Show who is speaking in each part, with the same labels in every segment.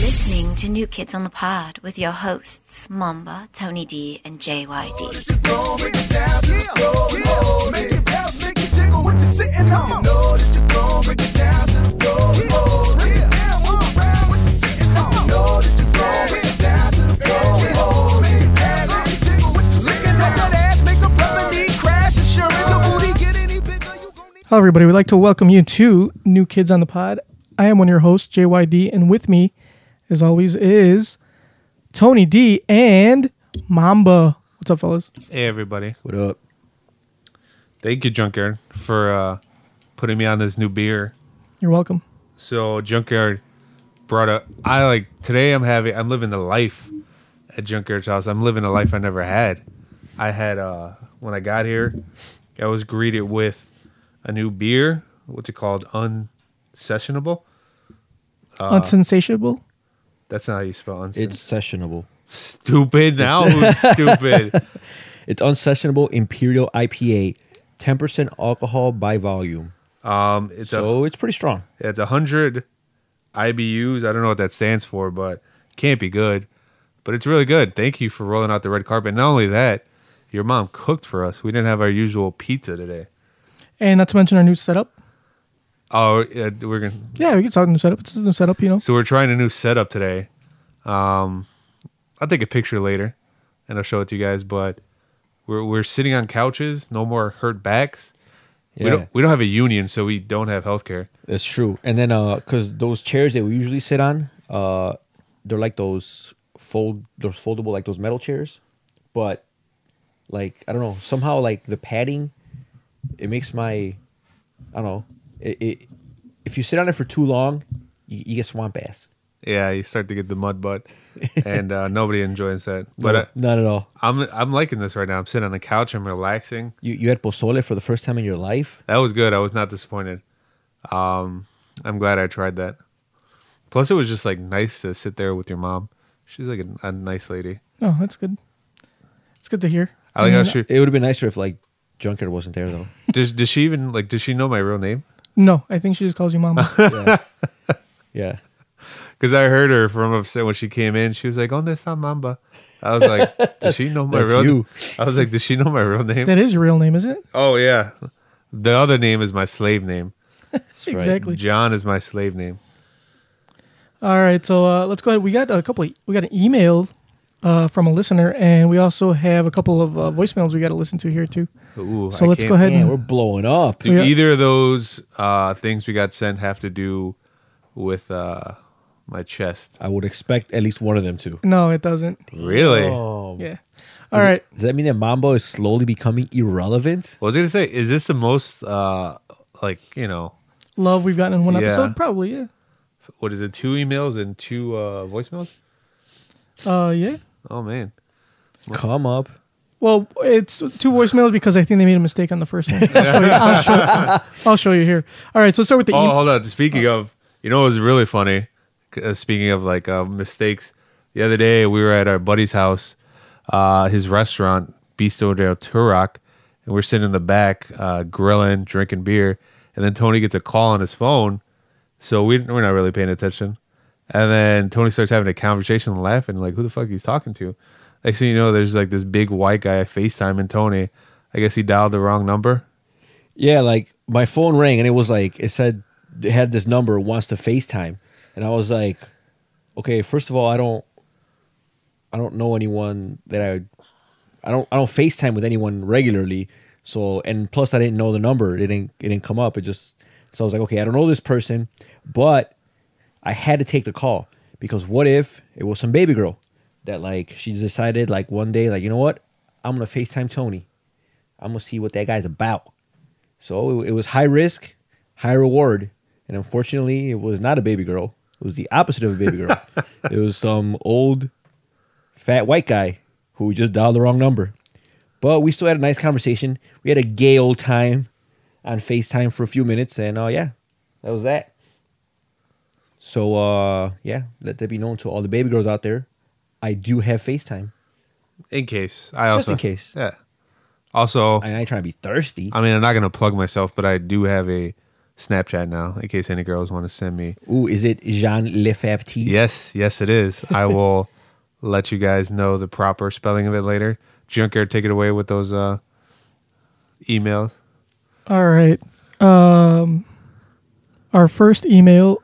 Speaker 1: listening to New Kids on the Pod with your hosts, Mamba, Tony D, and JYD.
Speaker 2: Hello, everybody. We'd like to welcome you to New Kids on the Pod. I am one of your hosts, JYD, and with me, as always, is Tony D and Mamba. What's up, fellas?
Speaker 3: Hey everybody!
Speaker 4: What up?
Speaker 3: Thank you, Junkyard, for uh, putting me on this new beer.
Speaker 2: You're welcome.
Speaker 3: So Junkyard brought up. I like today. I'm having. I'm living the life at Junkyard's house. I'm living a life I never had. I had uh, when I got here, I was greeted with a new beer. What's it called? Unsessionable.
Speaker 2: Unsensatiable.
Speaker 3: That's not how you spell unsessionable.
Speaker 4: It's sessionable.
Speaker 3: stupid. Now who's stupid?
Speaker 4: It's unsessionable Imperial IPA, 10% alcohol by volume.
Speaker 3: Um, it's a
Speaker 4: so it's pretty strong.
Speaker 3: It's 100 IBUs. I don't know what that stands for, but can't be good. But it's really good. Thank you for rolling out the red carpet. Not only that, your mom cooked for us. We didn't have our usual pizza today.
Speaker 2: And not to mention our new setup.
Speaker 3: Oh, yeah, we're gonna.
Speaker 2: Yeah, we can talk new setup. It's a new setup, you know.
Speaker 3: So we're trying a new setup today. Um, I'll take a picture later, and I'll show it to you guys. But we're we're sitting on couches. No more hurt backs. We
Speaker 4: Yeah.
Speaker 3: don't we don't have a union, so we don't have health care.
Speaker 4: That's true. And then, uh, cause those chairs that we usually sit on, uh, they're like those fold, those foldable, like those metal chairs. But like, I don't know, somehow like the padding, it makes my, I don't know, it, it if you sit on it for too long, you, you get swamp ass.
Speaker 3: Yeah, you start to get the mud butt, and uh, nobody enjoys that. But uh,
Speaker 4: not at all.
Speaker 3: I'm I'm liking this right now. I'm sitting on the couch. I'm relaxing.
Speaker 4: You you had pozole for the first time in your life.
Speaker 3: That was good. I was not disappointed. Um, I'm glad I tried that. Plus, it was just like nice to sit there with your mom. She's like a, a nice lady.
Speaker 2: Oh, that's good. It's good to hear.
Speaker 3: I like how she.
Speaker 2: Mm-hmm.
Speaker 4: It would have been nicer if like Junker wasn't there though.
Speaker 3: Does, does she even like? Does she know my real name?
Speaker 2: No, I think she just calls you Mamba.
Speaker 4: Yeah.
Speaker 3: Because I heard her from upset when she came in. She was like, "On this time, Mamba." I was like, "Does she know my
Speaker 4: That's
Speaker 3: real?"
Speaker 4: you.
Speaker 3: I was like, "Does she know my real name?"
Speaker 2: that is your real name, isn't it?
Speaker 3: oh yeah. The other name is my slave name.
Speaker 4: right.
Speaker 2: exactly.
Speaker 3: John is my slave name.
Speaker 2: All right, so uh, let's go ahead. We got a couple. Of, we got an email uh, from a listener, and we also have a couple of uh, voicemails we got to listen to here too.
Speaker 3: Ooh,
Speaker 2: So
Speaker 3: I
Speaker 2: let's
Speaker 3: can't-
Speaker 2: go ahead
Speaker 4: Man,
Speaker 2: and
Speaker 4: we're blowing up.
Speaker 3: Do
Speaker 2: Yeah.
Speaker 3: either of those uh, things we got sent have to do with uh, my chest?
Speaker 4: I would expect at least one of them to.
Speaker 2: No, it doesn't.
Speaker 3: Really?
Speaker 4: Oh.
Speaker 2: Yeah. All right.
Speaker 4: Does that mean that Mambo is slowly becoming irrelevant?
Speaker 3: What was I gonna say? Is this the most uh, like you know
Speaker 2: Love we've gotten in one
Speaker 3: Yeah.
Speaker 2: episode, probably. Yeah.
Speaker 3: what is it? Two emails and two uh, voicemails.
Speaker 2: Uh, yeah.
Speaker 3: Oh man,
Speaker 4: Come up.
Speaker 2: Well, it's two voicemails because I think they made a mistake on the first one. I'll show you, I'll show, I'll show you here. All right. So let's start with the e-
Speaker 3: Oh,
Speaker 2: email.
Speaker 3: hold on. Speaking of, you know, it was really funny. C- Uh, speaking of like uh, mistakes, the other day we were at our buddy's house, uh, his restaurant, Bistro del Turok, and we're sitting in the back uh, grilling, drinking beer, and then Tony gets a call on his phone, so we we're not really paying attention, and then Tony starts having a conversation, and laughing, like who the fuck he's talking to. Next thing you know, there's like this big white guy FaceTiming Tony. I guess he dialed the wrong number.
Speaker 4: Yeah, like my phone rang and it was like it said it had this number wants to FaceTime, and I was like, okay, first of all, I don't, I don't know anyone that I, I don't, I don't FaceTime with anyone regularly. So and plus I didn't know the number. It didn't, it didn't come up. It just so I was like, okay, I don't know this person, but I had to take the call because what if it was some baby girl that like she decided like one day like you know what I'm gonna FaceTime Tony, I'm gonna see what that guy's about. So it, it was high risk, high reward, and unfortunately, it was not a baby girl. It was the opposite of a baby girl. it was some old, fat white guy who just dialed the wrong number. But we still had a nice conversation. We had a gay old time on Facetime for a few minutes, and oh yeah, that was that. So uh yeah, let that be known to all the baby girls out there. I do have Facetime,
Speaker 3: In case I
Speaker 4: Just
Speaker 3: also
Speaker 4: in case.
Speaker 3: Yeah. Also,
Speaker 4: and I ain't trying to be thirsty.
Speaker 3: I mean, I'm not going to plug myself, but I do have a Snapchat now, in case any girls want to send me.
Speaker 4: Ooh, is it Jean Lefaptiste?
Speaker 3: Yes, yes, it is. I will let you guys know the proper spelling of it later. Junker, take it away with those uh, emails.
Speaker 2: All right. Um, our first email,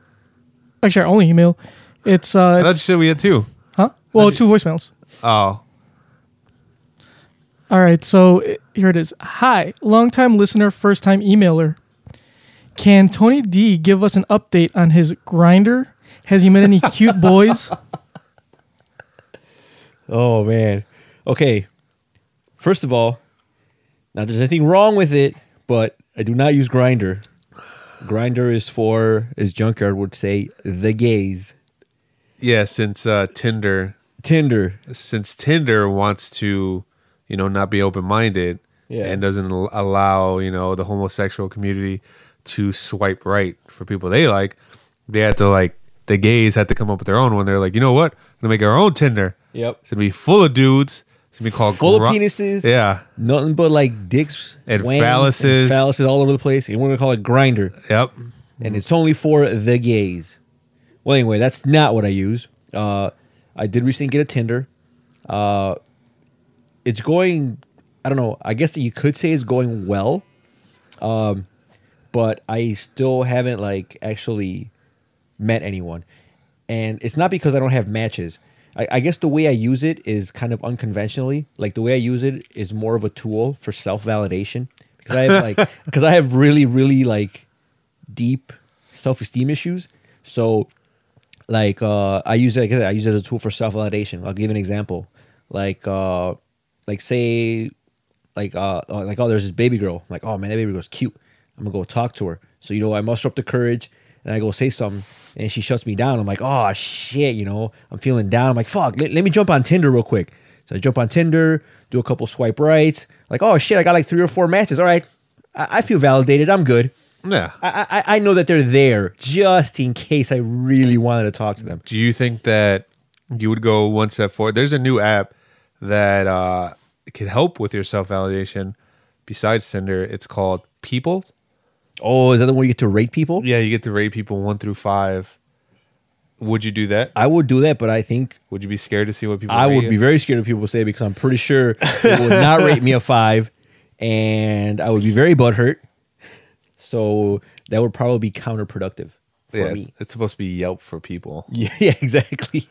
Speaker 2: actually our only email, it's uh,
Speaker 3: I thought you
Speaker 2: it's-
Speaker 3: said we had two.
Speaker 2: huh? Well, two voicemails.
Speaker 3: Oh,
Speaker 2: All right, so i- here it is. Hi, longtime listener, first time emailer. Can Tony D give us an update on his grinder? Has he met any cute boys?
Speaker 4: Oh man. Okay. First of all, not there's anything wrong with it, but I do not use grinder. Grinder is for, as Junkyard would say, the gays.
Speaker 3: yeah. Since uh, Tinder,
Speaker 4: Tinder.
Speaker 3: since Tinder wants to, you know, not be open minded
Speaker 4: Yeah.
Speaker 3: and doesn't al- allow, you know, the homosexual community to swipe right for people they like, they had to like the gays had to come up with their own one. They're like, you know what? We're gonna make our own Tinder.
Speaker 4: Yep.
Speaker 3: It's gonna be full of dudes. It's gonna be called
Speaker 4: Full of
Speaker 3: gro-
Speaker 4: penises.
Speaker 3: Yeah.
Speaker 4: Nothing but like dicks
Speaker 3: And
Speaker 4: wangs,
Speaker 3: phalluses.
Speaker 4: and phalluses all over the place. And we're gonna call it grinder.
Speaker 3: Yep.
Speaker 4: and it's only for the gays. Well, anyway, that's not what I use. Uh, I did recently get a Tinder. Uh, it's going. I don't know. I guess that you could say it's going well, um, but I still haven't like actually met anyone, and it's not because I don't have matches. I, I guess the way I use it is kind of unconventionally. Like the way I use it is more of a tool for self validation because I have like because I have really really like deep self esteem issues. So, like, uh, I use it. Like I, said, I use it as a tool for self validation. I'll give an example. Like, uh, like say, like, uh, uh, like, oh, there's this baby girl. like, oh man, that baby girl's cute. I'm gonna go talk to her. So you know, I muster up the courage and I go say something, and she shuts me down. I'm like, oh shit, you know, I'm feeling down. I'm like, fuck, let, let me jump on Tinder real quick. So I jump on Tinder, do a couple swipe rights. Like, oh shit, I got like three or four matches. All right, I, I feel validated. I'm good.
Speaker 3: Yeah.
Speaker 4: I, I I know that they're there just in case I really wanted to talk to them.
Speaker 3: Do you think that you would go one step forward? There's a new app that uh, can help with your self validation besides Tinder. It's called People.
Speaker 4: Oh, is that the one you get to rate people?
Speaker 3: Yeah, you get to rate people one through five. Would you do that?
Speaker 4: I would do that, but I think
Speaker 3: Would you be scared to see what people?
Speaker 4: I
Speaker 3: rate
Speaker 4: would
Speaker 3: you?
Speaker 4: be very scared of people say because I'm pretty sure they would not rate me a five, and I would be very butthurt. So that would probably be counterproductive for
Speaker 3: Yeah,
Speaker 4: me.
Speaker 3: it's supposed to be Yelp for people.
Speaker 4: Yeah, yeah, exactly.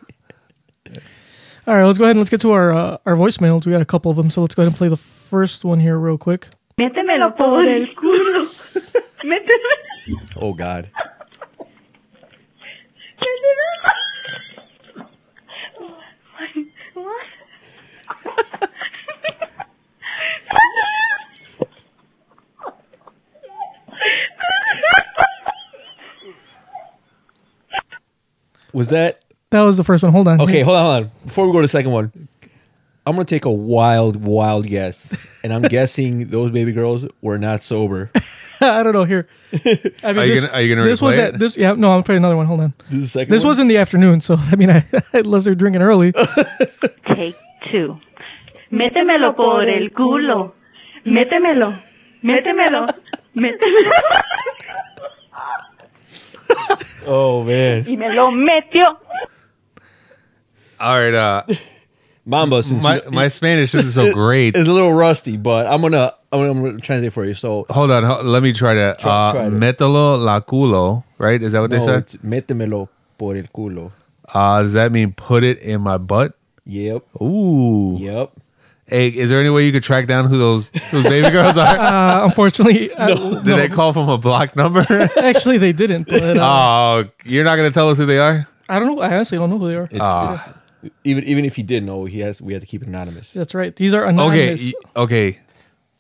Speaker 2: All right, let's go ahead and let's get to our uh, our voicemails. We got a couple of them, so let's go ahead and play the first one here real quick.
Speaker 5: Métemelo por el culo. Métemelo.
Speaker 4: Oh God. Was that
Speaker 2: That was the first one. Hold on.
Speaker 4: okay? Hold on, hold on. Before we go to the second one, I'm gonna take a wild, wild guess, and I'm guessing those baby girls were not sober.
Speaker 2: I don't know. Here, I mean,
Speaker 3: Are you gonna- are you gonna
Speaker 2: This was
Speaker 3: replay
Speaker 2: at
Speaker 3: it?
Speaker 2: this. Yeah, no, I'm playing another one. Hold on.
Speaker 4: This is the second
Speaker 2: This
Speaker 4: one?
Speaker 2: was in the afternoon, so I mean, I, unless they're drinking early. uh,
Speaker 5: Take two. Métemelo por el culo. Métemelo. Métemelo. Métemelo.
Speaker 4: Oh man,
Speaker 5: Y me lo metió.
Speaker 3: All right, uh,
Speaker 4: Mamba. Since
Speaker 3: my
Speaker 4: you-
Speaker 3: my Spanish isn't so great.
Speaker 4: it's a little rusty, but I'm gonna I'm gonna, I'm gonna translate for you. So
Speaker 3: Hold on, ho- let me try to
Speaker 4: Try-
Speaker 3: uh,
Speaker 4: try it.
Speaker 3: metalo la culo. Right? Is that what they
Speaker 4: no,
Speaker 3: said?
Speaker 4: it's métemelo por el culo.
Speaker 3: Uh, does that mean put it in my butt?
Speaker 4: Yep,
Speaker 2: Oh.
Speaker 3: Ooh.
Speaker 4: yep.
Speaker 3: Hey, is there any way you could track down who those those baby girls are?
Speaker 2: Uh, unfortunately, I-
Speaker 3: Did they call from a block number?
Speaker 2: actually they didn't. But, uh,
Speaker 3: oh, you're not gonna tell us who they are?
Speaker 2: I don't know. I honestly don't know who they are.
Speaker 4: It's,
Speaker 3: Ah.
Speaker 4: it's even even if he did know, he has we had to keep it anonymous.
Speaker 2: That's right. These are
Speaker 3: Okay,
Speaker 2: anonymous.
Speaker 3: y- okay.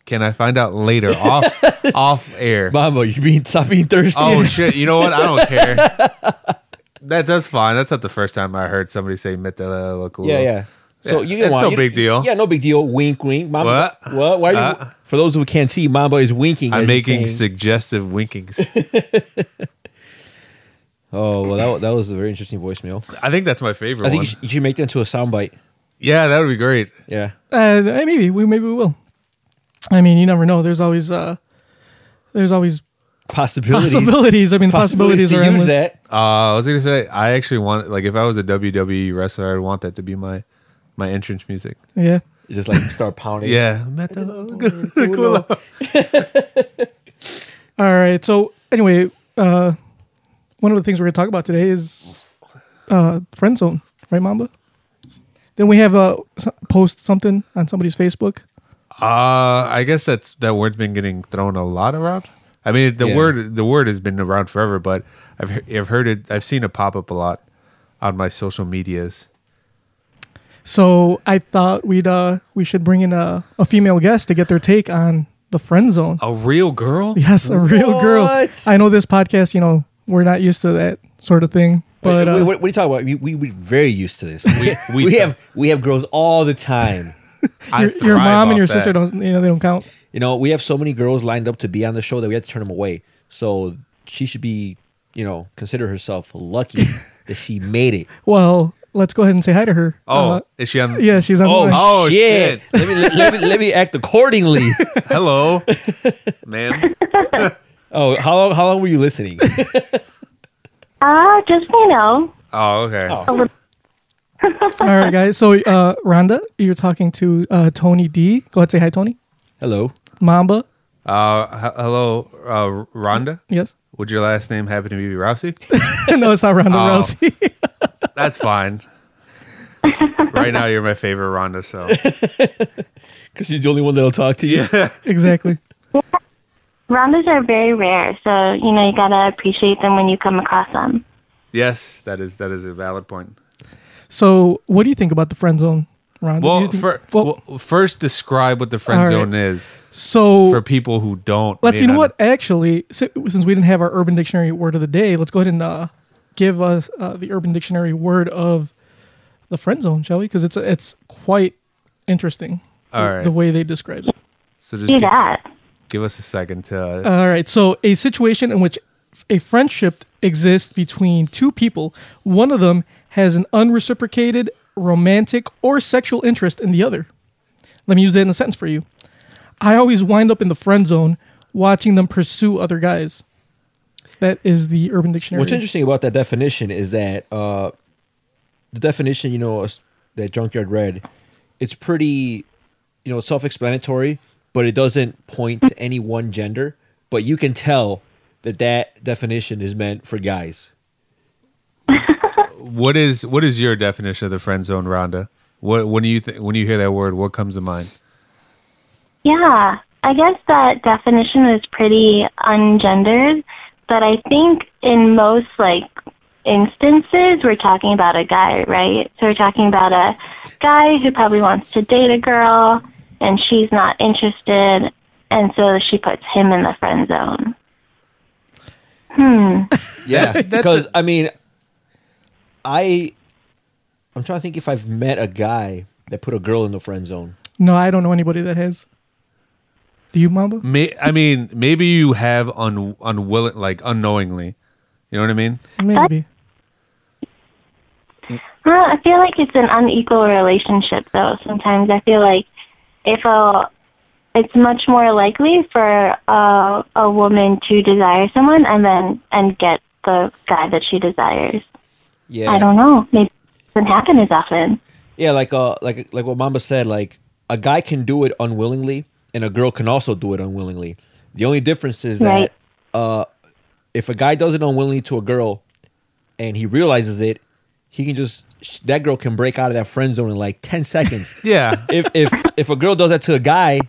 Speaker 3: Can I find out later off off air?
Speaker 4: Mamba, you being stop being thirsty.
Speaker 3: Oh shit! You know what? I don't care. That that's fine. That's not the first time I heard somebody say "metela la culo."
Speaker 4: yeah, yeah. So
Speaker 3: Yeah,
Speaker 4: you can
Speaker 3: it's
Speaker 4: want-
Speaker 3: no
Speaker 4: you-
Speaker 3: big deal.
Speaker 4: Yeah, no big deal. Wink, wink. Mamba,
Speaker 3: What?
Speaker 4: What? Why are you?
Speaker 3: Uh.
Speaker 4: for those who can't see, Mamba is winking.
Speaker 3: I'm
Speaker 4: as he's
Speaker 3: making
Speaker 4: saying-
Speaker 3: suggestive winkings.
Speaker 4: Oh well, that, wa- that was a very interesting voicemail.
Speaker 3: I think that's my favorite
Speaker 4: I think
Speaker 3: one.
Speaker 4: you should, you should make that into a soundbite.
Speaker 3: yeah, that would be great.
Speaker 4: Yeah.
Speaker 2: Uh, hey, maybe we maybe we will. I mean, you never know. There's always uh, there's always
Speaker 4: possibilities.
Speaker 2: Possibilities. I mean, the possibilities,
Speaker 4: to
Speaker 2: are
Speaker 4: use
Speaker 2: endless.
Speaker 4: that.
Speaker 3: Uh, I was gonna say I actually want like if I was a WWE wrestler, I'd want that to be my my entrance music.
Speaker 2: Yeah.
Speaker 4: Just like start pounding.
Speaker 3: Yeah, metal.
Speaker 2: Cool. All right. So anyway, uh, one of the things we're gonna talk about today is uh, friend zone, right, Mamba? Then we have a post something on somebody's Facebook.
Speaker 3: Uh, I guess that's that word's been getting thrown a lot around. I mean, the
Speaker 4: Yeah.
Speaker 3: word the word has been around forever, but I've he- I've heard it. I've seen it pop up a lot on my social medias.
Speaker 2: So I thought we'd uh, we should bring in a, a female guest to get their take on the friend zone.
Speaker 3: A real girl?
Speaker 2: Yes, a real girl.
Speaker 4: What?
Speaker 2: I know this podcast. You know, we're not used to that sort of thing, but
Speaker 4: Wait,
Speaker 2: uh,
Speaker 4: wait, what, what are you talking about? We, we we're very used to this. We,
Speaker 3: we-
Speaker 4: we, have we have girls all the time.
Speaker 3: I
Speaker 2: your, your
Speaker 3: thrive
Speaker 2: mom and
Speaker 3: off
Speaker 2: your
Speaker 3: that.
Speaker 2: sister don't. You know, they don't count.
Speaker 4: You know, we have so many girls lined up to be on the show that we had to turn them away. So she should be, you know, consider herself lucky that she made it.
Speaker 2: Well, let's go ahead and say hi to her.
Speaker 3: Oh,
Speaker 2: Uh,
Speaker 3: is she on?
Speaker 2: yeah, she's on the
Speaker 3: Oh,
Speaker 2: line.
Speaker 3: oh shit!
Speaker 4: Let me let, me let me act accordingly.
Speaker 3: Hello, ma'am.
Speaker 4: Oh, how long how long were you listening?
Speaker 5: Ah, just you know.
Speaker 3: Oh, okay.
Speaker 2: All right, guys. So, uh, Rhonda, you're talking to uh, Tony D. Go ahead, say hi, Tony.
Speaker 4: Hello.
Speaker 2: Mamba,
Speaker 3: Uh, h- hello, uh, Rhonda.
Speaker 2: yes.
Speaker 3: Would your last name happen to be Rousey?
Speaker 2: no, it's not Ronda
Speaker 3: Oh.
Speaker 2: Rousey.
Speaker 3: That's fine. right now, you're my favorite Rhonda. So
Speaker 4: Because she's the only one that'll talk to you.
Speaker 2: exactly.
Speaker 5: Rondas are very rare, so you know you gotta appreciate them when you come across them.
Speaker 3: yes, that is that is a valid point.
Speaker 2: So, what do you think about the friend zone, Rhonda? Do
Speaker 3: Well,
Speaker 2: you think-
Speaker 3: fir-
Speaker 2: well,
Speaker 3: well, first describe what the friend
Speaker 2: All right.
Speaker 3: zone is
Speaker 2: so
Speaker 3: for people who don't.
Speaker 2: let's. You
Speaker 3: may
Speaker 2: know
Speaker 3: not-
Speaker 2: what? Actually, si- since we didn't have our Urban Dictionary word of the day, let's go ahead and uh, give us uh, the Urban Dictionary word of the friend zone, shall we? Because it's it's quite interesting.
Speaker 3: All
Speaker 2: the-
Speaker 3: right.
Speaker 2: The way they describe it.
Speaker 3: So just
Speaker 5: Do
Speaker 3: give,
Speaker 5: that.
Speaker 3: give us a second to. Uh,
Speaker 2: All right. So, a situation in which a friendship exists between two people, one of them has an unreciprocated romantic or sexual interest in the other. Let me use that in a sentence for you. I always wind up in the friend zone watching them pursue other guys. That is the Urban Dictionary.
Speaker 4: What's interesting about that definition is that uh, the definition, you know, us- that Junkyard read, it's pretty, you know, self-explanatory, but it doesn't point to any one gender. But you can tell that that definition is meant for guys.
Speaker 3: what is what is your definition of the friend zone, Rhonda? What when you th- when you hear that word, what comes to mind?
Speaker 5: Yeah, I guess that definition is pretty ungendered, but I think in most like instances we're talking about a guy, right? So we're talking about a guy who probably wants to date a girl and she's not interested and so she puts him in the friend zone.
Speaker 4: Yeah, because I mean, I, I'm trying to think if I've met a guy that put a girl in the friend zone.
Speaker 2: No, I don't know anybody that has. Do you, Mamba?
Speaker 3: May, I mean, maybe you have un unwilling like unknowingly. You know what I mean?
Speaker 2: Maybe.
Speaker 5: Well, I feel like it's an unequal relationship, though. Sometimes I feel like if a, it's much more likely for a, a woman to desire someone and then and get the guy that she desires.
Speaker 4: Yeah,
Speaker 5: I don't know. Maybe it doesn't happen as often.
Speaker 4: Yeah, like uh, like like what Mamba said, like a guy can do it unwillingly, and a girl can also do it unwillingly. The only difference is
Speaker 5: Right.
Speaker 4: that uh, if a guy does it unwillingly to a girl, and he realizes it, he can just sh- that girl can break out of that friend zone in like ten seconds.
Speaker 3: Yeah.
Speaker 4: if if if a girl does that to a guy,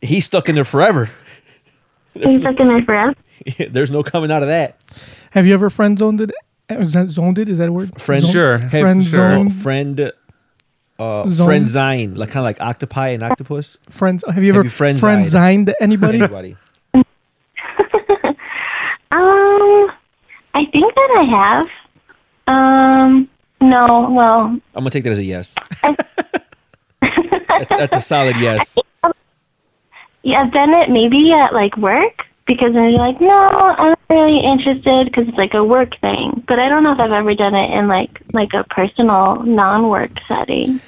Speaker 4: he's stuck in there forever.
Speaker 5: He's stuck in there forever.
Speaker 4: There's no coming out of that.
Speaker 2: Have you ever friend zoned it? Uh, Is that zoned it? Is that a word?
Speaker 4: Friend,
Speaker 2: Zoned-
Speaker 3: Sure. Hey,
Speaker 2: Friend
Speaker 3: sure.
Speaker 2: zone.
Speaker 4: friend, uh,
Speaker 2: Zone.
Speaker 4: friend zine, like kind of like octopi and octopus.
Speaker 2: Friends. Have you ever
Speaker 4: you
Speaker 2: friend
Speaker 4: friend-zined?
Speaker 2: zined anybody?
Speaker 4: Everybody.
Speaker 5: Um, I think that I have. Um, no. Well,
Speaker 4: I'm gonna take that as a yes. that's, that's a solid yes.
Speaker 5: Yeah, I've done it maybe at like work because then you're like, no, I'm not really interested because it's like a work thing. But I don't know if I've ever done it in like like a personal non-work setting.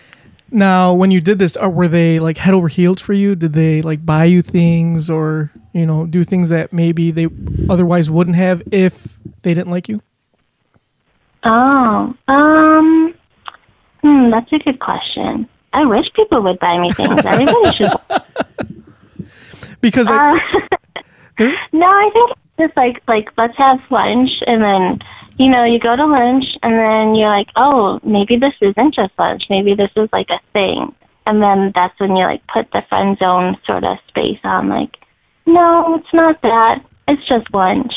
Speaker 2: Now, when you did this, uh, were they like head over heels for you? Did they like buy you things or, you know, do things that maybe they otherwise wouldn't have if they didn't like you?
Speaker 5: Oh, um, hmm, that's a good question. I wish people would buy me things. Everybody should.
Speaker 2: Because I,
Speaker 5: No, I think it's just like like let's have lunch, and then you know you go to lunch, and then you're like, oh, maybe this isn't just lunch. Maybe this is like a thing, and then that's when you like put the friend zone sort of space on. Like, no, it's not that. It's just lunch.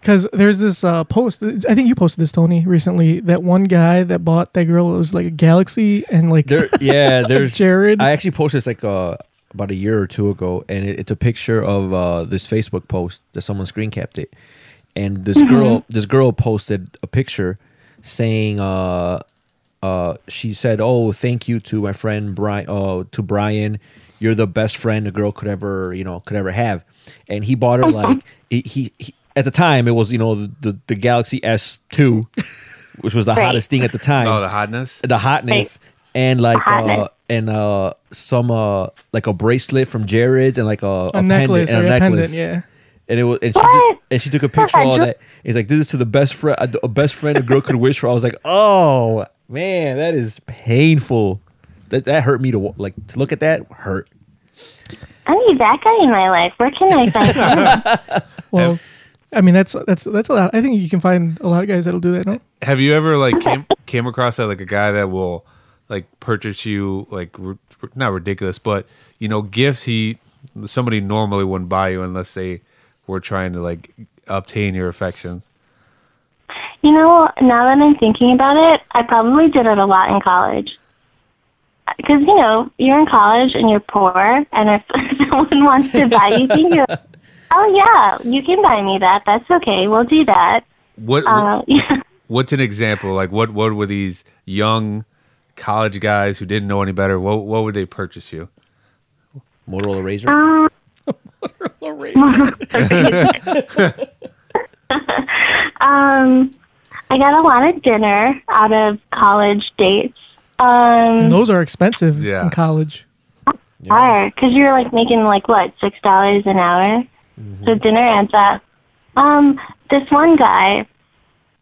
Speaker 2: Because there's this uh, post. I think you posted this, Tony, recently. That one guy that bought that girl it was like a galaxy and like
Speaker 4: There, yeah, there's
Speaker 2: Jared.
Speaker 4: I actually posted this like uh, about a year or two ago, and it, it's a picture of uh, this Facebook post that someone screen capped it, and this girl, this girl posted a picture saying, uh, uh, she said, "Oh, thank you to my friend Brian, uh, to Brian, you're the best friend a girl could ever, you know, could ever have," and he bought her like he, he, he at the time it was you know the the, the Galaxy S two. Which was the
Speaker 5: Right.
Speaker 4: hottest thing at the time
Speaker 3: Oh, the hotness.
Speaker 4: the hotness and like uh
Speaker 5: hotness.
Speaker 4: and uh some uh like a bracelet from Jared's and like a, a,
Speaker 2: a necklace
Speaker 4: pendant
Speaker 2: or
Speaker 4: and
Speaker 2: a
Speaker 4: a necklace.
Speaker 2: pendant, yeah.
Speaker 4: And it was and she
Speaker 5: What?
Speaker 4: just, and she took a picture of all that. It's like this is to the best friend a a best friend a girl could wish for. I was like, "Oh, man, that is painful." That that hurt me to wa- like to look at that hurt.
Speaker 5: I need that guy in my life. Where can I find him?
Speaker 2: Well, I mean that's that's that's a lot. I think you can find a lot of guys that'll do that. No,
Speaker 3: Have you ever like came came across that like a guy that will like purchase you like r- not ridiculous, but you know gifts he somebody normally wouldn't buy you unless they were trying to like obtain your affections.
Speaker 5: You know, now that I'm thinking about it, I probably did it a lot in college. Because, you know, you're in college and you're poor, and if someone wants to buy you things, you're like, oh, yeah, you can buy me that. That's okay. We'll do that.
Speaker 3: What
Speaker 5: Uh, yeah.
Speaker 3: what's an example? Like what what were these young college guys who didn't know any better? What what would they purchase you?
Speaker 4: Motorola Razor.
Speaker 5: um, I got a lot of dinner out of college dates. Um,
Speaker 2: And those are expensive
Speaker 3: Yeah.
Speaker 2: in college.
Speaker 5: because you're like making like what six dollars an hour, so dinner adds up. Um, this one guy,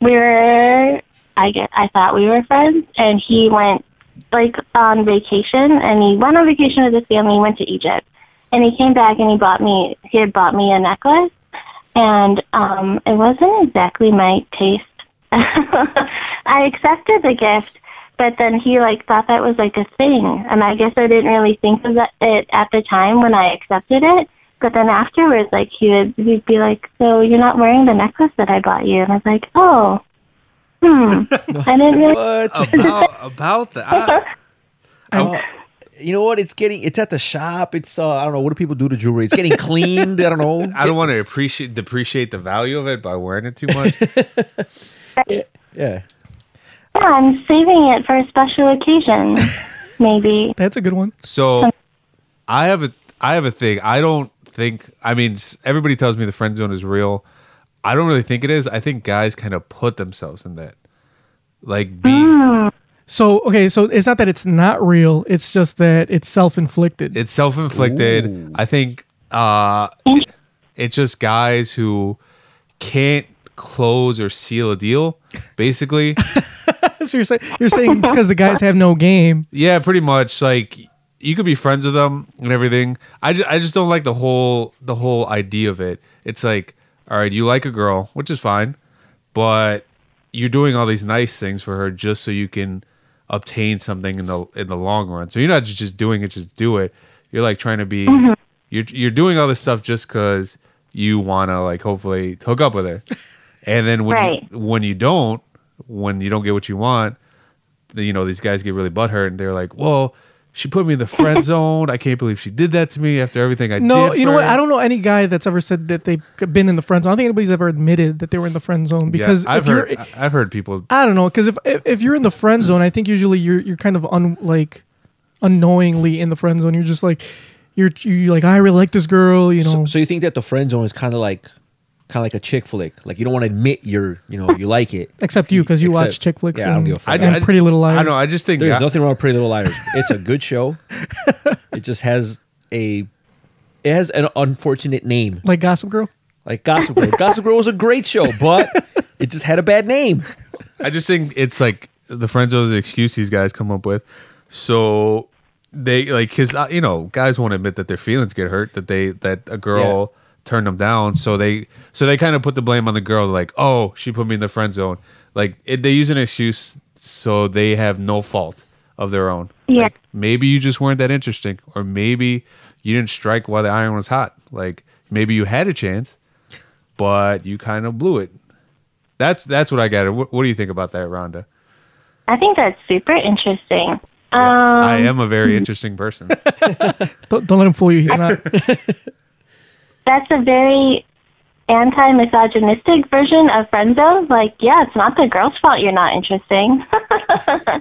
Speaker 5: we were, I get, I thought we were friends, and he went like on vacation, and he went on vacation with his family, he went to Egypt, and he came back and he bought me, he had bought me a necklace, and um, it wasn't exactly my taste. I accepted the gift, but then he like thought that was like a thing, and I guess I didn't really think of that, it at the time when I accepted it. But then afterwards, like he would he'd be like, "So you're not wearing the necklace that I bought you?" And I was like, "Oh, hmm, I didn't really."
Speaker 3: About about that. I-
Speaker 4: You know what? It's getting it's at the shop. It's uh I don't know what do people do to jewelry? It's getting cleaned. I don't know.
Speaker 3: I don't want to appreciate depreciate the value of it by wearing it too much.
Speaker 4: Yeah.
Speaker 5: Yeah, I'm saving it for a special occasion, maybe.
Speaker 2: That's a good one.
Speaker 3: So I have a I have a thing. I don't think I mean s- everybody tells me the friend zone is real. I don't really think it is. I think guys kind of put themselves in that. Like be
Speaker 2: So okay, so it's not that it's not real. It's just that it's self-inflicted.
Speaker 3: it's self-inflicted. I think uh it- it's just guys who can't close or seal a deal basically.
Speaker 2: so you're saying you're saying it's because the guys have no game.
Speaker 3: Yeah, pretty much. Like you could be friends with them and everything. I just, I just don't like the whole the whole idea of it. It's like, all right, you like a girl, which is fine, but you're doing all these nice things for her just so you can obtain something in the in the long run. So you're not just doing it just do it. You're like trying to be you're you're doing all this stuff just cuz you want to like hopefully hook up with her. And then when
Speaker 5: Right.
Speaker 3: you, when you don't, when you don't get what you want, the- you know these guys get really butthurt and they're like, "Well, she put me in the friend zone. I can't believe she did that to me after everything I did."
Speaker 2: No, you know
Speaker 3: for
Speaker 2: what?
Speaker 3: her."
Speaker 2: I don't know any guy that's ever said that they've been in the friend zone. I don't think anybody's ever admitted that they were in the friend zone
Speaker 3: Yeah,
Speaker 2: because
Speaker 3: I've
Speaker 2: if you're-
Speaker 3: heard
Speaker 4: uh,
Speaker 3: I- I've heard people.
Speaker 2: I don't know because if, if if you're in the friend zone, I think usually you're you're kind of un like unknowingly in the friend zone. You're just like you're you like I really like this girl, you know.
Speaker 4: So, so you think that the friend zone is kind of like kind of like a chick flick. Like you don't want to admit you're, you know, you like it.
Speaker 2: Except you, because you
Speaker 4: Except-
Speaker 2: watch chick flicks
Speaker 4: Yeah, I don't
Speaker 2: and,
Speaker 4: give a fuck.
Speaker 2: and
Speaker 4: I- I-
Speaker 2: Pretty Little Liars.
Speaker 3: I know. I just think
Speaker 4: There's
Speaker 3: I-
Speaker 4: nothing wrong with Pretty Little Liars. It's a good show. it just has a, it has an unfortunate name.
Speaker 2: like Gossip Girl.
Speaker 4: Like Gossip Girl. Gossip Girl was a great show, but it just had a bad name.
Speaker 3: I just think it's like the friendzone's excuse these guys come up with. So they like his, you know, guys won't admit that their feelings get hurt that they that a girl turned them down. So they so they kind of put the blame on the girl. Like, oh, she put me in the friend zone. Like it, they use an excuse so they have no fault of their own.
Speaker 5: Yeah.
Speaker 3: Like, maybe you just weren't that interesting, or maybe you didn't strike while the iron was hot. Like maybe you had a chance, but you kind of blew it. That's that's what I got. What, what do you think about that, Rhonda?
Speaker 5: I think that's super interesting.
Speaker 3: I am a very interesting person.
Speaker 2: Don't, don't let him fool you. He's not.
Speaker 5: That's a very anti-misogynistic version of friendzone. Like, yeah, it's not the girl's fault you're not interesting.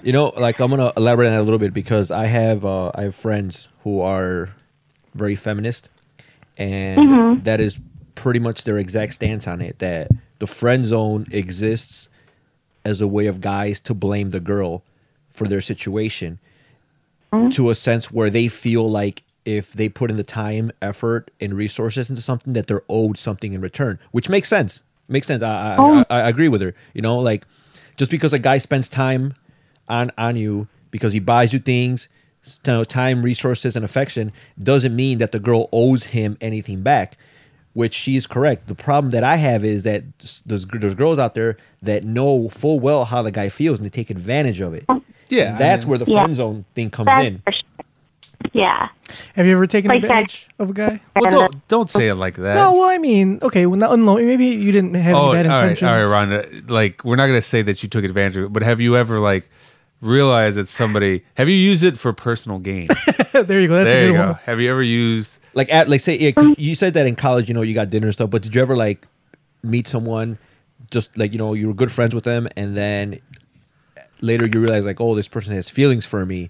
Speaker 4: You know, like I'm gonna elaborate on that a little bit because I have uh, I have friends who are very feminist, and that is pretty much their exact stance on it. That the friend zone exists as a way of guys to blame the girl for their situation,
Speaker 5: Mm-hmm.
Speaker 4: to a sense where they feel like if they put in the time, effort, and resources into something, that they're owed something in return, which makes sense. Makes sense. I I,
Speaker 5: Oh.
Speaker 4: I, I agree with her. You know, like just because a guy spends time on on you because he buys you things, s- you know, time, resources, and affection, doesn't mean that the girl owes him anything back. Which she is correct. The problem that I have is that s- there's, gr- there's girls out there that know full well how the guy feels and they take advantage of it.
Speaker 3: Yeah,
Speaker 4: And
Speaker 3: I
Speaker 4: that's
Speaker 3: mean-
Speaker 4: where the
Speaker 5: Yeah.
Speaker 4: friend zone thing comes
Speaker 5: That's
Speaker 4: in.
Speaker 5: for sure. Yeah.
Speaker 2: Have you ever taken
Speaker 5: Like that.
Speaker 2: advantage of a guy?
Speaker 3: Well,
Speaker 5: And
Speaker 3: don't don't say it like that.
Speaker 2: No, well, I mean, okay, well, not, no, maybe you didn't have
Speaker 3: oh, all
Speaker 2: any
Speaker 3: right,
Speaker 2: bad
Speaker 3: all right,
Speaker 2: intentions.
Speaker 3: Rhonda. Like we're not gonna say that you took advantage of it, but have you ever like realized that somebody have you used it for personal gain?
Speaker 2: there you go. That's
Speaker 3: there
Speaker 2: a
Speaker 3: you
Speaker 2: good
Speaker 3: go.
Speaker 2: one.
Speaker 3: Have you ever used?
Speaker 4: Like at like say yeah,
Speaker 2: Um,
Speaker 4: 'cause you said that in college, you know, you got dinner and stuff. But did you ever like meet someone, just like you know, you were good friends with them, and then later you realize like, oh, this person has feelings for me,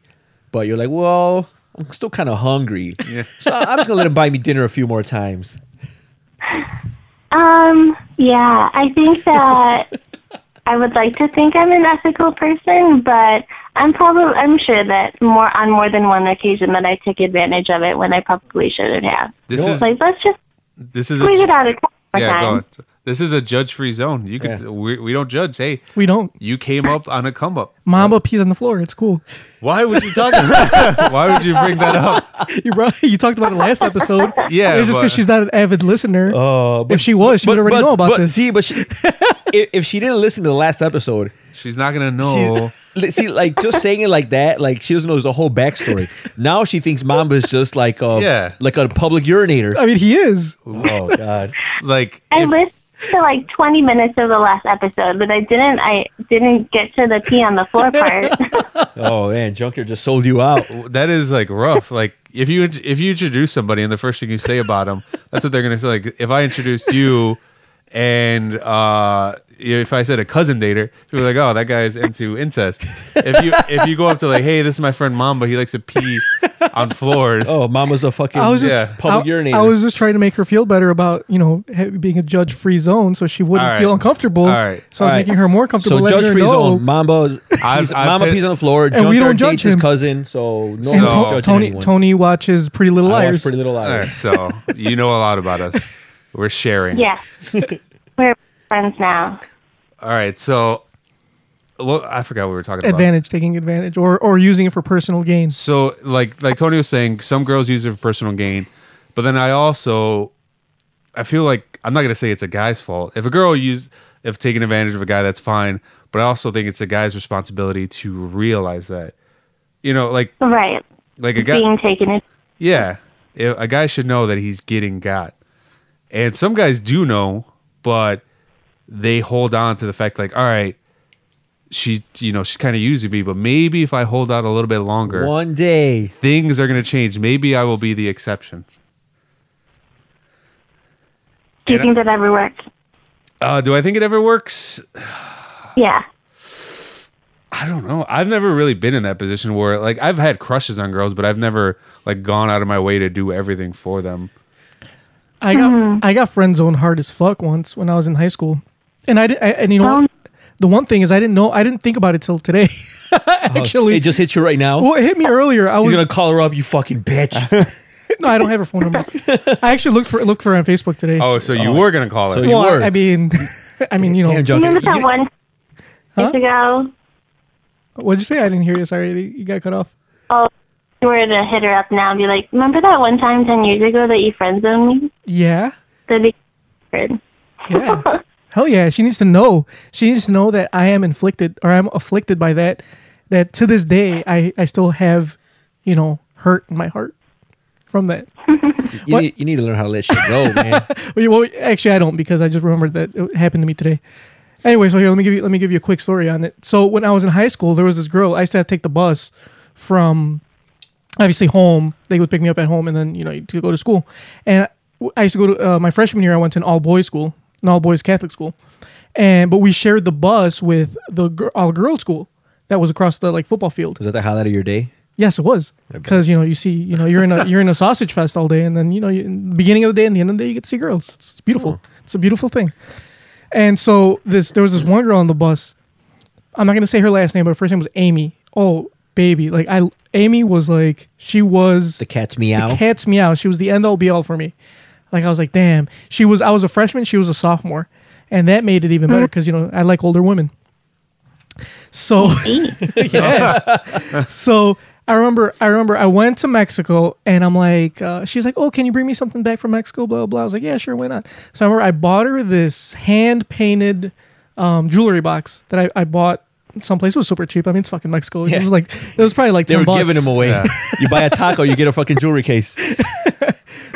Speaker 4: but you're like, well, I'm still kind of hungry, so I- I'm just gonna let him buy me dinner a few more times.
Speaker 5: Um, yeah, I think that I would like to think I'm an ethical person, but I'm probably I'm sure that more on more than one occasion that I took advantage of it when I probably shouldn't have.
Speaker 3: This is
Speaker 5: Like let's just
Speaker 3: this is a,
Speaker 5: squeeze it out a couple more
Speaker 3: yeah. Go
Speaker 5: times.
Speaker 3: on. This is a judge free zone. You could
Speaker 4: Yeah.
Speaker 3: we, we don't judge. Hey,
Speaker 2: We don't.
Speaker 3: you came up on a come up.
Speaker 2: Mamba pees on the floor. It's cool.
Speaker 3: Why would you talk? about Why would you bring that up?
Speaker 2: You brought, you talked about it last episode.
Speaker 3: Yeah,
Speaker 2: it's just
Speaker 3: but-
Speaker 2: because she's not an avid listener.
Speaker 4: Uh,
Speaker 2: if she was, she would already know about
Speaker 4: but,
Speaker 2: this.
Speaker 4: See, but she, if, if she didn't listen to the last episode,
Speaker 3: She's not gonna
Speaker 4: she,
Speaker 3: know.
Speaker 4: li- see, like just saying it like that, like she doesn't know there's a whole backstory. Now she thinks Mamba is just like a
Speaker 3: Yeah.
Speaker 4: like a public urinator.
Speaker 2: I mean, he is.
Speaker 4: Oh God!
Speaker 3: Like
Speaker 5: I
Speaker 3: if-
Speaker 5: listened to like 20 minutes of the last episode, but I didn't. I didn't get to the pee on the floor part.
Speaker 4: Oh man, Junker just sold you out.
Speaker 3: that is like rough. Like if you if you introduce somebody and the first thing you say about them, that's what they're gonna say. Like if I introduced you, and uh, if I said a cousin dater, people are like, oh, that guy's into incest. If you if you go up to like, hey, this is my friend Mamba. He likes to pee on floors.
Speaker 4: Oh, Mama's a fucking
Speaker 2: I was just
Speaker 3: Yeah.
Speaker 4: public
Speaker 2: I,
Speaker 4: urinator.
Speaker 2: I was just trying to make her feel better about you know ha- being a judge free zone, so she wouldn't
Speaker 3: All right.
Speaker 2: feel uncomfortable.
Speaker 3: All right.
Speaker 2: So I was
Speaker 4: All right.
Speaker 2: making her more comfortable.
Speaker 4: so
Speaker 2: letting
Speaker 4: judge
Speaker 2: her
Speaker 4: free
Speaker 2: know.
Speaker 4: zone. Mamba, he's,
Speaker 3: I've
Speaker 4: Mamba
Speaker 3: put-
Speaker 4: pees on the floor.
Speaker 2: And we
Speaker 4: Junker
Speaker 2: don't judge
Speaker 4: dates his
Speaker 2: him.
Speaker 4: cousin, so no
Speaker 2: And
Speaker 4: one's
Speaker 3: So-
Speaker 2: To-
Speaker 4: judging
Speaker 2: Tony
Speaker 4: anyone.
Speaker 2: Tony watches Pretty Little
Speaker 4: I watch
Speaker 2: Liars.
Speaker 4: Pretty Little
Speaker 3: All right,
Speaker 4: Liars.
Speaker 3: so you know a lot about us. We're sharing.
Speaker 5: yeah, we're friends now.
Speaker 3: All right, so well, I forgot what we were talking about.
Speaker 2: advantage, taking advantage, or or using it for personal gains.
Speaker 3: So like like Tony was saying, some girls use it for personal gain, but then I also I feel like I'm not gonna say it's a guy's fault. If a girl use if taking advantage of a guy, that's fine. But I also think it's a guy's responsibility to realize that. You know, like
Speaker 5: Right,
Speaker 3: like a guy
Speaker 5: being taken. in-
Speaker 3: Yeah. Yeah, A guy should know that he's getting got. And some guys do know, but they hold on to the fact like, all right, she you know, she kinda using me, but maybe if I hold out a little bit longer
Speaker 4: One day,
Speaker 3: things are going to change. Maybe I will be the exception.
Speaker 5: Do you think that ever worked?
Speaker 3: Uh, do I think it ever works?
Speaker 5: Yeah.
Speaker 3: I don't know. I've never really been in that position where, like, I've had crushes on girls, but I've never like gone out of my way to do everything for them.
Speaker 2: I got I got friend zoned hard as fuck once when I was in high school, and I, did, I and you know what?
Speaker 5: Um,
Speaker 2: the one thing is I didn't know I didn't think about it till today. Actually,
Speaker 4: Oh, it just hit you right now.
Speaker 2: well, it hit me earlier. I
Speaker 4: He's
Speaker 2: was
Speaker 4: gonna call her up, you fucking bitch.
Speaker 2: no, I don't have her phone number. I actually looked for looked for her on Facebook today.
Speaker 3: Oh, so you were gonna call it?
Speaker 4: So you-
Speaker 2: well,
Speaker 4: were.
Speaker 2: I, I mean, I mean, you know,
Speaker 4: Damn, Joker.
Speaker 5: Remember that
Speaker 4: You-
Speaker 5: one years ago?
Speaker 2: what'd you say? I didn't hear you. Sorry, you got cut off.
Speaker 5: Oh, if you were to hit her up now and be like, remember that one time 10 years ago that you friend zoned me?
Speaker 2: Yeah,
Speaker 5: That'd be weird.
Speaker 2: yeah, hell yeah. She needs to know. She needs to know that I am inflicted or I'm afflicted by that. That to this day, I I still have, you know, hurt in my heart from that.
Speaker 4: you,
Speaker 2: What?
Speaker 4: need, you need to learn how to let shit go, man.
Speaker 2: Well, well, actually, I don't because I just remembered that it happened to me today. Anyway, so here let me give you let me give you a quick story on it. So when I was in high school, there was this girl. I used to, have to take the bus from obviously home. They would pick me up at home, and then you know to go to school. And I used to go to uh, my freshman year. I went to an all boys school, an all boys Catholic school, and but we shared the bus with the gir- all girls school that was across the like football field.
Speaker 4: Was that the highlight of your day?
Speaker 2: Yes, it was because you know you see you know you're in a you're in a sausage fest all day, and then you know you, in the beginning of the day and the end of the day you get to see girls. It's, it's beautiful. It's a beautiful thing. And so this there was this one girl on the bus. I'm not gonna say her last name, but her first name was Amy. Oh baby, like I Amy was like she was
Speaker 4: The cat's meow.
Speaker 2: the cat's meow. She was the end all be all for me. Like I was like, damn. She was I was a freshman, she was a sophomore. And that made it even better because you know I like older women. So yeah. so I remember I remember I went to Mexico and I'm like, uh, she's like, Oh, can you bring me something back from Mexico? Blah blah blah. I was like, Yeah, sure, why not? So I remember I bought her this hand painted um, jewelry box that I, I bought someplace it was super cheap. I mean it's fucking Mexico. It was like it was probably like
Speaker 4: they
Speaker 2: 10
Speaker 4: were
Speaker 2: bucks.
Speaker 4: giving him away.
Speaker 3: Yeah.
Speaker 4: You buy a taco, you get a fucking jewelry case.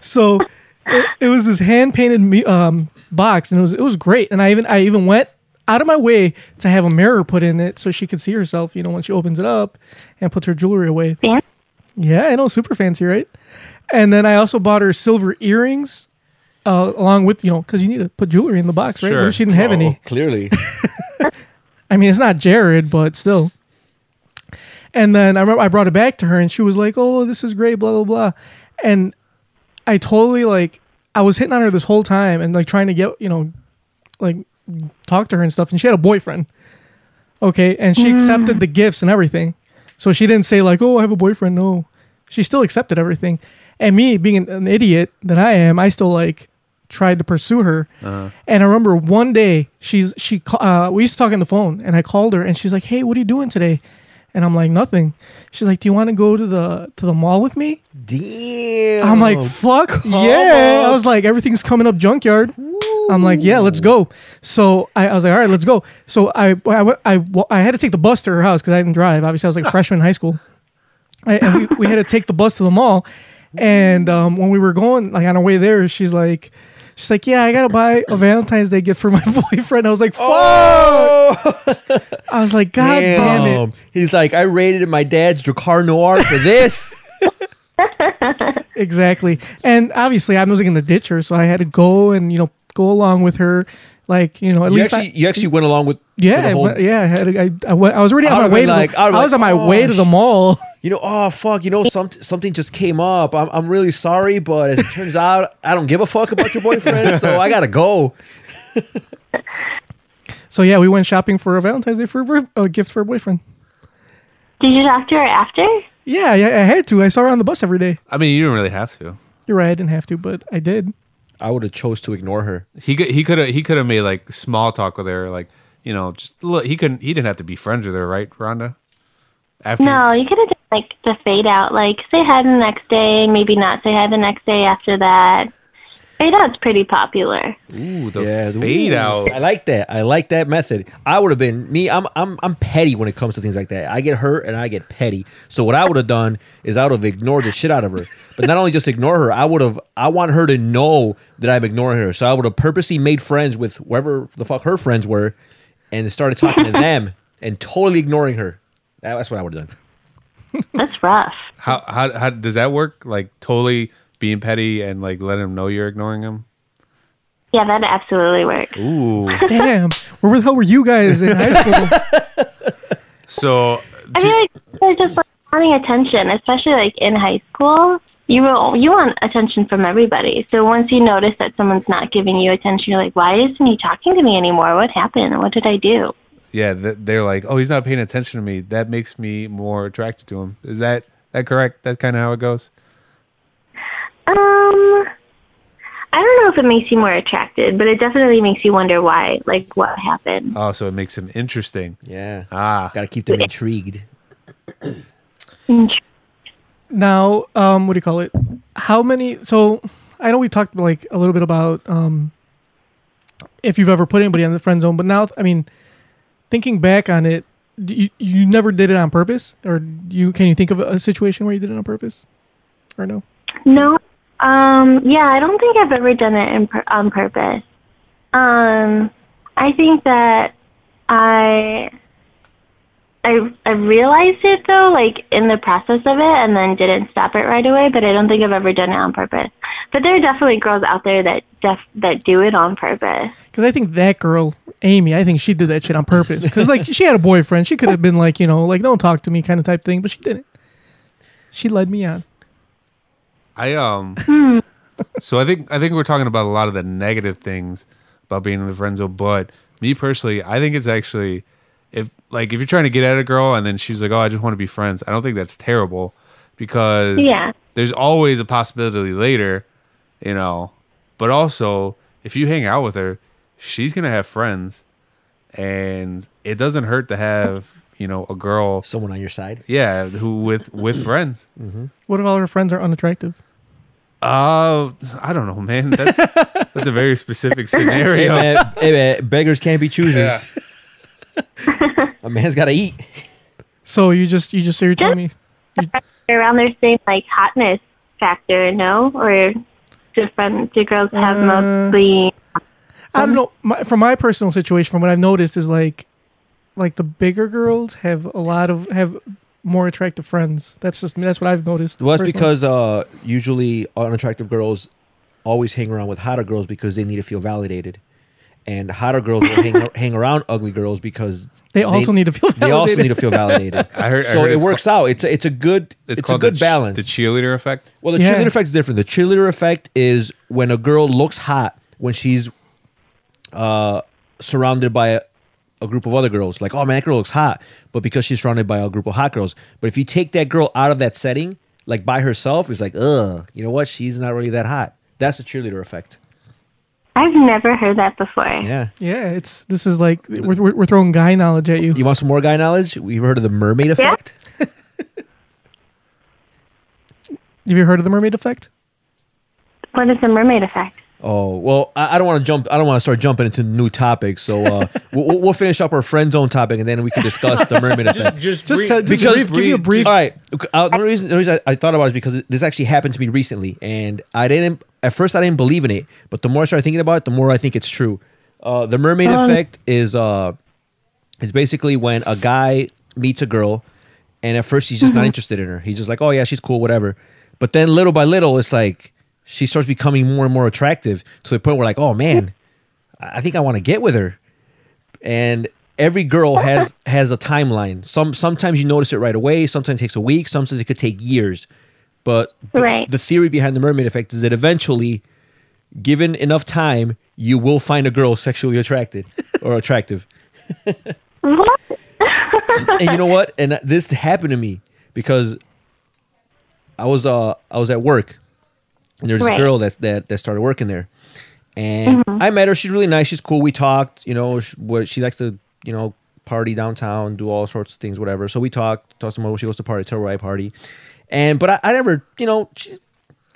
Speaker 2: so it, it was this hand painted um, box, and it was it was great. And I even I even went out of my way to have a mirror put in it so she could see herself. You know, when she opens it up and puts her jewelry away.
Speaker 5: Fan-
Speaker 2: Yeah, I know, super fancy, right? And then I also bought her silver earrings, uh, along with you know, because you need to put jewelry in the box, right? What
Speaker 3: Sure.
Speaker 2: if she didn't have any?
Speaker 4: Oh, Clearly,
Speaker 2: I mean, it's not Jared, but still. And then I remember I brought it back to her, and she was like, "Oh, this is great," blah blah blah. And I totally like I was hitting on her this whole time, and like trying to get you know, like talk to her and stuff. And she had a boyfriend, okay, and she accepted the gifts and everything. So she didn't say like, "Oh, I have a boyfriend." No, she still accepted everything. And me being an, an idiot that I am, I still like tried to pursue her. And I remember one day she's she ca- uh, we used to talk on the phone, and I called her, and she's like, "Hey, what are you doing today?" And I'm like, "Nothing." She's like, "Do you want to go to the to the mall with me?"
Speaker 4: damn.
Speaker 2: I'm like, fuck yeah. I was like, everything's coming up junkyard. I'm like, yeah, let's go. So I, I was like, all right, let's go. So I, I, went- I, wa- I had to take the bus to her house because I didn't drive. Obviously, I was like a freshman in high school. I, and we, we had to take the bus to the mall. And um, when we were going, like on our way there, she's like, she's like, yeah, I gotta buy a Valentine's Day gift for my boyfriend. I was like, fuck. I was like, god Oh, damn, it.
Speaker 4: He's like, I raided my dad's Dracar Noir for this.
Speaker 2: exactly. And obviously, I was in the ditcher, so I had to go and you know go along with her, like you know at
Speaker 4: you,
Speaker 2: least
Speaker 4: actually,
Speaker 2: I,
Speaker 4: you actually went along with for
Speaker 2: yeah,
Speaker 4: the
Speaker 2: I
Speaker 4: whole-
Speaker 2: went- yeah. I, had, I, I, went- I was already
Speaker 4: I
Speaker 2: on my
Speaker 4: would've
Speaker 2: way
Speaker 4: been
Speaker 2: to
Speaker 4: like-
Speaker 2: the,
Speaker 4: I
Speaker 2: I,
Speaker 4: would've
Speaker 2: was
Speaker 4: been
Speaker 2: on
Speaker 4: like,
Speaker 2: my
Speaker 4: "Oh,
Speaker 2: way to the
Speaker 4: shit."
Speaker 2: mall.
Speaker 4: you know oh fuck you know some, something just came up I'm, I'm really sorry but as it turns out I don't give a fuck about your boyfriend so I gotta go
Speaker 2: So yeah, we went shopping for a Valentine's Day for a, bir- a gift for a boyfriend.
Speaker 5: Did you talk to her after?
Speaker 2: Yeah, yeah, I had to. I saw her on the bus every day.
Speaker 3: I mean, you didn't really have to.
Speaker 2: You're right, I didn't have to, but I did.
Speaker 4: I would have chose to ignore her
Speaker 3: He could he could have he could have made like small talk with her, like you know, just look. He couldn't. He didn't have to be friends with her, right, Rhonda? After
Speaker 5: No, you could have done like the fade out, like say hi the next day, maybe not say hi the next day after that. Fade out's pretty popular.
Speaker 3: ooh, the
Speaker 4: the-
Speaker 3: fade
Speaker 4: ooh,
Speaker 3: out.
Speaker 4: I like that I like that method I would have been me I'm I'm I'm petty when it comes to things like that I get hurt and I get petty so what I would have done is I would have ignored the shit out of her but not only just ignore her I would have I want her to know that I'm ignoring her so I would have purposely made friends with whoever the fuck her friends were and started talking to them and totally ignoring her That- that's what I would have done.
Speaker 5: That's rough.
Speaker 3: How, how how does that work? Like totally being petty and like letting him know you're ignoring him.
Speaker 5: Yeah, that absolutely works.
Speaker 3: Ooh.
Speaker 2: Damn, where the hell were you guys in high school?
Speaker 3: So
Speaker 5: I feel like they're just like on wanting attention, especially like in high school. You will, you want attention from everybody. So once you notice that someone's not giving you attention, you're like, why isn't he talking to me anymore? What happened? What did I do?
Speaker 3: Yeah, th- they're like, oh, he's not paying attention to me. That makes me more attracted to him. Is that that correct? That's kind of how it goes.
Speaker 5: Um, I don't know if it makes you more attracted, but it definitely makes you wonder why, like what happened.
Speaker 3: Oh, so it makes him interesting.
Speaker 4: Yeah.
Speaker 3: Ah,
Speaker 4: Gotta keep them intrigued.
Speaker 5: Mm,
Speaker 2: Now, um, what do you call it? How many? So, I know we talked like a little bit about um, if you've ever put anybody in the friend zone, but now, I mean, thinking back on it, do you you never did it on purpose, or do you can you think of a situation where you did it on purpose, or no?
Speaker 5: No. Um, yeah, I don't think I've ever done it in pur- on purpose. Um, I think that I, I I realized it though, like in the process of it, and then didn't stop it right away. But I don't think I've ever done it on purpose. But there are definitely girls out there that def- that do it on purpose.
Speaker 2: Because I think that girl, Amy, I think she did that shit on purpose. Because like she had a boyfriend, she could have been like you know like don't talk to me kind of type thing, but she didn't. She led me on.
Speaker 3: I um. so I think I think we're talking about a lot of the negative things about being in the friend zone. But me personally, I think it's actually if like if you're trying to get at a girl and then she's like, "Oh, I just want to be friends," I don't think that's terrible because
Speaker 5: Yeah.
Speaker 3: there's always a possibility later, you know. But also, if you hang out with her, she's gonna have friends, and it doesn't hurt to have you know a girl,
Speaker 4: Someone on your side.
Speaker 3: yeah, who with with friends.
Speaker 2: What if all her friends are unattractive?
Speaker 3: Uh, I don't know, man. That's that's a very specific
Speaker 4: Hey
Speaker 3: scenario.
Speaker 4: man, hey man, beggars can't be choosers. A man's gotta eat.
Speaker 2: So you just you just so you're telling me
Speaker 5: Around their same like hotness factor, no, or different. Do girls have
Speaker 4: Uh.
Speaker 5: mostly?
Speaker 2: I
Speaker 4: Um,
Speaker 2: don't know. My, from my personal situation, from what I've noticed, is like, like the bigger girls have a lot of have more attractive friends. That's just that's what I've noticed.
Speaker 4: Well, that's
Speaker 2: personally.
Speaker 4: because uh, usually unattractive girls always hang around with hotter girls because they need to feel validated, and hotter girls will hang, hang around ugly girls because
Speaker 2: They also need to feel
Speaker 4: They also
Speaker 2: validated.
Speaker 4: need to feel validated.
Speaker 3: I heard- I
Speaker 4: so
Speaker 3: heard
Speaker 4: it
Speaker 3: it's
Speaker 4: works out. It's a, it's a good it's, a
Speaker 3: the
Speaker 4: good
Speaker 3: ch-
Speaker 4: balance.
Speaker 3: The cheerleader effect.
Speaker 4: well, the
Speaker 2: Yeah.
Speaker 4: cheerleader effect is different. The cheerleader effect is when a girl looks hot when she's uh, surrounded by a, a group of other girls. Like, oh man, that girl looks hot, but because she's surrounded by a group of hot girls. But if you take that girl out of that setting, like by herself, it's like, ugh, you know what? She's not really that hot. That's the cheerleader effect.
Speaker 5: I've never heard that before.
Speaker 4: Yeah.
Speaker 2: yeah, it's this is like we're, we're, we're throwing guy knowledge at you.
Speaker 4: You want some more guy knowledge? We've heard of the mermaid effect.
Speaker 2: Have you heard of the mermaid effect?
Speaker 5: What is the mermaid effect?
Speaker 4: Oh well, I, I don't want to jump. I don't want to start jumping into new topics. So uh, we'll, we'll- we'll finish up our friend zone topic, and then we can discuss the mermaid effect.
Speaker 2: Just, to, just
Speaker 4: Because-
Speaker 2: brief- give me a brief.
Speaker 4: All right. okay, Uh, the reason, the reason I, I thought about it is because this actually happened to me recently, and I didn't. At first, I didn't believe in it, but the more I started thinking about it, the more I think it's true. Uh, the mermaid effect is uh, is basically when a guy meets a girl, and at first he's just not interested in her. He's just like, oh yeah, she's cool, whatever. But then little by little, it's like she starts becoming more and more attractive to the point where like, oh man, I I think I want to get with her and every girl has has a timeline. Some sometimes you notice it right away. Sometimes it takes a week. Sometimes it could take years. But the,
Speaker 5: Right.
Speaker 4: the theory behind the mermaid effect is that eventually, given enough time, you will find a girl sexually attracted or attractive.
Speaker 5: What?
Speaker 4: and you know what? And this happened to me because I was uh I was at work, and there's this
Speaker 5: Right.
Speaker 4: girl that that that started working there, and I met her. She's really nice. She's cool. We talked. You know, she, what she likes to you know party downtown, do all sorts of things, whatever. So we talked. Talked some more. She goes to party. Tell her where I party, and but I, I never you know she,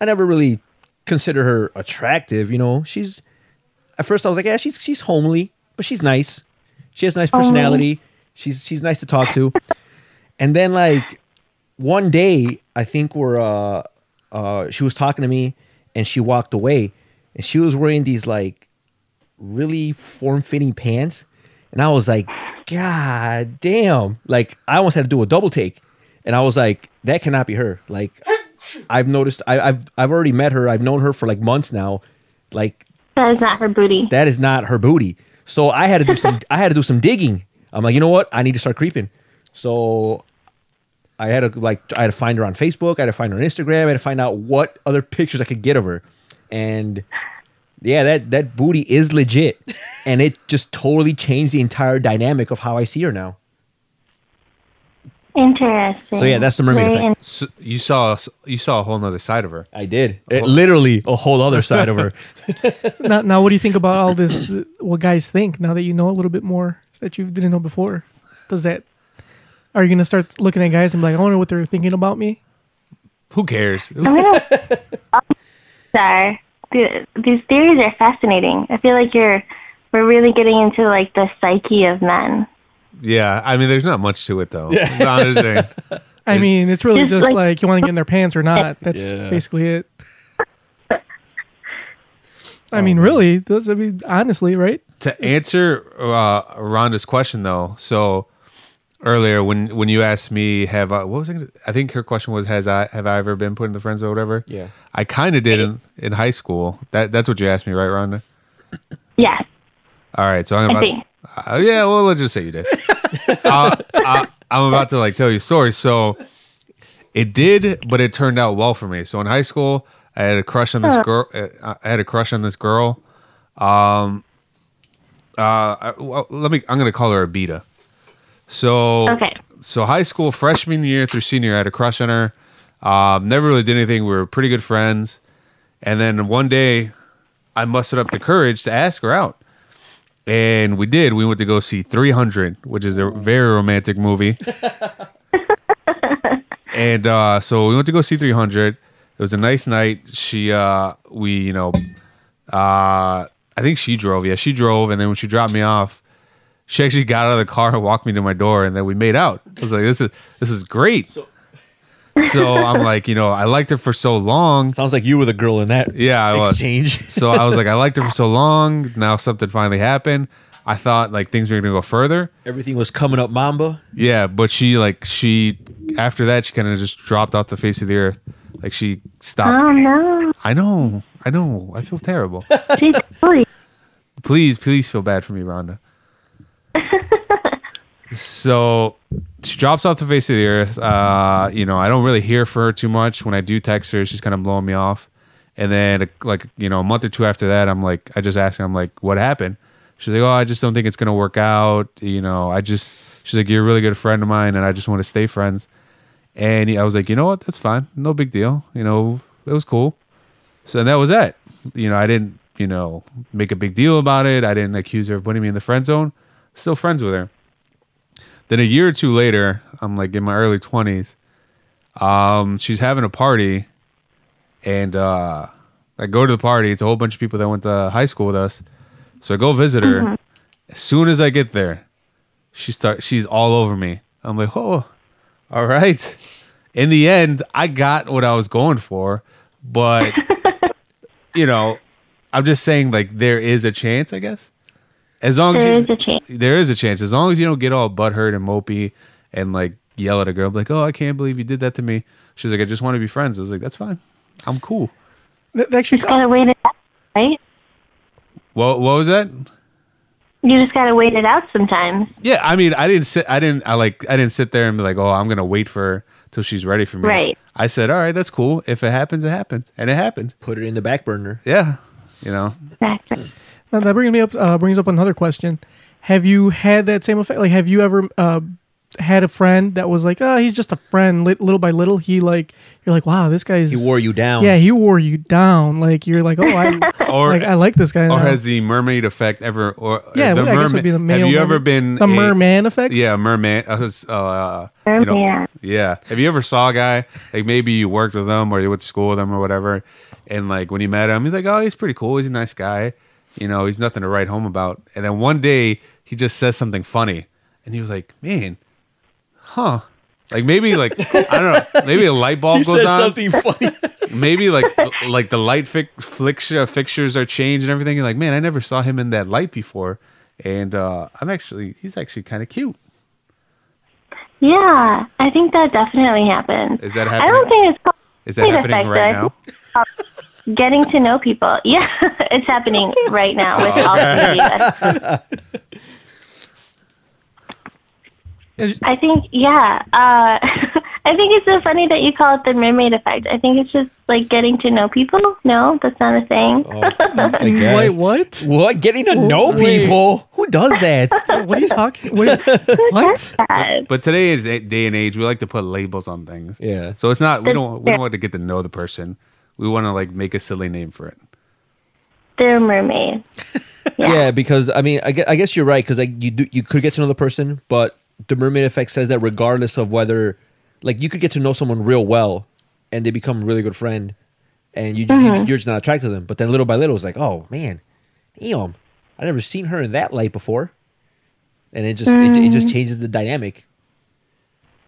Speaker 4: I never really consider her attractive. You know, she's at first I was like, yeah, she's she's homely, but she's nice. She has nice personality. She's she's nice to talk to. and then like one day, I think we're uh uh she was talking to me and she walked away and she was wearing these like really form-fitting pants and I was like, god damn. Like I almost had to do a double take. And I was like, that cannot be her. Like I've noticed I, I've I've already met her. I've known her for like months now. Like
Speaker 5: That is not her booty.
Speaker 4: that is not her booty. So I had to do some I had to do some digging. I'm like, you know what? I need to start creeping. So I had to like I had to find her on Facebook. I had to find her on Instagram. I had to find out what other pictures I could get of her, and yeah, that that booty is legit, and it just totally changed the entire dynamic of how I see her now.
Speaker 5: Interesting.
Speaker 4: So yeah, that's the mermaid
Speaker 5: Very
Speaker 4: effect.
Speaker 5: in-
Speaker 3: So you saw you saw a whole nother side of her.
Speaker 4: I did it, literally a whole other side of her.
Speaker 2: now, now, what do you think about all this? th- What guys think now that you know a little bit more that you didn't know before? Does that? Are you gonna start looking at guys and be like, I wonder what they're thinking about me?
Speaker 3: Who cares?
Speaker 5: are th- these theories are fascinating. I feel like you're we're really getting into like the psyche of men.
Speaker 3: yeah, I mean, there's not much to it though. Honestly.
Speaker 2: I mean, it's really
Speaker 5: Just
Speaker 2: just like,
Speaker 5: like-
Speaker 2: you want to get in their pants or not. That's
Speaker 4: Yeah.
Speaker 2: basically it. I
Speaker 3: Oh,
Speaker 2: mean, really? Those, I mean, honestly, right?
Speaker 3: to answer uh, Rhonda's question though, so earlier when when you asked me, have I, what was I? Gonna, I think her question was, has I have I ever been put in the friend zone or whatever?
Speaker 4: Yeah.
Speaker 3: I kind of did in, in high school. That that's what you asked me, right, Rhonda?
Speaker 5: Yes.
Speaker 3: All right, so I'm about.
Speaker 5: think.
Speaker 3: Uh, yeah, well, let's just say you did. uh, I, I'm about to like tell you a story. So it did, but it turned out well for me. So in high school, I had a crush on this girl. uh, I had a crush on this girl. Um, uh, I- well, let me. I'm gonna call her Abita. So
Speaker 5: Okay.
Speaker 3: So high school freshman year through senior, year, I had a crush on her. Um, never really did anything. We were pretty good friends. And then one day, I mustered up the courage to ask her out, and we did. We went to go see 300, which is a very romantic movie. and uh, so we went to go see 300. It was a nice night. She, uh, we, you know, uh, I think she drove. Yeah, she drove, and then when she dropped me off, she actually got out of the car and walked me to my door, and then we made out. I was like, "This is this is great." So, I'm like, you know, I liked her for so long.
Speaker 4: Sounds like you were the girl in that
Speaker 3: Yeah, I was.
Speaker 4: exchange.
Speaker 3: So I was like, I liked her for so long. Now something finally happened. I thought like things were gonna go further.
Speaker 4: Everything was coming up, Mamba.
Speaker 3: Yeah, but she like she after that she kind of just dropped off the face of the earth. Like she
Speaker 5: Oh
Speaker 3: stopped.
Speaker 5: no.
Speaker 3: I know, I know. I feel terrible.
Speaker 5: She totally
Speaker 3: please, please feel bad for me, Rhonda. so she drops off the face of the earth. Uh, you know, I don't really hear for her too much. When I do text her, she's kind of blowing me off. And then, like, you know, a month or two after that, I'm like, I just ask her, I'm like, what happened? She's like, oh, I just don't think it's going to work out. You know, I just, she's like, you're a really good friend of mine and I just want to stay friends. And I was like, you know what? That's fine. No big deal. You know, it was cool. So and that was it. You know, I didn't, you know, make a big deal about it. I didn't accuse her of putting me in the friend zone. Still friends with her. Then a year or two later, I'm like in my early twenties. Um, she's having a party, and uh, I go to the party. It's a whole bunch of people that went to high school with us. So I go visit her.
Speaker 5: Mm-hmm.
Speaker 3: As soon as I get there, she start. She's all over me. I'm like, oh, all right. In the end, I got what I was going for, but you know, I'm just saying like there is a chance, I guess. As long as
Speaker 5: there
Speaker 3: you,
Speaker 5: is a chance.
Speaker 3: there is a chance as long as you don't get all butthurt and mopey and like yell at a girl like oh i can't believe you did that to me she's like i just want to be friends i was like that's fine i'm cool
Speaker 2: That, that actually,
Speaker 5: Gotta wait it out, right?
Speaker 3: well what was that
Speaker 5: You just gotta wait it out sometimes.
Speaker 3: yeah i mean i didn't sit i didn't i like i didn't sit there and be like oh i'm gonna wait for her till she's ready for me
Speaker 5: Right.
Speaker 3: i said all right that's cool if it happens it happens and it happened
Speaker 4: Put it in the back burner.
Speaker 3: yeah you know
Speaker 4: Hmm.
Speaker 5: Exactly.
Speaker 2: that, that brings me up uh, brings up another question. Have you had that same effect? Like, have you ever uh, had a friend that was like, "Oh, he's just a friend." Lit- Little by little, he like you're like, "Wow, this guy's."
Speaker 4: He wore you down.
Speaker 2: Yeah, he wore you down. Like you're like, "Oh, I
Speaker 3: or
Speaker 2: like I like this guy."
Speaker 3: or
Speaker 2: now."
Speaker 3: has the mermaid effect ever or
Speaker 2: yeah,
Speaker 3: the
Speaker 2: I guess it would
Speaker 3: mermaid-
Speaker 2: be the male
Speaker 3: have you ever
Speaker 2: mermaid-
Speaker 3: been
Speaker 2: the
Speaker 3: a-
Speaker 2: merman effect?
Speaker 3: Yeah, merman. Uh, uh, you know,
Speaker 5: Merman.
Speaker 3: yeah. Have you ever saw a guy like maybe you worked with him or you went to school with him or whatever, and like when you met him, he's like, oh, he's pretty cool. He's a nice guy. You know, he's nothing to write home about. And then one day he just says something funny, and he was like, man, huh. Like maybe like I don't know maybe a light bulb
Speaker 4: He
Speaker 3: goes
Speaker 4: said
Speaker 3: on
Speaker 4: something funny.
Speaker 3: maybe like like the light fic- flic- fixtures are changed and everything. You're like, man, I never saw him in that light before, and uh, I'm actually he's actually kind of cute.
Speaker 5: Yeah, I think that definitely happens.
Speaker 3: Is that
Speaker 5: I don't
Speaker 3: happening?
Speaker 5: think it's called
Speaker 3: Is that happening
Speaker 5: effect,
Speaker 3: right
Speaker 5: though.
Speaker 3: now?
Speaker 5: getting to know people. Yeah, it's happening right now with all the media. I think, yeah. Uh, I think it's so funny that you call it the mermaid effect. I think it's just like getting to know people. No, that's not a thing.
Speaker 4: Oh, I guess.
Speaker 2: Wait, what?
Speaker 4: What? Getting to know
Speaker 2: Wait.
Speaker 4: people? Who does that?
Speaker 2: What are you talking? What? what?
Speaker 5: Sad.
Speaker 3: But today is a- day and age. We like to put labels on things.
Speaker 4: Yeah.
Speaker 3: So it's not we don't we
Speaker 5: Yeah.
Speaker 3: don't want to get to know the person. We want to like make a silly name for it.
Speaker 5: They're mermaids.
Speaker 4: yeah. because I mean, I guess, I guess you're right because like you do, you could get to know the person, but the mermaid effect says that regardless of whether, like, you could get to know someone real well, and they become a really good friend, and you,
Speaker 5: Mm-hmm.
Speaker 4: you you're just not attracted to them. But then little by little, it's like, oh man, damn, I never seen her in that light before, and it just it, it
Speaker 5: Mm-hmm.
Speaker 4: just changes the dynamic.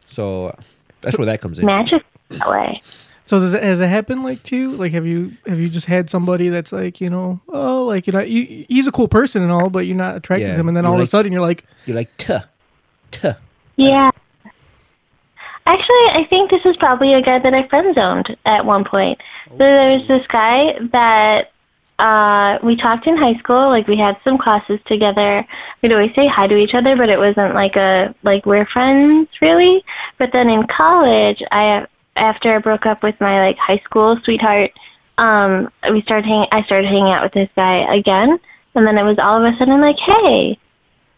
Speaker 4: So uh, that's where that comes in.
Speaker 5: Matches that way.
Speaker 2: So does it, has it happened like to you? Like have you have you just had somebody that's like you know oh like you know you, he's a cool person and all, but you're not attracted
Speaker 4: Yeah,
Speaker 2: to him, and then
Speaker 4: you're
Speaker 2: all of
Speaker 4: like-
Speaker 2: a sudden you're like
Speaker 4: You're like, tuh, tuh.
Speaker 5: Yeah. Actually, I think this is probably a guy that I friend zoned at one point. So there was this guy that uh, we talked in high school. Like we had some classes together. We'd always say hi to each other, but it wasn't like a like we're friends really. But then in college, I after I broke up with my like high school sweetheart, um, we started hang- I started hanging out with this guy again, and then it was all of a sudden like, hey,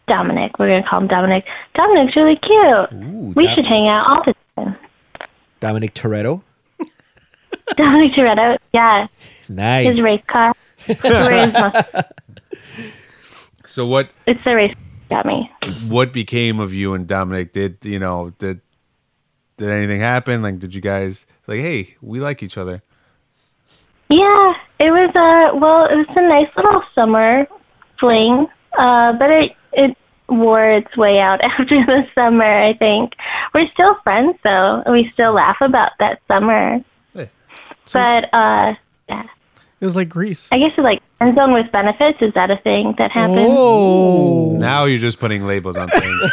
Speaker 5: Dominic. We're gonna call him Dominic. Dominic's really cute.
Speaker 4: Ooh,
Speaker 5: we
Speaker 4: Dom-
Speaker 5: should hang out all the time.
Speaker 4: Dominic Toretto.
Speaker 5: Dominic Toretto, yeah,
Speaker 4: Nice.
Speaker 5: his race car. Where his muscle?
Speaker 3: So what
Speaker 5: It's the race car got me.
Speaker 3: what became of you and Dominic? Did you know did did anything happen? Like did you guys like hey we like each other?
Speaker 5: Yeah, it was a well, it was a nice little summer fling, uh, but it it wore its way out after the summer. I think we're still friends though. and We still laugh about that summer,
Speaker 3: Hey.
Speaker 5: but uh,
Speaker 2: it was like Greece.
Speaker 5: I guess it's like friend zone with benefits. Is that a thing that happens?
Speaker 2: Oh,
Speaker 3: Now you're just putting labels on things.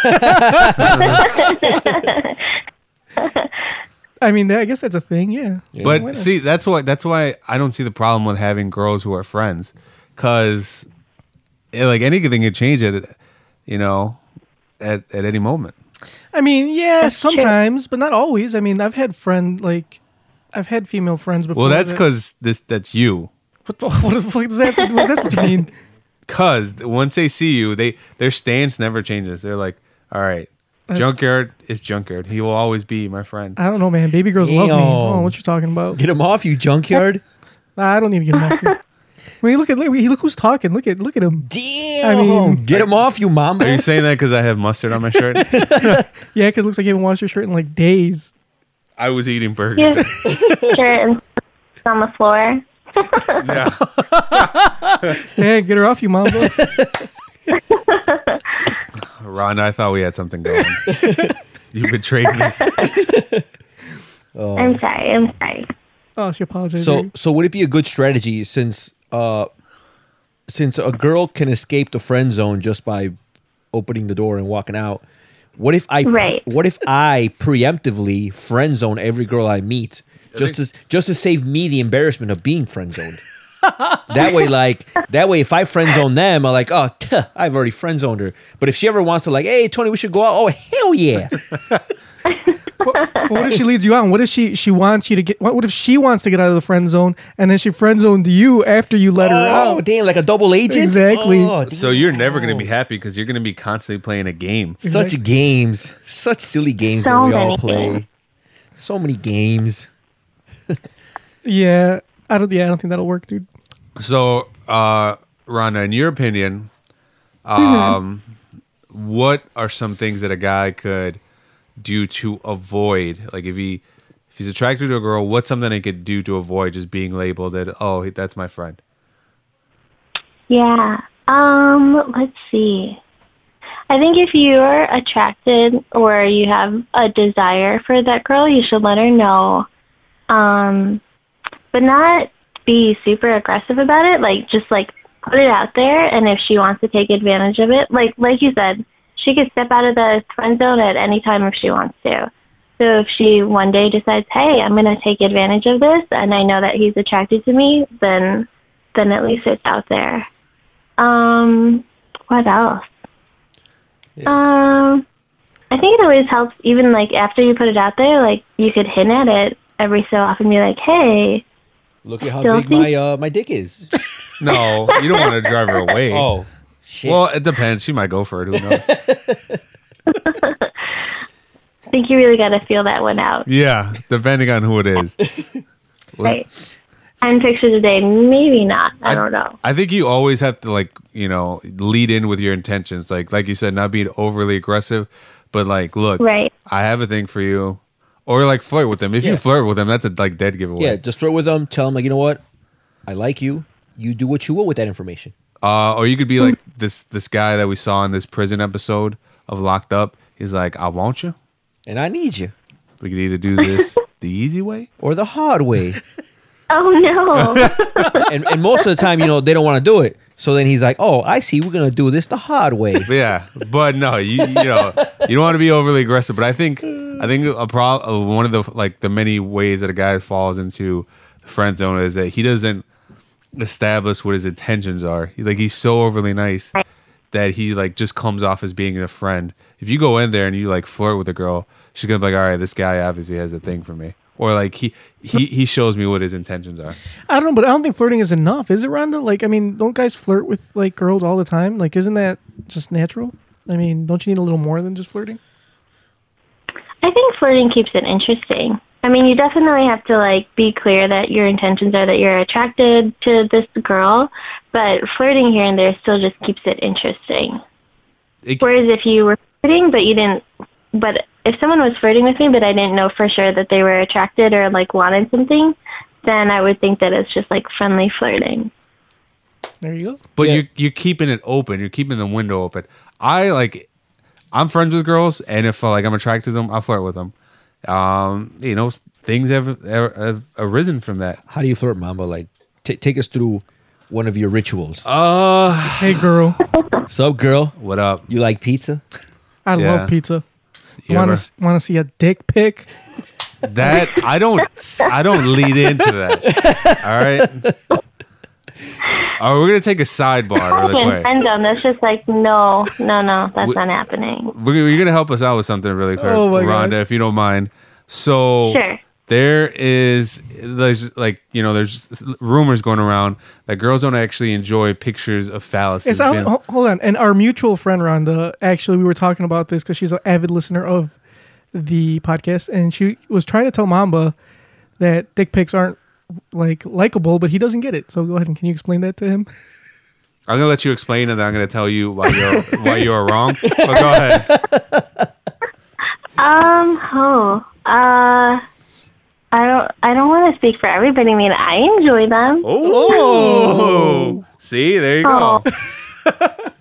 Speaker 2: I mean, that, I guess that's a thing. Yeah.
Speaker 3: But
Speaker 2: Why not?
Speaker 3: see, that's why that's why I don't see the problem with having girls who are friends, because like anything can change at you know at at any moment.
Speaker 2: I mean, yeah,
Speaker 5: That's true.
Speaker 2: sometimes, but not always. I mean, I've had friend like I've had female friends before.
Speaker 3: Well, that's
Speaker 2: that-
Speaker 3: because this that's you.
Speaker 2: What, the- what the fuck does that have to do? What's that supposed to mean?
Speaker 3: Because once they see you, they their stance never changes. They're like, all right, Junkyard is Junkyard. He will always be my friend.
Speaker 2: I don't know, man. Baby girls love me.
Speaker 4: Damn.
Speaker 2: Oh, what you talking about?
Speaker 4: Get him off, you junkyard.
Speaker 2: I don't need to get him off. here. I mean, look at look, look who's talking. Look at look at him.
Speaker 4: Damn.
Speaker 2: I mean-
Speaker 4: get him off, you mom.
Speaker 3: Are you saying that because I have mustard on my shirt?
Speaker 2: Yeah, because looks like you haven't washed your shirt in like days.
Speaker 3: I was eating burgers.
Speaker 5: Yeah. shirt and on the floor.
Speaker 3: Yeah.
Speaker 2: Man, get her off you, mom.
Speaker 3: Rhonda, I thought we had something going. you betrayed me.
Speaker 5: I'm sorry. I'm sorry.
Speaker 2: oh, she apologized.
Speaker 4: So, so would it be a good strategy since, uh, since a girl can escape the friend zone just by opening the door and walking out? What if I?
Speaker 5: Right.
Speaker 4: What if I preemptively friend zone every girl I meet just to just to save me the embarrassment of being friend zoned? that way, like that way, if I friend zone them, I'm like, oh, tuh, I've already friend zoned her. But if she ever wants to, like, hey, Tony, we should go out. Oh, hell yeah!
Speaker 2: But what if she leads you on? What if she she wants you to get? What, what if she wants to get out of the friend zone and then she friend zoned you after you let her
Speaker 4: oh,
Speaker 2: out?
Speaker 4: damn, like a double agent.
Speaker 2: Exactly.
Speaker 4: Oh,
Speaker 3: So you're never going to be happy because you're going to be constantly playing a game.
Speaker 4: Such games, such silly games
Speaker 5: So
Speaker 4: that we all
Speaker 5: many
Speaker 4: play.
Speaker 5: games.
Speaker 4: So many games.
Speaker 2: Yeah, I don't. Yeah, I don't think that'll work, dude.
Speaker 3: So, uh, Rhonda, in your opinion, um, what are some things that a guy could do to avoid? Like, if he if he's attracted to a girl, what's something he could do to avoid just being labeled that oh that's my friend?
Speaker 5: Yeah. Um, let's see. I think if you're attracted or you have a desire for that girl, you should let her know. Um, but not be super aggressive about it. Like just like put it out there and if she wants to take advantage of it, like like you said, she could step out of the friend zone at any time if she wants to. So if she one day decides, "Hey, I'm going to take advantage of this and I know that he's attracted to me," then then at least it's out there. Um, what else? Um, I I think it always helps, even like after you put it out there, like you could hint at it every so often, be like, "Hey,
Speaker 4: Look at how
Speaker 5: Don't
Speaker 4: big my uh, my dick is.
Speaker 3: No, you don't want to drive her away.
Speaker 4: Oh, shit.
Speaker 3: Well, it depends. She might go for it. Who knows?
Speaker 5: I think you really got to feel that one out."
Speaker 3: yeah, depending on who it is.
Speaker 5: Right. And picture today, maybe not. I don't know.
Speaker 3: I think you always have to like you know lead in with your intentions, like like you said, not be overly aggressive, but like look,
Speaker 5: Right.
Speaker 3: I have a thing for you, or like flirt with them. If you
Speaker 4: Yeah.
Speaker 3: flirt with them, that's a like dead giveaway.
Speaker 4: yeah, just throw it with them. Tell them like, you know what? I like you. You do what you will with that information.
Speaker 3: Uh, or you could be like this this guy that we saw in this prison episode of Locked Up. He's like, I want you.
Speaker 4: And I need you.
Speaker 3: We could either do this the easy way.
Speaker 4: Or the hard way.
Speaker 5: Oh no.
Speaker 4: and, and most of the time, you know, they don't want to do it. So then he's like, oh, I see. We're going to do this the hard way.
Speaker 3: Yeah, but no, you you know you don't want to be overly aggressive. But I think I think a pro one of the like the many ways that a guy falls into the friend zone is that he doesn't establish what his intentions are. He- Like he's so overly nice that he like just comes off as being a friend. If you go in there and you like flirt with a girl, she's gonna be like, all right, this guy obviously has a thing for me, or like he he he shows me what his intentions are.
Speaker 2: I don't know, but I don't think flirting is enough, is it, Rhonda? Like, I mean, don't guys flirt with like girls all the time? Like, isn't that just natural? I mean, don't you need a little more than just flirting?
Speaker 5: I think flirting keeps it interesting. I mean, you definitely have to like be clear that your intentions are that you're attracted to this girl, but flirting here and there still just keeps it interesting.
Speaker 3: It-
Speaker 5: Whereas if you were flirting but you didn't, but if someone was flirting with me but I didn't know for sure that they were attracted or like wanted something, then I would think that it's just like friendly flirting.
Speaker 2: There you go.
Speaker 3: But
Speaker 4: Yeah.
Speaker 3: you're you're keeping it open. You're keeping the window open. I like. I'm friends with girls, and if uh, like I'm attracted to them, I flirt with them. Um, you know, things have, have, have arisen from that.
Speaker 4: How do you flirt, Mamba? Like, ta take us through one of your rituals.
Speaker 3: Uh,
Speaker 2: Hey, girl,
Speaker 4: Sub girl,
Speaker 3: what up?
Speaker 4: you like pizza?
Speaker 2: I
Speaker 3: Yeah.
Speaker 2: love pizza.
Speaker 3: You
Speaker 2: want
Speaker 3: ever-
Speaker 2: to want to see a dick pic?
Speaker 3: That I don't I don't lead into that. All right. All right, we're gonna take a sidebar really
Speaker 5: Okay,
Speaker 3: quick.
Speaker 5: friend zone. That's just like no, no, no. That's
Speaker 3: We-
Speaker 5: not happening.
Speaker 3: We're, you're gonna help us out with something really quick,
Speaker 2: Oh my
Speaker 3: Rhonda,
Speaker 2: God.
Speaker 3: if you don't mind. So
Speaker 5: Sure.
Speaker 3: there is there's like you know there's rumors going around that girls don't actually enjoy pictures of phalluses.
Speaker 2: It's out,
Speaker 3: being-
Speaker 2: ho- hold on. And our mutual friend Rhonda, actually, we were talking about this because she's an avid listener of the podcast, and she was trying to tell Mamba that dick pics aren't like likable, but he doesn't get it. So go ahead and can you explain that to him?
Speaker 3: I'm gonna let you explain, and then I'm gonna tell you why you're why you're wrong. But go ahead.
Speaker 5: Um. Oh. Uh. I don't. I don't want to speak for everybody. I mean, I enjoy them.
Speaker 3: Oh, see, there you go.
Speaker 5: Oh.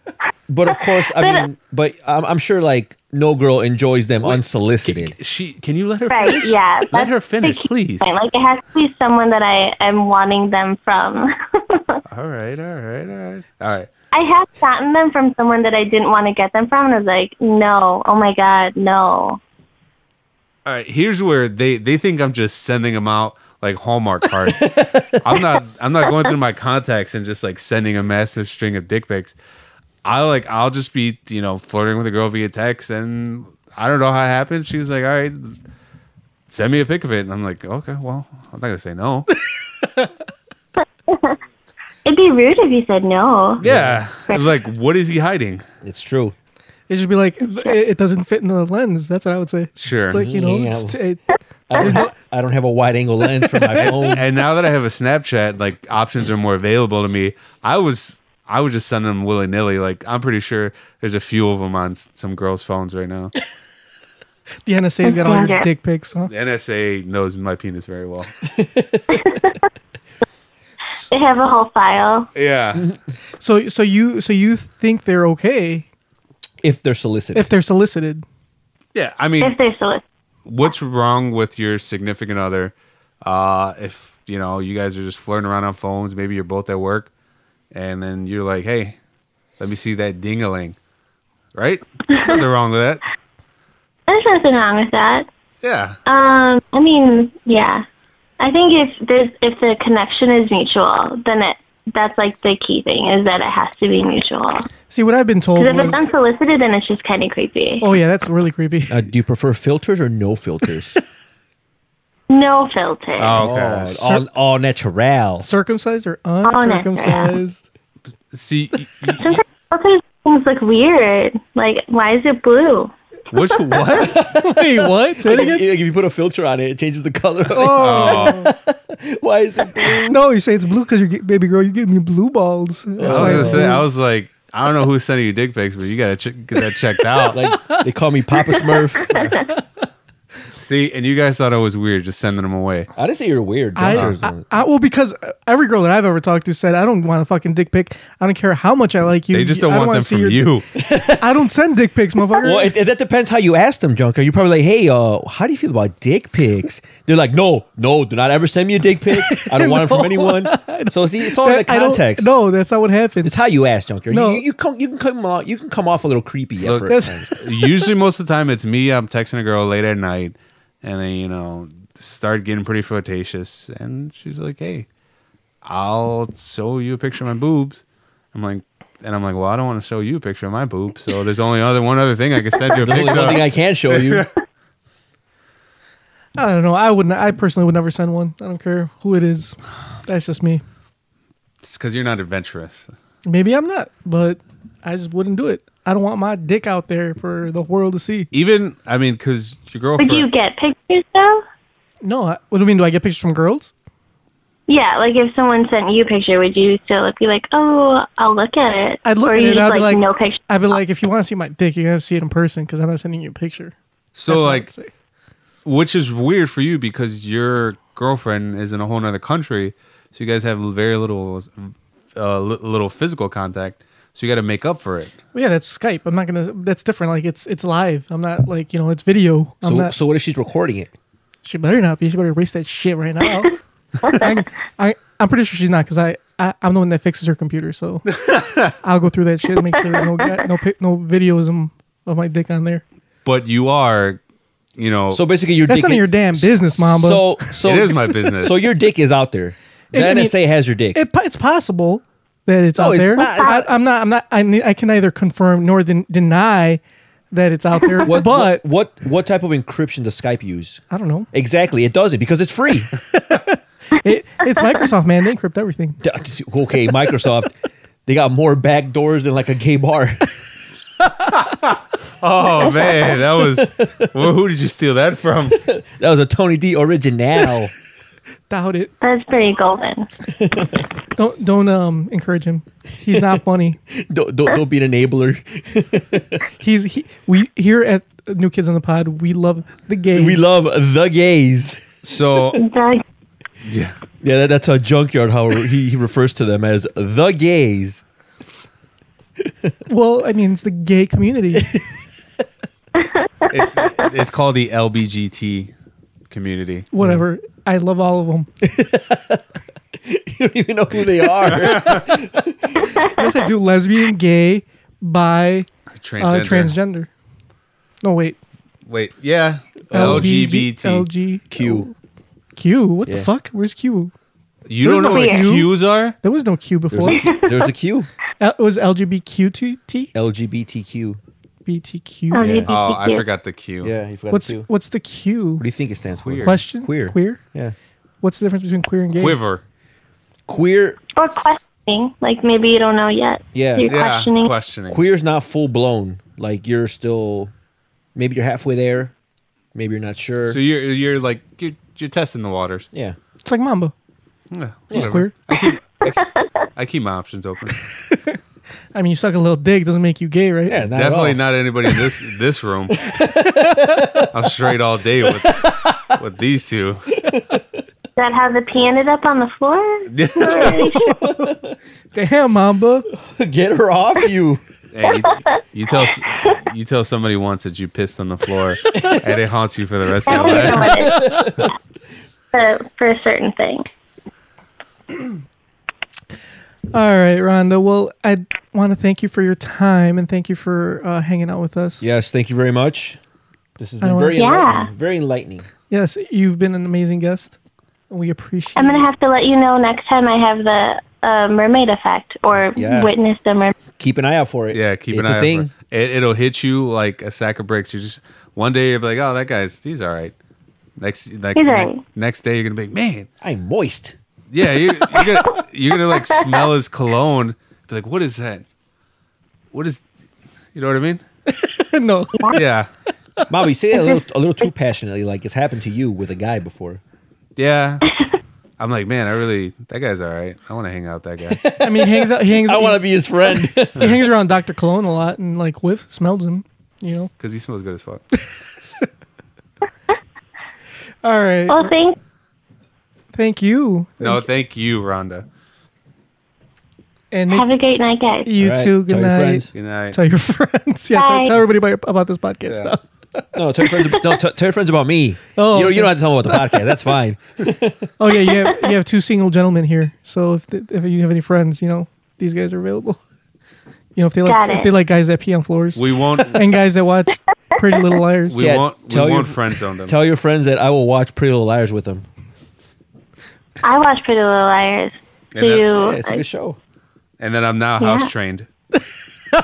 Speaker 4: But of course, I
Speaker 5: But-
Speaker 4: mean, but I'm, I'm sure like no girl enjoys them unsolicited.
Speaker 3: She can you let her
Speaker 5: Right.
Speaker 3: finish?
Speaker 5: Yeah.
Speaker 3: Let
Speaker 5: that's
Speaker 3: her finish,
Speaker 5: the key
Speaker 3: please.
Speaker 5: point. Like it has to be someone that I am wanting them from.
Speaker 3: All right, all right, all right, all right.
Speaker 5: I have gotten them from someone that I didn't want to get them from, and I was like, no. Oh my god, no.
Speaker 3: All right, here's where they they think I'm just sending them out like Hallmark cards. I'm not I'm not going through my contacts and just like sending a massive string of dick pics. I like I'll just be you know flirting with a girl via text, and I don't know how it happened. She was like, "All right, send me a pic of it," and I'm like, "Okay, well, I'm not gonna say no."
Speaker 5: It'd be rude if you said no.
Speaker 3: yeah, it's like, what is he hiding?
Speaker 4: It's true.
Speaker 2: It should be like it, it doesn't fit in the lens. That's what I would say.
Speaker 3: Sure.
Speaker 2: It's like you know,
Speaker 4: Yeah.
Speaker 2: it's, it,
Speaker 4: I don't, have, I don't have a wide angle lens for my phone.
Speaker 3: and now that I have a Snapchat, like options are more available to me. I was I was just sending them willy nilly. Like I'm pretty sure there's a few of them on s- some girls' phones right now.
Speaker 2: the NSA's got all your
Speaker 5: Yeah.
Speaker 2: dick pics, huh?
Speaker 3: The NSA knows my penis very well.
Speaker 5: They have a whole file.
Speaker 3: Yeah,
Speaker 2: So so you so you think they're okay
Speaker 4: If they're solicited,
Speaker 2: if they're solicited?
Speaker 3: yeah. I
Speaker 5: If
Speaker 3: mean,
Speaker 5: they're solicit.
Speaker 3: what's wrong with your significant other? Uh, if you know you guys are just flirting around on phones, maybe you're both at work, and then you're like, "Hey, let me see that ding-a-ling," right? Nothing wrong with that.
Speaker 5: There's nothing wrong with that.
Speaker 3: Yeah,
Speaker 5: Um, I mean, yeah. I think if there's if the connection is mutual, then it that's like the key thing is that it has to be mutual.
Speaker 2: See, what I've been told
Speaker 5: Because if it's
Speaker 2: was,
Speaker 5: unsolicited, then it's just kind of creepy.
Speaker 2: oh yeah, that's really creepy.
Speaker 4: Uh, do you prefer filters or no filters?
Speaker 5: No filter.
Speaker 3: Oh,
Speaker 4: Oh,
Speaker 3: okay.
Speaker 4: all, all natural.
Speaker 2: Circumcised or
Speaker 5: no.
Speaker 2: uncircumcised?
Speaker 3: See, y- y-
Speaker 5: Sometimes filters things look weird. Like, why is it blue?
Speaker 3: which what?
Speaker 2: Wait, what? Say it
Speaker 4: Like,
Speaker 2: again?
Speaker 4: if you put a filter on it, it changes the color. of it.
Speaker 3: Oh,
Speaker 4: Why is it blue?
Speaker 2: No, you say it's blue because you're get- baby girl. You're giving me blue balls.
Speaker 3: I was
Speaker 2: That's why
Speaker 3: gonna
Speaker 2: it's
Speaker 3: say.
Speaker 2: blue.
Speaker 3: I was like, I don't know who's sending you dick pics, but you gotta ch- get that checked out.
Speaker 4: Like they call me Papa Smurf.
Speaker 3: See, and you guys thought it was weird just sending them away.
Speaker 4: I didn't say you're weird.
Speaker 2: I,
Speaker 4: Doctors
Speaker 2: I,
Speaker 4: don't-
Speaker 2: I well because every girl that I've ever talked to said I don't want a fucking dick pic. I don't care how much I like you.
Speaker 3: They just
Speaker 2: I
Speaker 3: don't want
Speaker 2: wanna
Speaker 3: them
Speaker 2: see
Speaker 3: from
Speaker 2: your dick."
Speaker 3: you.
Speaker 2: I don't send dick pics, motherfucker.
Speaker 4: well, it, it- that depends how you ask them, Junker. You're probably like, "Hey, uh, how do you feel about dick pics?" They're like, "No, no, do not ever send me a dick pic. I don't want it from anyone." So see, it's all in the
Speaker 2: That- I don't-
Speaker 4: context.
Speaker 2: No, that's not what happened.
Speaker 4: it's how you ask, Junker.
Speaker 2: No.
Speaker 4: You, you, you come, you can come, off, you can come off a little creepy.
Speaker 3: Look,
Speaker 4: effort.
Speaker 2: That's-
Speaker 3: Usually, most of the time, it's me. I'm texting a girl late at night, and then you know start getting pretty flirtatious, and she's like, "Hey, I'll show you a picture of my boobs." I'm like, and I'm like, "Well, I don't want to show you a picture of my boobs, so there's only other one other thing I can send you a
Speaker 4: There's
Speaker 3: picture."
Speaker 4: only one
Speaker 3: of."
Speaker 4: thing I can show you.
Speaker 2: I don't know. I wouldn't. I personally would never send one. I don't care who it is. That's just me.
Speaker 3: It's because you're not adventurous.
Speaker 2: Maybe I'm not, but I just wouldn't do it. I don't want my dick out there for the world to see.
Speaker 3: Even I mean, because your
Speaker 5: Would
Speaker 3: girlfriend.
Speaker 5: you get pictures though?
Speaker 2: No, I, what do you mean? Do I get pictures from girls?
Speaker 5: Yeah, like if someone sent you a picture, would you still be like, "Oh, I'll look at it"?
Speaker 2: I'd look
Speaker 5: or
Speaker 2: at
Speaker 5: you
Speaker 2: it.
Speaker 5: just
Speaker 2: I'd be like,
Speaker 5: "No picture." Oh.
Speaker 2: I'd be like, if you want to see my dick, you're gonna have to see it in person because I'm not sending you a picture. That's
Speaker 3: so
Speaker 2: what I'd
Speaker 3: like,
Speaker 2: say.
Speaker 3: which is weird for you because your girlfriend is in a whole nother country, so you guys have very little, uh, li- little physical contact. So you got to make up for it.
Speaker 2: Well, yeah, that's Skype. I'm not gonna. That's different. Like it's it's live. I'm not like you know it's video. I'm
Speaker 4: So,
Speaker 2: not.
Speaker 4: so what if she's recording it?
Speaker 2: She better not be. She better erase that shit right now. I, I, I'm pretty sure she's not because I, I I'm the one that fixes her computer. So I'll go through that shit and make sure there's no ga- no pic- no videos of- of my dick on there.
Speaker 3: But you are, you know,
Speaker 4: So basically, your
Speaker 2: That's
Speaker 4: dick
Speaker 2: none of
Speaker 4: is-
Speaker 2: your damn business, Mamba.
Speaker 4: So, so
Speaker 3: Oh. it is my business.
Speaker 4: So your dick is out there. The
Speaker 2: I mean-
Speaker 4: NSA has your dick.
Speaker 2: it, po- it's possible that it's
Speaker 4: No,
Speaker 2: out
Speaker 4: it's
Speaker 2: there.
Speaker 4: not.
Speaker 2: I, I'm not. I'm not. I, ne- I can neither confirm nor den- deny that it's out there.
Speaker 4: what,
Speaker 2: but
Speaker 4: what, what what type of encryption does Skype use?
Speaker 2: I don't know.
Speaker 4: Exactly, it doesn't because it's free.
Speaker 2: It, it's Microsoft, man. They encrypt everything.
Speaker 4: D- okay, Microsoft, they got more back doors than like a gay bar.
Speaker 3: oh man, that was. Well, who did you steal that from?
Speaker 4: That was a Tony D original.
Speaker 2: Doubt it.
Speaker 5: That's pretty golden.
Speaker 2: Don't don't um encourage him. He's not funny.
Speaker 4: don't, don't don't be an enabler.
Speaker 2: He's he, we here at New Kids on the Pod. We love the gays.
Speaker 4: We love the gays.
Speaker 3: So
Speaker 5: The-
Speaker 3: yeah,
Speaker 4: Yeah, that, that's a junkyard. How he, he refers to them as the gays.
Speaker 2: Well, I mean, it's the gay community.
Speaker 3: it, it's called the LBGT community.
Speaker 2: Whatever. I love all of them.
Speaker 4: You don't even know who they are.
Speaker 2: Yes, I do. Lesbian, gay, bi,
Speaker 3: Transgender.
Speaker 2: transgender. Uh, transgender. No wait.
Speaker 3: Wait, yeah,
Speaker 2: LBG-
Speaker 3: LGBT.
Speaker 2: LG
Speaker 4: Q.
Speaker 2: Q. What the
Speaker 4: Yeah.
Speaker 2: fuck? Where's Q?
Speaker 3: You don't know what
Speaker 5: There's no
Speaker 3: Qs are?
Speaker 2: There was no Q
Speaker 4: There's
Speaker 2: before.
Speaker 4: a, Q- there's a Q.
Speaker 2: L- it was LGBTQT
Speaker 4: LGBTQ.
Speaker 2: BTQ.
Speaker 5: LGBTQ.
Speaker 3: Oh, I forgot the Q.
Speaker 4: Yeah, you forgot
Speaker 2: What's
Speaker 4: the Q.
Speaker 2: what's the Q?
Speaker 4: What do you think it stands for?
Speaker 3: Queer.
Speaker 2: Question.
Speaker 4: Queer.
Speaker 2: Queer.
Speaker 4: Yeah.
Speaker 2: What's the difference between queer and gay?
Speaker 3: Quiver.
Speaker 4: Queer
Speaker 5: Or questioning. Like maybe you don't know yet.
Speaker 4: Yeah.
Speaker 5: You're
Speaker 3: Yeah,
Speaker 5: questioning.
Speaker 3: questioning.
Speaker 4: queer's not full blown. Like you're still maybe you're halfway there. Maybe you're not sure.
Speaker 3: So you're you're like you're you're testing the waters.
Speaker 4: yeah.
Speaker 2: It's like Mambo.
Speaker 3: Yeah,
Speaker 2: He's
Speaker 3: whatever.
Speaker 2: queer.
Speaker 3: I keep I keep, I keep my options open.
Speaker 2: I mean, you suck a little dick doesn't make you gay, right?
Speaker 4: Yeah, not
Speaker 3: Definitely
Speaker 4: at all.
Speaker 3: not anybody in this this room. I'm straight all day with with these two.
Speaker 5: Is that how the pee ended up on the floor?
Speaker 2: Damn, Mamba.
Speaker 4: Get her off you.
Speaker 3: Hey, you, you tell s- you tell somebody once that you pissed on the floor and it haunts you for the rest of
Speaker 5: I
Speaker 3: your
Speaker 5: don't even know
Speaker 3: life.
Speaker 5: what it is. for, for a certain thing.
Speaker 2: All right, Rhonda. Well, I want to thank you for your time and thank you for uh, hanging out with us.
Speaker 4: Yes, thank you very much. This has
Speaker 2: I
Speaker 4: been
Speaker 2: don't
Speaker 4: very
Speaker 5: wanna- Yeah.
Speaker 4: enlightening. Very enlightening.
Speaker 2: Yes, you've been an amazing guest. We appreciate
Speaker 5: I'm gonna
Speaker 2: it.
Speaker 5: have to let you know next time I have the a mermaid effect or
Speaker 4: Yeah.
Speaker 5: witnessed a mermaid.
Speaker 4: Keep an eye out for it.
Speaker 3: Yeah, keep an
Speaker 4: It's a
Speaker 3: eye
Speaker 4: thing.
Speaker 3: out. For it. it. It'll hit you like a sack of bricks. You just one day you'll be like, oh, that guy's he's all right. Next, like
Speaker 5: He's all
Speaker 3: ne-
Speaker 5: right.
Speaker 3: next day you're gonna be like, man,
Speaker 4: I'm moist.
Speaker 3: yeah, you, you're gonna you're gonna like smell his cologne. Be like, what is that? What is, you know what I mean?
Speaker 2: no.
Speaker 3: Yeah,
Speaker 4: Mom, you say that a little, a little too passionately. Like it's happened to you with a guy before.
Speaker 3: yeah. I'm like, man, I really that guy's all right. I want to hang out with that guy.
Speaker 2: I mean, he hangs out. He hangs.
Speaker 4: to be his friend.
Speaker 2: he, he hangs around Doctor Cologne a lot and like whiffs, smells him. You know.
Speaker 3: Because he smells good as fuck.
Speaker 2: All right.
Speaker 5: Well, thank
Speaker 2: Thank you.
Speaker 3: No, thank you, Rhonda.
Speaker 2: And
Speaker 5: Have
Speaker 2: Nick,
Speaker 5: a great night, guys.
Speaker 2: you
Speaker 4: All right,
Speaker 2: too. Good
Speaker 4: tell your
Speaker 2: night.
Speaker 4: friends.
Speaker 3: Good night.
Speaker 2: Tell your friends. Yeah. Tell,
Speaker 5: Bye.
Speaker 2: tell everybody about, about this podcast.
Speaker 3: Yeah.
Speaker 4: no, tell your friends. No, tell tell your friends about me.
Speaker 2: Oh,
Speaker 4: you, don't,
Speaker 2: okay.
Speaker 4: you don't have to tell them about the podcast. That's fine.
Speaker 2: Oh yeah. You have, you have two single gentlemen here. So if the, if you have any friends, you know these guys are available. You know if they like
Speaker 5: Got
Speaker 2: if
Speaker 5: it.
Speaker 2: they like guys that pee on floors
Speaker 3: We won't.
Speaker 2: and guys that watch Pretty Little Liars.
Speaker 3: We
Speaker 4: Ted,
Speaker 3: won't. We
Speaker 4: tell your-
Speaker 3: won't friend zone them.
Speaker 4: Tell your friends that I will watch Pretty Little Liars with them.
Speaker 5: I watch Pretty Little Liars.
Speaker 3: And that-
Speaker 4: Yeah,
Speaker 5: too.
Speaker 4: it's a good show.
Speaker 3: and then I'm now
Speaker 5: Yeah.
Speaker 3: house trained.
Speaker 4: Mom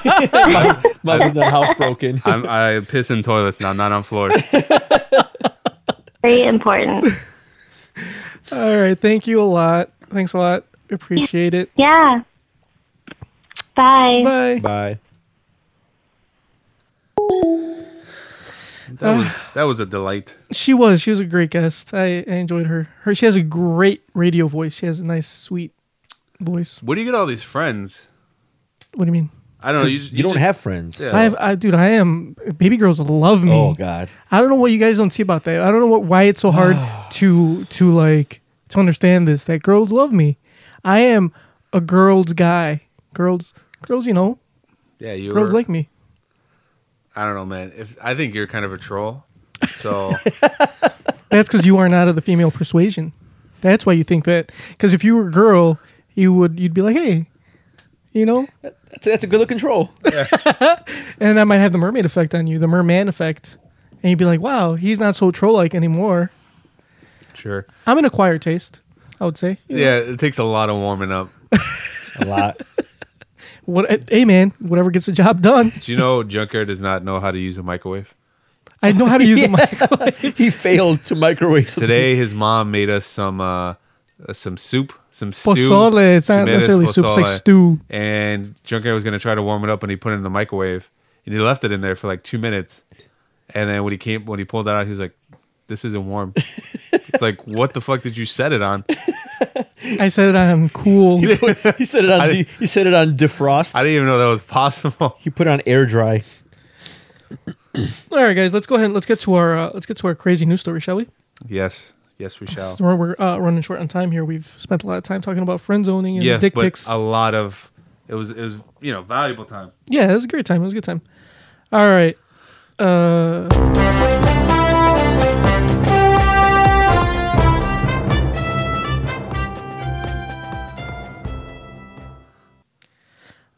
Speaker 4: is not housebroken.
Speaker 3: I'm I piss in toilets now, not on floors.
Speaker 5: very important.
Speaker 2: All right. Thank you a lot. Thanks a lot. Appreciate it.
Speaker 5: Yeah. Bye.
Speaker 2: Bye.
Speaker 4: Bye.
Speaker 3: That was, that was a delight.
Speaker 2: She was. She was a great guest. I, I enjoyed her. Her. She has a great radio voice. She has a nice, sweet voice.
Speaker 3: Where do you get all these friends?
Speaker 2: What do you mean?
Speaker 3: I don't know. You,
Speaker 4: You, don't
Speaker 3: just-
Speaker 4: have friends.
Speaker 3: Yeah.
Speaker 2: I have. I dude. I am. Baby girls love me.
Speaker 4: Oh God.
Speaker 2: I don't know what you guys don't see about that. I don't know what why it's so hard to to like to understand this. That girls love me. I am a girls guy. Girls. Girls. You know.
Speaker 3: Yeah, you.
Speaker 2: Girls
Speaker 3: were-
Speaker 2: like me.
Speaker 3: I don't know, man. If I think you're kind of a troll, so
Speaker 2: That's because you are not of the female persuasion. That's why you think that. Because if you were a girl, you would you'd be like, hey, you know.
Speaker 4: That's, that's a good look control.
Speaker 2: And I might have the mermaid effect on you, the merman effect. And you'd be like, wow, he's not so troll like anymore.
Speaker 3: sure.
Speaker 2: I'm an acquired taste, I would say.
Speaker 3: Yeah, it takes a lot of warming up.
Speaker 4: A lot.
Speaker 2: What, hey, man, whatever gets the job done.
Speaker 3: Do you know Junkyard does not know how to use a microwave?
Speaker 2: I know how to use a microwave.
Speaker 4: he failed to microwave something.
Speaker 3: Today, his mom made us some uh, uh, some soup, some stew.
Speaker 2: Pozole. It's
Speaker 3: She
Speaker 2: not
Speaker 3: made us
Speaker 2: necessarily soup, it's like
Speaker 3: pozole.
Speaker 2: stew.
Speaker 3: And Junkyard was gonna try to warm it up, and he put it in the microwave, and he left it in there for like two minutes, and then when he came, when he pulled that out, he was like, "This isn't warm." it's like, what the fuck did you set it on?
Speaker 2: I said it on cool.
Speaker 4: He said it on. de- he said it on defrost.
Speaker 3: I didn't even know that was possible.
Speaker 4: he put it on air dry.
Speaker 2: All right, guys, let's go ahead and let's get to our uh, let's get to our crazy news story, shall we?
Speaker 3: Yes, yes, we shall.
Speaker 2: We're, we're uh, running short on time here. We've spent a lot of time talking about friend zoning and
Speaker 3: Yes,
Speaker 2: dick
Speaker 3: but
Speaker 2: pics.
Speaker 3: a lot of it was it was you know valuable time.
Speaker 2: Yeah, it was a great time. It was a good time. All right. Uh,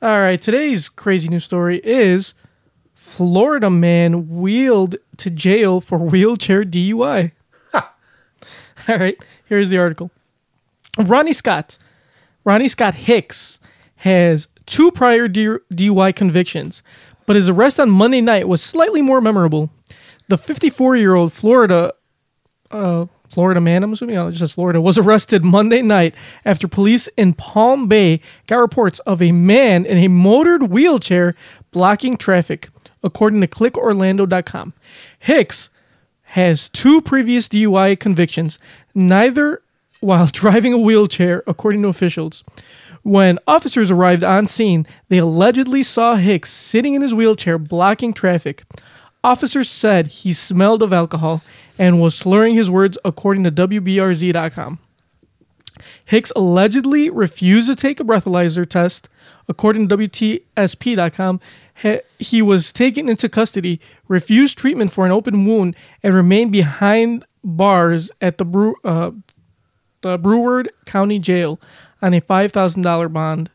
Speaker 2: all right. Today's crazy news story is Florida man wheeled to jail for wheelchair DUI. all right. Here's the article Ronnie Scott. Ronnie Scott Hicks has two prior D- DUI convictions, but his arrest on Monday night was slightly more memorable. The 54-year-old Florida uh, Florida man, I'm assuming oh, it just says Florida, was arrested Monday night after police in Palm Bay got reports of a man in a motored wheelchair blocking traffic, according to clickorlando.com. Hicks has two previous DUI convictions, neither while driving a wheelchair, according to officials. When officers arrived on scene, they allegedly saw Hicks sitting in his wheelchair blocking traffic. Officers said he smelled of alcohol and was slurring his words according to WBRZ.com. Hicks allegedly refused to take a breathalyzer test. According to WTSP.com, he, he was taken into custody, refused treatment for an open wound, and remained behind bars at the, Brew, uh, the Broward County Jail on a $5,000 bond.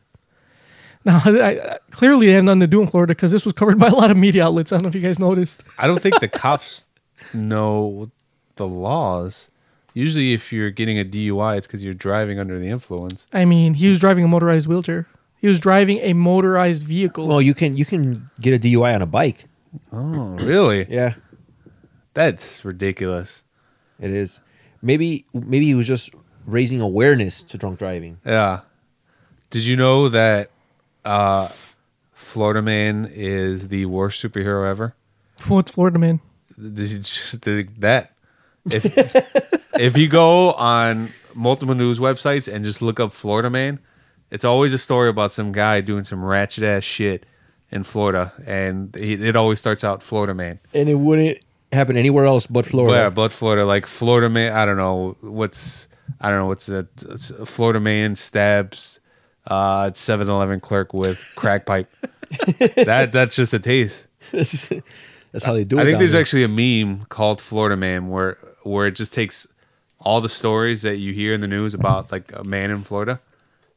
Speaker 2: Now, I, I, clearly, it had nothing to do in Florida because this was covered by a lot of media outlets. I don't know if you guys noticed.
Speaker 3: I don't think the cops know the laws. Usually, if you're getting a DUI, it's because you're driving under the influence.
Speaker 2: I mean, he was driving a motorized wheelchair. He was driving a motorized vehicle.
Speaker 4: Well, you can you can get a DUI on a bike.
Speaker 3: Oh, really?
Speaker 4: Yeah,
Speaker 3: That's ridiculous.
Speaker 4: it is. Maybe maybe he was just raising awareness to drunk driving.
Speaker 3: Yeah. Did you know that uh, Florida Man is the worst superhero ever?
Speaker 2: What's Florida man?
Speaker 3: Did you just- did that if if you go on multiple news websites and just look up Florida Man, it's always a story about some guy doing some ratchet ass shit in Florida, and it, it always starts out Florida Man.
Speaker 4: And it wouldn't happen anywhere else but Florida.
Speaker 3: Yeah, but Florida, like Florida man, I don't know what's I don't know what's that. it's- Florida man stabs uh 7-Eleven clerk with crack pipe. that that's just a taste.
Speaker 4: That's how they do it.
Speaker 3: I think
Speaker 4: down
Speaker 3: there's
Speaker 4: there.
Speaker 3: actually a meme called Florida Man where where it just takes all the stories that you hear in the news about like a man in Florida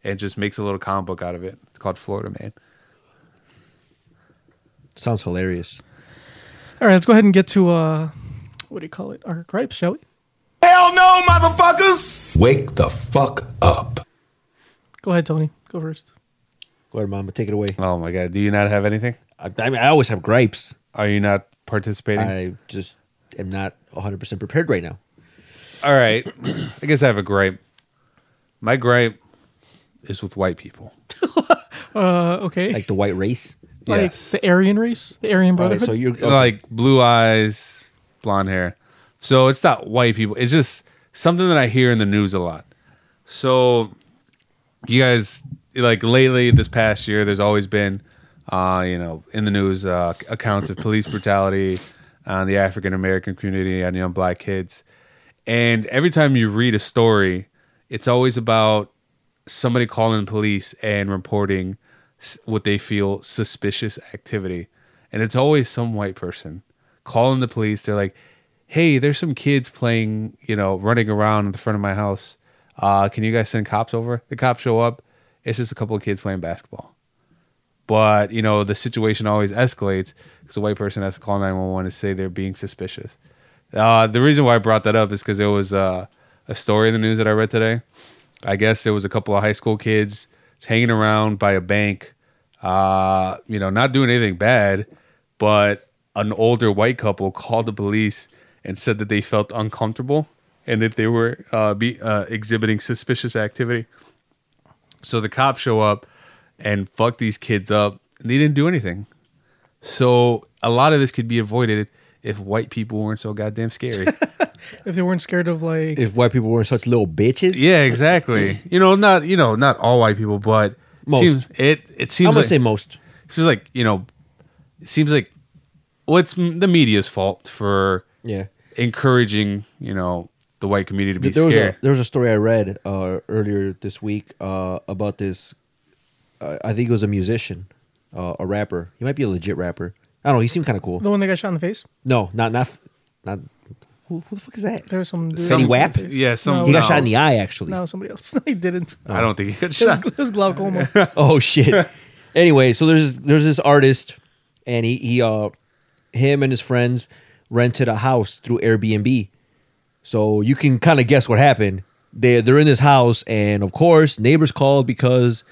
Speaker 3: and just makes a little comic book out of it. It's called Florida Man.
Speaker 4: sounds hilarious.
Speaker 2: All right, let's go ahead and get to uh, what do you call it? Our gripes, shall we?
Speaker 6: Hell no, motherfuckers!
Speaker 7: Wake the fuck up.
Speaker 2: Go ahead, Tony. Go first.
Speaker 4: Go ahead, Mama, take it away.
Speaker 3: Oh my god, do you not have anything?
Speaker 4: I, I, mean, I always have gripes.
Speaker 3: Are you not participating?
Speaker 4: I just am not 100 percent prepared right now.
Speaker 3: All right. I guess I have a gripe. My gripe is with white people.
Speaker 2: Uh, okay, like,
Speaker 4: Like the white race.
Speaker 3: yes.
Speaker 2: the Aryan race, the Aryan
Speaker 4: All right,
Speaker 2: Brotherhood.
Speaker 4: so you're okay.
Speaker 3: Like blue eyes, blonde hair. So it's not white people. It's just something that I hear in the news a lot. So you guys like lately this past year there's always been uh, you know, in the news uh, accounts of police brutality on the African American community on young black kids. And every time you read a story, it's always about somebody calling the police and reporting s- what they feel suspicious activity. And it's always some white person calling the police. They're like, hey, there's some kids playing, you know, running around in the front of my house. Uh, can you guys send cops over? The cops show up. It's just a couple of kids playing basketball. But, you know, the situation always escalates because a white person has to call 911 to say they're being suspicious. Uh, the reason why I brought that up is because there was uh, a story in the news that I read today. I guess there was a couple of high school kids just hanging around by a bank, uh, you know, not doing anything bad, but an older white couple called the police and said that they felt uncomfortable and that they were uh, be, uh, exhibiting suspicious activity. So the cops show up and fuck these kids up. And they didn't do anything. So a lot of this could be avoided if white people weren't so goddamn scary.
Speaker 2: if they weren't scared of like,
Speaker 4: if white people weren't such little bitches.
Speaker 3: Yeah, exactly. You know, not you know, not all white people, but
Speaker 4: Most.
Speaker 3: It seems, it it
Speaker 4: I'm
Speaker 3: seems
Speaker 4: gonna
Speaker 3: like,
Speaker 4: say most.
Speaker 3: it's just like you know, it seems like well, it's m- the media's fault for
Speaker 4: Yeah.
Speaker 3: encouraging you know the white community to be
Speaker 4: there was
Speaker 3: scared.
Speaker 4: a there was a story I read uh, earlier this week uh, about this. Uh, I think it was a musician, uh, a rapper. He might be a legit rapper. I don't know. He seemed kind of cool.
Speaker 2: the one that got shot in the face.
Speaker 4: No, not not not. Who, who the fuck is that?
Speaker 2: There was some. dude-
Speaker 3: Some-
Speaker 4: Wap?
Speaker 3: Yeah, some-
Speaker 2: No,
Speaker 4: He got
Speaker 3: No.
Speaker 4: shot in the eye. Actually.
Speaker 2: no, somebody else. No, he didn't.
Speaker 3: I don't think it
Speaker 2: It was,
Speaker 3: shot.
Speaker 2: it was glaucoma.
Speaker 4: Oh shit. anyway, so there's there's this artist, and he he uh, him and his friends rented a house through Airbnb, so you can kind of guess what happened. They they're in this house, and of course neighbors called because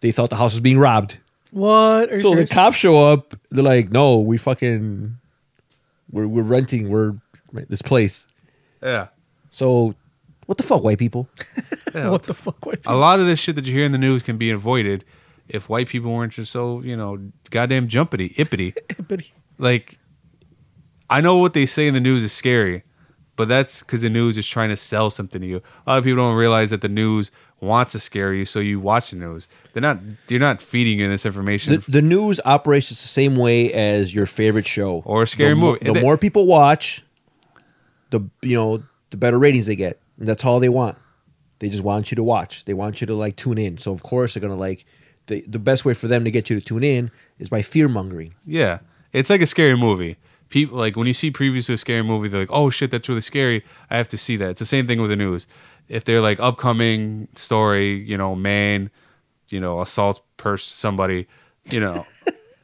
Speaker 4: they thought the house was being robbed.
Speaker 2: what? Are you
Speaker 4: So
Speaker 2: serious?
Speaker 4: the cops show up. They're like, "No, we fucking, we're we're renting. We're this place."
Speaker 3: Yeah.
Speaker 4: So, what the fuck, white people?
Speaker 2: What the fuck? White
Speaker 3: A
Speaker 2: people?
Speaker 3: lot of this shit that you hear in the news can be avoided if white people weren't just so you know goddamn jumpity ippity.
Speaker 2: But-
Speaker 3: like I know what they say in the news is scary, but that's because the news is trying to sell something to you. A lot of people don't realize that the news wants to scare you, so you watch the news. They're not they're not feeding you this
Speaker 4: The,
Speaker 3: information.
Speaker 4: the news operates just the same way as your favorite show
Speaker 3: Or a scary
Speaker 4: The mo-
Speaker 3: movie.
Speaker 4: the
Speaker 3: They-
Speaker 4: more people watch, the you know the better ratings they get. And that's all they want. They just want you to watch. They want you to like tune in. So of course they're gonna like the the best way for them to get you to tune in is by fear mongering.
Speaker 3: yeah, it's like a scary movie. People like when you see previews to a scary movie, they're like, "Oh shit, that's really scary. I have to see that." It's the same thing with the news. If they're like upcoming story, you know, man, you know, assaults purse somebody, you know.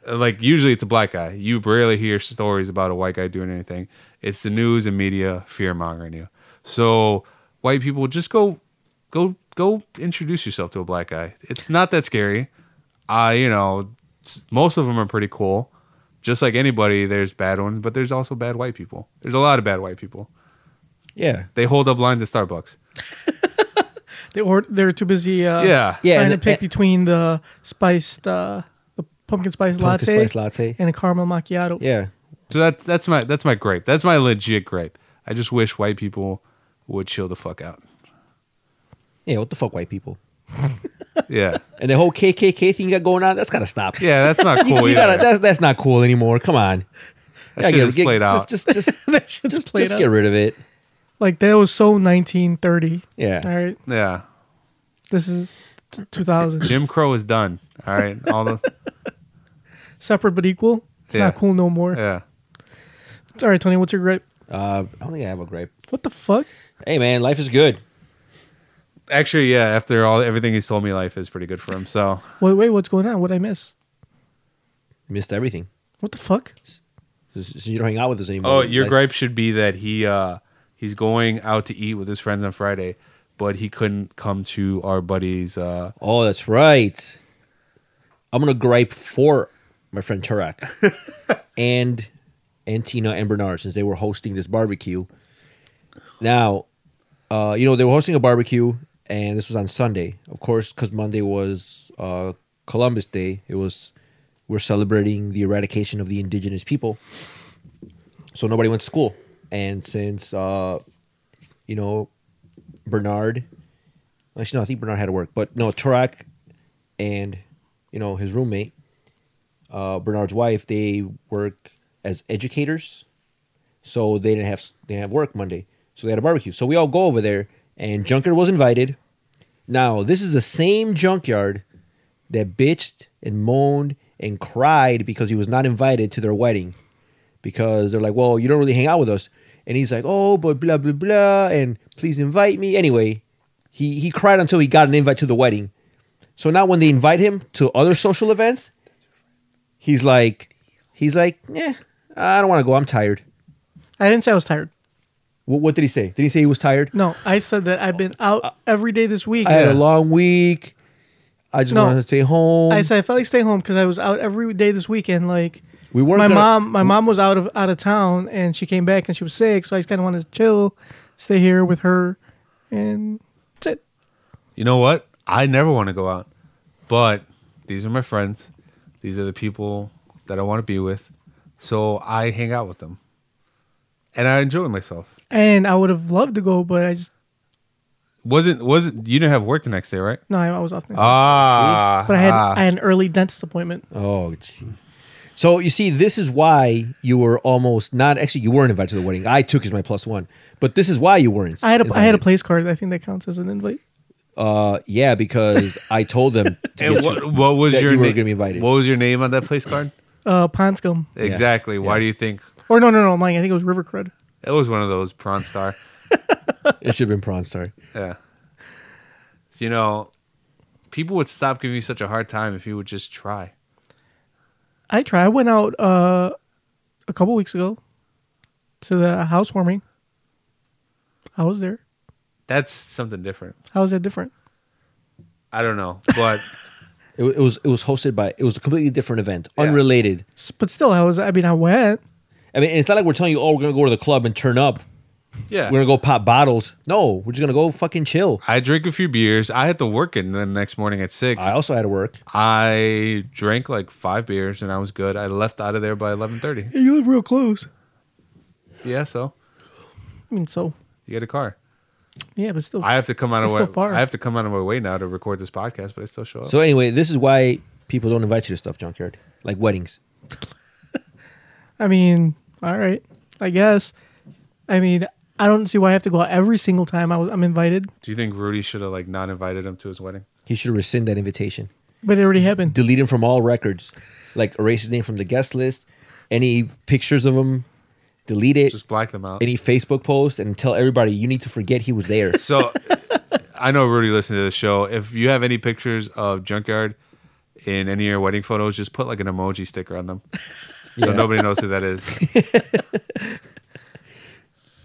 Speaker 3: like usually it's a black guy. You rarely hear stories about a white guy doing anything. It's the news and media fear mongering you. So white people, just go, go, go introduce yourself to a black guy. It's not that scary. Uh, you know, s- most of them are pretty cool. Just like anybody, there's bad ones, but there's also bad white people. There's a lot of bad white people.
Speaker 4: Yeah.
Speaker 3: They hold up lines at Starbucks.
Speaker 2: They or they were too busy. Uh,
Speaker 3: Yeah.
Speaker 4: Yeah,
Speaker 2: trying
Speaker 4: and-
Speaker 2: to pick
Speaker 4: and-
Speaker 2: between the spiced, uh, the pumpkin spice
Speaker 4: Pumpkin
Speaker 2: latte,
Speaker 4: spice latte.
Speaker 2: and a caramel macchiato.
Speaker 4: Yeah.
Speaker 3: So that's that's my that's my gripe. That's my legit gripe. I just wish white people would chill the fuck out.
Speaker 4: Yeah. What the fuck, white people?
Speaker 3: Yeah,
Speaker 4: And the whole KKK thing you got going on, that's got to stop.
Speaker 3: yeah, that's not cool.
Speaker 4: You
Speaker 3: either.
Speaker 4: gotta, that's, that's not cool anymore. Come on.
Speaker 3: that shit is played out.
Speaker 4: just, Just, just,
Speaker 2: That shit's
Speaker 4: just,
Speaker 2: played
Speaker 4: just
Speaker 2: out.
Speaker 4: get rid of it.
Speaker 2: Like that was so 1930.
Speaker 4: Yeah.
Speaker 2: All right.
Speaker 3: yeah,
Speaker 2: This is t- 2000.
Speaker 3: Jim Crow is done. All right, all the
Speaker 2: Separate but equal. It's
Speaker 3: Yeah.
Speaker 2: not cool no more.
Speaker 3: yeah.
Speaker 2: All right, Tony. What's your gripe?
Speaker 4: Uh, I don't think I have a gripe.
Speaker 2: What the fuck?
Speaker 4: Hey, man, life is good.
Speaker 3: Actually, yeah. After all, everything he's told me, life is pretty good for him. So
Speaker 2: Wait, wait. What's going on? What would I miss?
Speaker 4: Missed everything.
Speaker 2: What the fuck?
Speaker 4: So, so you don't hang out with us anymore.
Speaker 3: Oh, your
Speaker 4: Nice.
Speaker 3: gripe should be that he uh he's going out to eat with his friends on Friday, but he couldn't come to our buddy's uh
Speaker 4: Oh, that's right. I'm gonna gripe for my friend Tarak and and Tina and Bernard since they were hosting this barbecue. Now, uh, you know they were hosting a barbecue, and this was on Sunday, of course, because Monday was uh, Columbus Day. It was we're celebrating the eradication of the indigenous people, so nobody went to school, and since uh, you know Bernard Actually, no, I think Bernard had to work, but no, Tarak and you know his roommate, uh, Bernard's wife, they work as educators, so they didn't have they didn't have work Monday, so they had a barbecue. So we all go over there, and Junkyard was invited. Now this is the same Junkyard that bitched and moaned and cried because he was not invited to their wedding because they're like, well, you don't really hang out with us. And he's like, oh, but blah blah blah, and please invite me. Anyway, he he cried until he got an invite to the wedding. So now when they invite him to other social events, he's like, he's like, yeah, I don't want to go. I'm tired.
Speaker 2: I didn't say I was tired.
Speaker 4: What, what did he say? Did he say he was tired?
Speaker 2: No, I said that I've been out every day this week.
Speaker 4: Uh, I had a long week. I just
Speaker 2: No.
Speaker 4: wanted to stay home.
Speaker 2: I said I felt like staying home because I was out every day this weekend. Like
Speaker 4: We weren't
Speaker 2: my
Speaker 4: gonna-
Speaker 2: mom. My mom was out of out of town and she came back and she was sick, so I just kind of wanted to chill, stay here with her, and that's it.
Speaker 3: you know what? I never want to go out, but these are my friends. These are the people that I want to be with. So I hang out with them, and I enjoy myself.
Speaker 2: And I would have loved to go, but I just
Speaker 3: Wasn't wasn't you didn't have work the next day, right?
Speaker 2: no, I, I was off next. week.
Speaker 3: Ah,
Speaker 2: but I had
Speaker 3: ah.
Speaker 2: I had an early dentist appointment.
Speaker 4: oh, jeez. So you see, this is why you were almost not actually you weren't invited to the wedding. I took as my plus one, but this is why you weren't.
Speaker 2: I had a, I had a
Speaker 4: invited.
Speaker 2: place card. I think that counts as an invite.
Speaker 4: Uh, yeah, because I told them. To
Speaker 3: And
Speaker 4: get
Speaker 3: what,
Speaker 4: you-
Speaker 3: what was
Speaker 4: that
Speaker 3: your
Speaker 4: you were
Speaker 3: name?
Speaker 4: gonna be invited.
Speaker 3: What was your name on that place card?
Speaker 2: Uh, Ponscom.
Speaker 3: Exactly. Why
Speaker 4: Yeah.
Speaker 3: do you think
Speaker 2: Or no, no, no, I'm lying. I think it was River Crud.
Speaker 3: it was one of those prawn star?
Speaker 4: it should have been prawn star.
Speaker 3: yeah. You know, people would stop giving you such a hard time if you would just try.
Speaker 2: I try. I went out uh, a couple weeks ago to the housewarming. I was there.
Speaker 3: That's something different.
Speaker 2: How is that different?
Speaker 3: I don't know, but
Speaker 4: It, wa- it was it was hosted by it was a completely different event,
Speaker 3: Yeah.
Speaker 4: unrelated.
Speaker 2: S- But still, I was. I mean, I went.
Speaker 4: I mean, it's not like we're telling you, oh, we're gonna go to the club and turn up.
Speaker 3: yeah,
Speaker 4: We're gonna go pop bottles. No, we're just gonna go fucking chill.
Speaker 3: I drank a few beers. I had to work in the next morning at six.
Speaker 4: I
Speaker 3: I,
Speaker 4: also had to work.
Speaker 3: drank like five beers and I was good. I left out of there by eleven thirty.
Speaker 2: Hey, you live real close.
Speaker 3: Yeah, so
Speaker 2: I mean, so
Speaker 3: you get a car.
Speaker 2: yeah, but still,
Speaker 3: I have to come out of
Speaker 2: It's
Speaker 3: my,
Speaker 2: still far.
Speaker 3: I have to come out of my way now to record this podcast, but I still show up.
Speaker 4: So anyway, this is why people don't invite you to stuff, junkyard, like weddings.
Speaker 2: I mean, all right, I guess. I mean, I don't see why I have to go out every single time I was, I'm invited.
Speaker 3: Do you think Rudy should have like not invited him to his wedding?
Speaker 4: He should rescind that invitation,
Speaker 2: But it already happened.
Speaker 4: delete him from all records, like erase his name from the guest list, any pictures of him, delete it,
Speaker 3: Just black them out.
Speaker 4: any Facebook post, and tell everybody you need to forget he was there.
Speaker 3: So I know Rudy listened to the show. If you have any pictures of Junkyard in any of your wedding photos, just put like an emoji sticker on them. So
Speaker 4: Yeah.
Speaker 3: nobody knows who that is.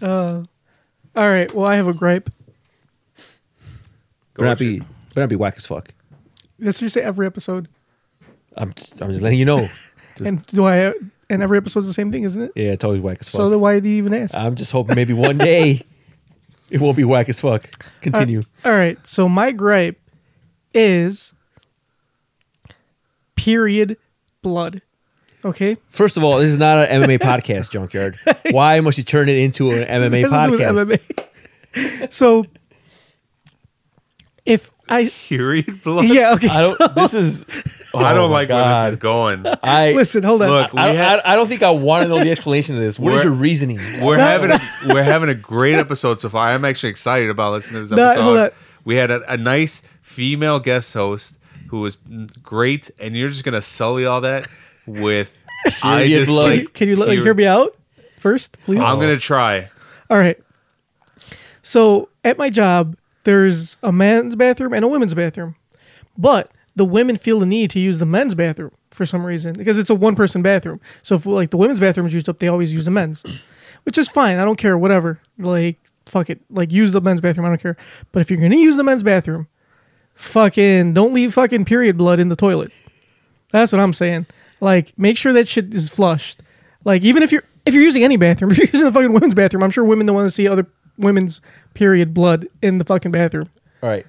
Speaker 2: All right. Well, I have a gripe.
Speaker 4: Better not be, better not be whack as fuck.
Speaker 2: That's what you say every episode.
Speaker 4: I'm just, I'm just letting you know. Just,
Speaker 2: And do I? And every episode's the same thing, isn't it?
Speaker 4: yeah, it's always whack as fuck.
Speaker 2: So then why do you even ask?
Speaker 4: I'm just hoping maybe one day it won't be whack as fuck. Continue.
Speaker 2: All right. So my gripe is period blood. Okay.
Speaker 4: First of all, this is not an MMA podcast, Junkyard. Why must you turn it into an MMA
Speaker 2: It has
Speaker 4: podcast?
Speaker 2: nothing to do with MMA. so if I
Speaker 3: Period blood.
Speaker 2: yeah okay
Speaker 4: I
Speaker 2: so-
Speaker 4: don't. This is.
Speaker 3: I
Speaker 4: Oh
Speaker 3: don't
Speaker 4: my
Speaker 3: like where
Speaker 4: God.
Speaker 3: this is going.
Speaker 4: I
Speaker 2: listen hold on
Speaker 3: Look,
Speaker 4: I,
Speaker 3: We
Speaker 4: don't-
Speaker 3: had-
Speaker 4: I, I don't think I want to know the explanation of this. What is
Speaker 3: We're-
Speaker 4: your reasoning?
Speaker 3: We're having a, we're having a great episode so far. I'm actually excited about listening to this
Speaker 2: No,
Speaker 3: episode.
Speaker 2: hold up.
Speaker 3: We had a, a nice female guest host who was great, and you're just gonna sully all that with I
Speaker 4: Period
Speaker 3: just
Speaker 4: blood.
Speaker 2: can
Speaker 3: like
Speaker 2: you, can you let, like, hear me out first please
Speaker 3: I'm gonna try.
Speaker 2: all right so at my job there's a men's bathroom and a women's bathroom but the women feel the need to use the men's bathroom for some reason because it's a one person bathroom so if like the women's bathroom is used up they always use the men's which is fine i don't care whatever like fuck it like use the men's bathroom i don't care but if you're gonna use the men's bathroom fucking don't leave fucking period blood in the toilet that's what i'm saying like make sure that shit is flushed like even if you're if you're using any bathroom if you're using the fucking women's bathroom i'm sure women don't want to see other women's period blood in the fucking bathroom
Speaker 4: All right.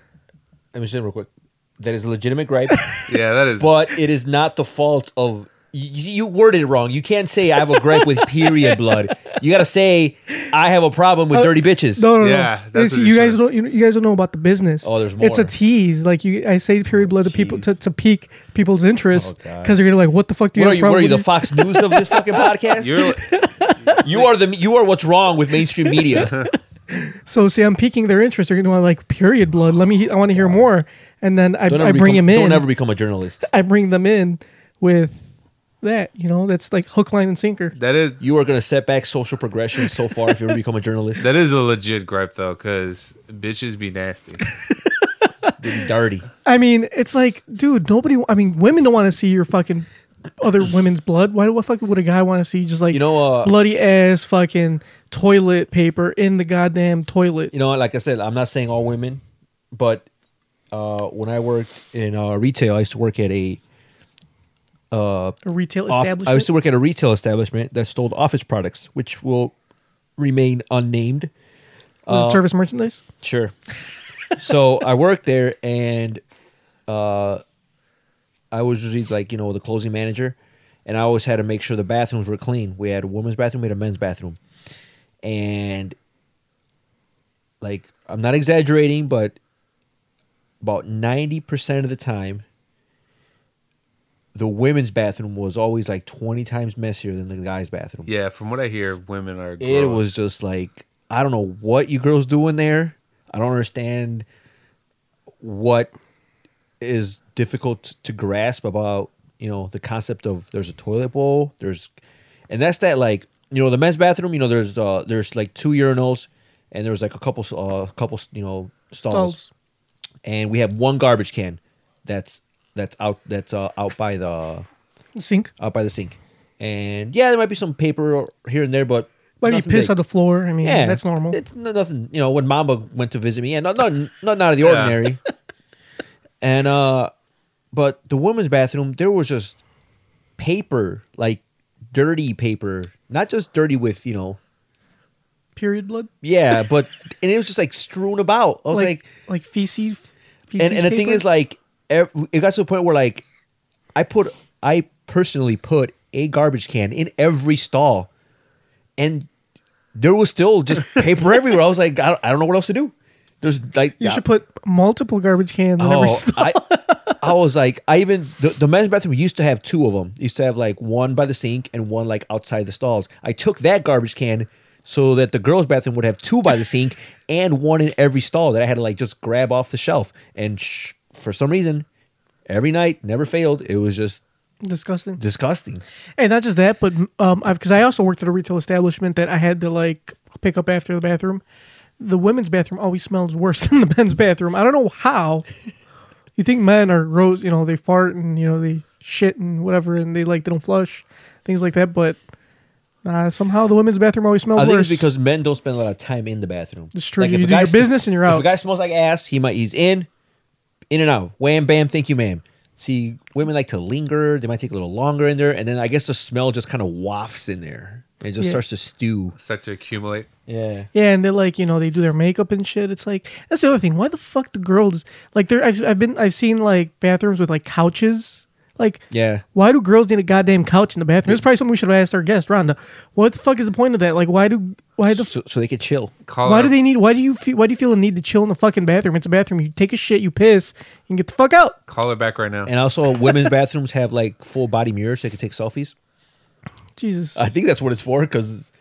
Speaker 4: Let me say real quick. That is a legitimate gripe,
Speaker 3: Yeah, that is.
Speaker 4: but it is not the fault of. You, you worded it wrong. You can't say I have a gripe with period blood. You got to say I have a problem
Speaker 2: Uh,
Speaker 4: with dirty bitches.
Speaker 2: No, no,
Speaker 3: Yeah,
Speaker 2: no. It's-
Speaker 3: that's what
Speaker 2: you
Speaker 3: it
Speaker 2: guys
Speaker 3: said.
Speaker 2: don't. You, you guys don't know about the business.
Speaker 4: Oh, there's
Speaker 2: It's a
Speaker 4: more.
Speaker 2: tease. Like you, I say period blood to people to,
Speaker 4: jeez.
Speaker 2: to pique people's interest
Speaker 4: Oh, God.
Speaker 2: because they're gonna be like, what the fuck do you
Speaker 4: What are
Speaker 2: have a
Speaker 4: you? What
Speaker 2: problem
Speaker 4: are you? The
Speaker 2: with?
Speaker 4: Fox News of this fucking podcast? You're,
Speaker 3: you're,
Speaker 4: the. You are what's wrong with mainstream media.
Speaker 2: so see, I'm piquing their interest. They're gonna want like period blood. Let me. he- I want to hear more. And then I,
Speaker 4: Don't
Speaker 2: I
Speaker 4: ever
Speaker 2: bring
Speaker 4: become,
Speaker 2: him in.
Speaker 4: Don't ever become a journalist.
Speaker 2: I bring them in with that. You know, that's like hook, line, and sinker.
Speaker 3: that is
Speaker 4: You are going to set back social progression so far if you ever become a journalist.
Speaker 3: that is a legit gripe though, because bitches be nasty.
Speaker 4: You're dirty.
Speaker 2: I mean, it's like, dude, nobody. I mean, women don't want to see your fucking other women's blood. Why the fuck would a guy want to see just like
Speaker 4: You know, uh,
Speaker 2: bloody ass fucking toilet paper in the goddamn toilet?
Speaker 4: you know, like I said, I'm not saying all women, but uh, when I worked in uh, retail, I used to work at a
Speaker 2: a retail
Speaker 4: off- I
Speaker 2: establishment.
Speaker 4: used to work at a retail establishment that sold office products, which will remain unnamed.
Speaker 2: was
Speaker 4: uh,
Speaker 2: it service merchandise?
Speaker 4: Sure. so I worked there, and uh, I was usually like you know the closing manager, and I always had to make sure the bathrooms were clean. We had a women's bathroom, we had a men's bathroom, and like I'm not exaggerating, but about ninety percent of the time, the women's bathroom was always like twenty times messier than the guys' bathroom.
Speaker 3: Yeah, from what I hear, women are. Gross.
Speaker 4: It was just like I don't know what you girls do in there. I don't understand what is difficult to grasp about you know the concept of there's a toilet bowl, there's, and that's that like you know the men's bathroom. You know there's uh there's like two urinals, and there's like a couple uh couple you know stalls
Speaker 2: Stalls.
Speaker 4: and we have one garbage can that's that's out that's uh, out by the
Speaker 2: Sink.
Speaker 4: out by the sink, and yeah there might be some paper here and there, but
Speaker 2: Why do you
Speaker 4: nothing
Speaker 2: piss
Speaker 4: big.
Speaker 2: on the floor? I mean,
Speaker 4: Yeah,
Speaker 2: that's normal.
Speaker 4: It's no, nothing. You know, when Mamba went to visit me, yeah, not not not out of the
Speaker 3: Yeah.
Speaker 4: ordinary. and uh, but the women's bathroom, there was just paper, like dirty paper, not just dirty with you know,
Speaker 2: Period blood.
Speaker 4: yeah, but and it was just like strewn about. I was like,
Speaker 2: Like like feces. feces
Speaker 4: and and the thing
Speaker 2: paper?
Speaker 4: is like, ev- it got to the point where like, I put I personally put a garbage can in every stall, and there was still just paper everywhere. I was like, I don't, I don't know what else to do. There's like
Speaker 2: you should put multiple garbage cans in every stall.
Speaker 4: Oh, I, I was like, I even the, the men's bathroom used to have two of them. Used to have like one by the sink and one like outside the stalls. I took that garbage can so that the girls' bathroom would have two by the sink and one in every stall that I had to like just grab off the shelf. And sh- for some reason, every night never failed. It was just
Speaker 2: Disgusting.
Speaker 4: disgusting.
Speaker 2: And not just that, but um, I've because I also worked at a retail establishment that I had to like pick up after the bathroom. The women's bathroom always smells worse than the men's bathroom. I don't know how. You think men are gross, you know, they fart and you know they shit and whatever, and they like they don't flush things like that. But uh, somehow the women's bathroom always smells
Speaker 4: I think
Speaker 2: worse.
Speaker 4: it's because men don't spend a lot of time in the bathroom.
Speaker 2: It's true.
Speaker 4: if
Speaker 2: You
Speaker 4: a
Speaker 2: do your
Speaker 4: s-
Speaker 2: business and you're
Speaker 4: if
Speaker 2: out.
Speaker 4: a guy smells like ass, he might he's in. in and out, wham bam, thank you, ma'am. See, women like to linger. They might take a little longer in there, and then I guess the smell just kind of wafts in there. It just
Speaker 2: Yeah.
Speaker 4: starts to stew.
Speaker 3: Start to accumulate.
Speaker 4: Yeah.
Speaker 2: Yeah, and they're like, you know, they do their makeup and shit. It's like that's the other thing. Why the fuck the girls like? There, I've, I've been, I've seen like bathrooms with like couches. Like,
Speaker 4: Yeah.
Speaker 2: Why do girls need a goddamn couch in the bathroom? This is probably something we should have asked our guest, Rhonda. What the fuck is the point of that? Like, why do why the
Speaker 4: So, so they could chill.
Speaker 3: Call
Speaker 2: why
Speaker 3: out-
Speaker 2: do they need? Why do you feel? Why do you feel a need to chill in the fucking bathroom? It's a bathroom. You take a shit, you piss, and get the fuck out.
Speaker 3: call her back right now?
Speaker 4: And also, women's bathrooms have like full body mirrors. So they could take selfies.
Speaker 2: Jesus.
Speaker 4: I think that's what it's for. Because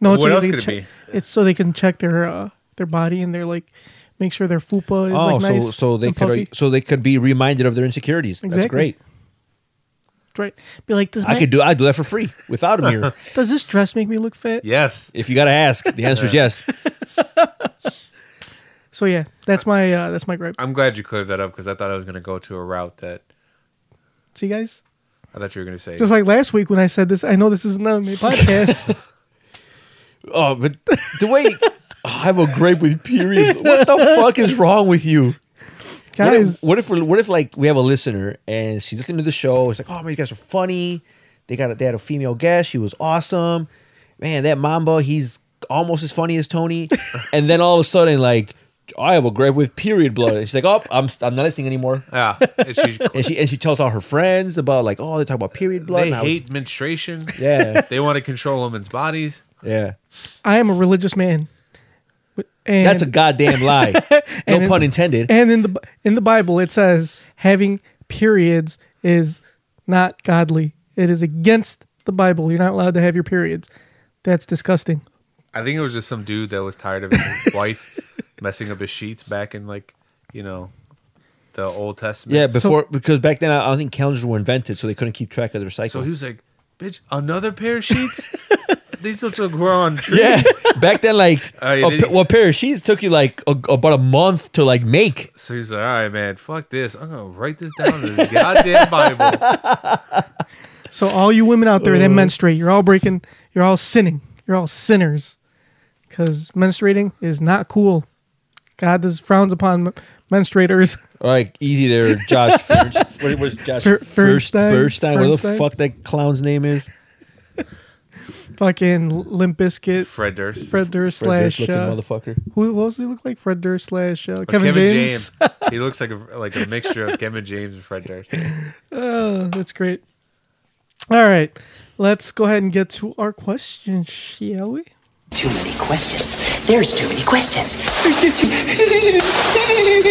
Speaker 2: no,
Speaker 3: what
Speaker 2: so
Speaker 3: else
Speaker 2: they
Speaker 3: could it
Speaker 2: check-
Speaker 3: be?
Speaker 2: It's so they can check their uh, their body and their like make sure their fupa is
Speaker 4: oh,
Speaker 2: like
Speaker 4: so
Speaker 2: nice.
Speaker 4: so they e
Speaker 2: and
Speaker 4: could
Speaker 2: puffy.
Speaker 4: so they could be reminded of their insecurities. That's
Speaker 2: Exactly.
Speaker 4: great.
Speaker 2: right. Be like this.
Speaker 4: I
Speaker 2: man-
Speaker 4: could do I do that for free without a mirror.
Speaker 2: Does this dress make me look fit?
Speaker 3: yes.
Speaker 4: if you gotta ask, the answer is yes.
Speaker 2: So yeah, that's my uh, that's my gripe.
Speaker 3: I'm glad you cleared that up because I thought I was going to go to a route that
Speaker 2: See guys,
Speaker 3: I thought you were going to say.
Speaker 2: just like last week when I said this, I know this isn't on my podcast.
Speaker 4: Oh, but the way I have a gripe with period. What the fuck is wrong with you? What if,
Speaker 2: guys,
Speaker 4: what if what if like we have a listener and she's listening to the show? It's like, oh man, you guys are funny. They got a, they had a female guest. She was awesome. Man, that Mamba, he's almost as funny as Tony. and then all of a sudden, like, I have a gripe with period blood. And she's like, oh, I'm I'm not listening anymore.
Speaker 3: yeah. And she,
Speaker 4: And she and she tells all her friends about like, oh, they talk about period blood.
Speaker 3: they
Speaker 4: and how
Speaker 3: hate menstruation.
Speaker 4: it's- yeah,
Speaker 3: They want to control women's bodies.
Speaker 4: yeah.
Speaker 2: I am a religious man. And,
Speaker 4: That's a goddamn lie.
Speaker 2: and
Speaker 4: No
Speaker 2: in-
Speaker 4: pun intended.
Speaker 2: And in the in the Bible, it says having periods is not godly. It is against the Bible. You're not allowed to have your periods. That's disgusting.
Speaker 3: I think it was just some dude that was tired of his wife messing up his sheets back in like, you know, the Old Testament.
Speaker 4: Yeah, before because back then I I don't think calendars were invented, so they couldn't keep track of their cycle.
Speaker 3: So he was like, "Bitch, another pair of sheets? These are to grow on trees."
Speaker 4: yeah, back then like
Speaker 3: Oh, you
Speaker 4: a,
Speaker 3: didn't-
Speaker 4: pa- well, a pair of sheets took you like a, about a month to like make.
Speaker 3: So he's like, "All right, man, fuck this. I'm gonna write this down in this goddamn Bible."
Speaker 2: So all you women out there that menstruate, you're all breaking. You're all sinning. You're all sinners. Because menstruating is not cool. God does frowns upon m- menstruators.
Speaker 4: All right, easy there, Josh. Fernst- what was Josh
Speaker 2: Fer-
Speaker 4: Fernst-
Speaker 2: Fernstein?
Speaker 4: Bernstein? What the
Speaker 2: Fernstein?
Speaker 4: fuck that clown's name is?
Speaker 2: Fucking Limp Bizkit,
Speaker 3: Fred Durst,
Speaker 2: Fred Durst
Speaker 4: Fred Durst
Speaker 2: slash
Speaker 4: looking
Speaker 2: uh,
Speaker 4: motherfucker.
Speaker 2: who what else do you look like? Fred Durst slash uh,
Speaker 3: Or
Speaker 2: Kevin, James.
Speaker 3: He looks like a like a mixture of Kevin James and Fred Durst.
Speaker 2: That's great. All right, let's go ahead and get to our question, shall we?
Speaker 8: Too many questions. There's too many questions.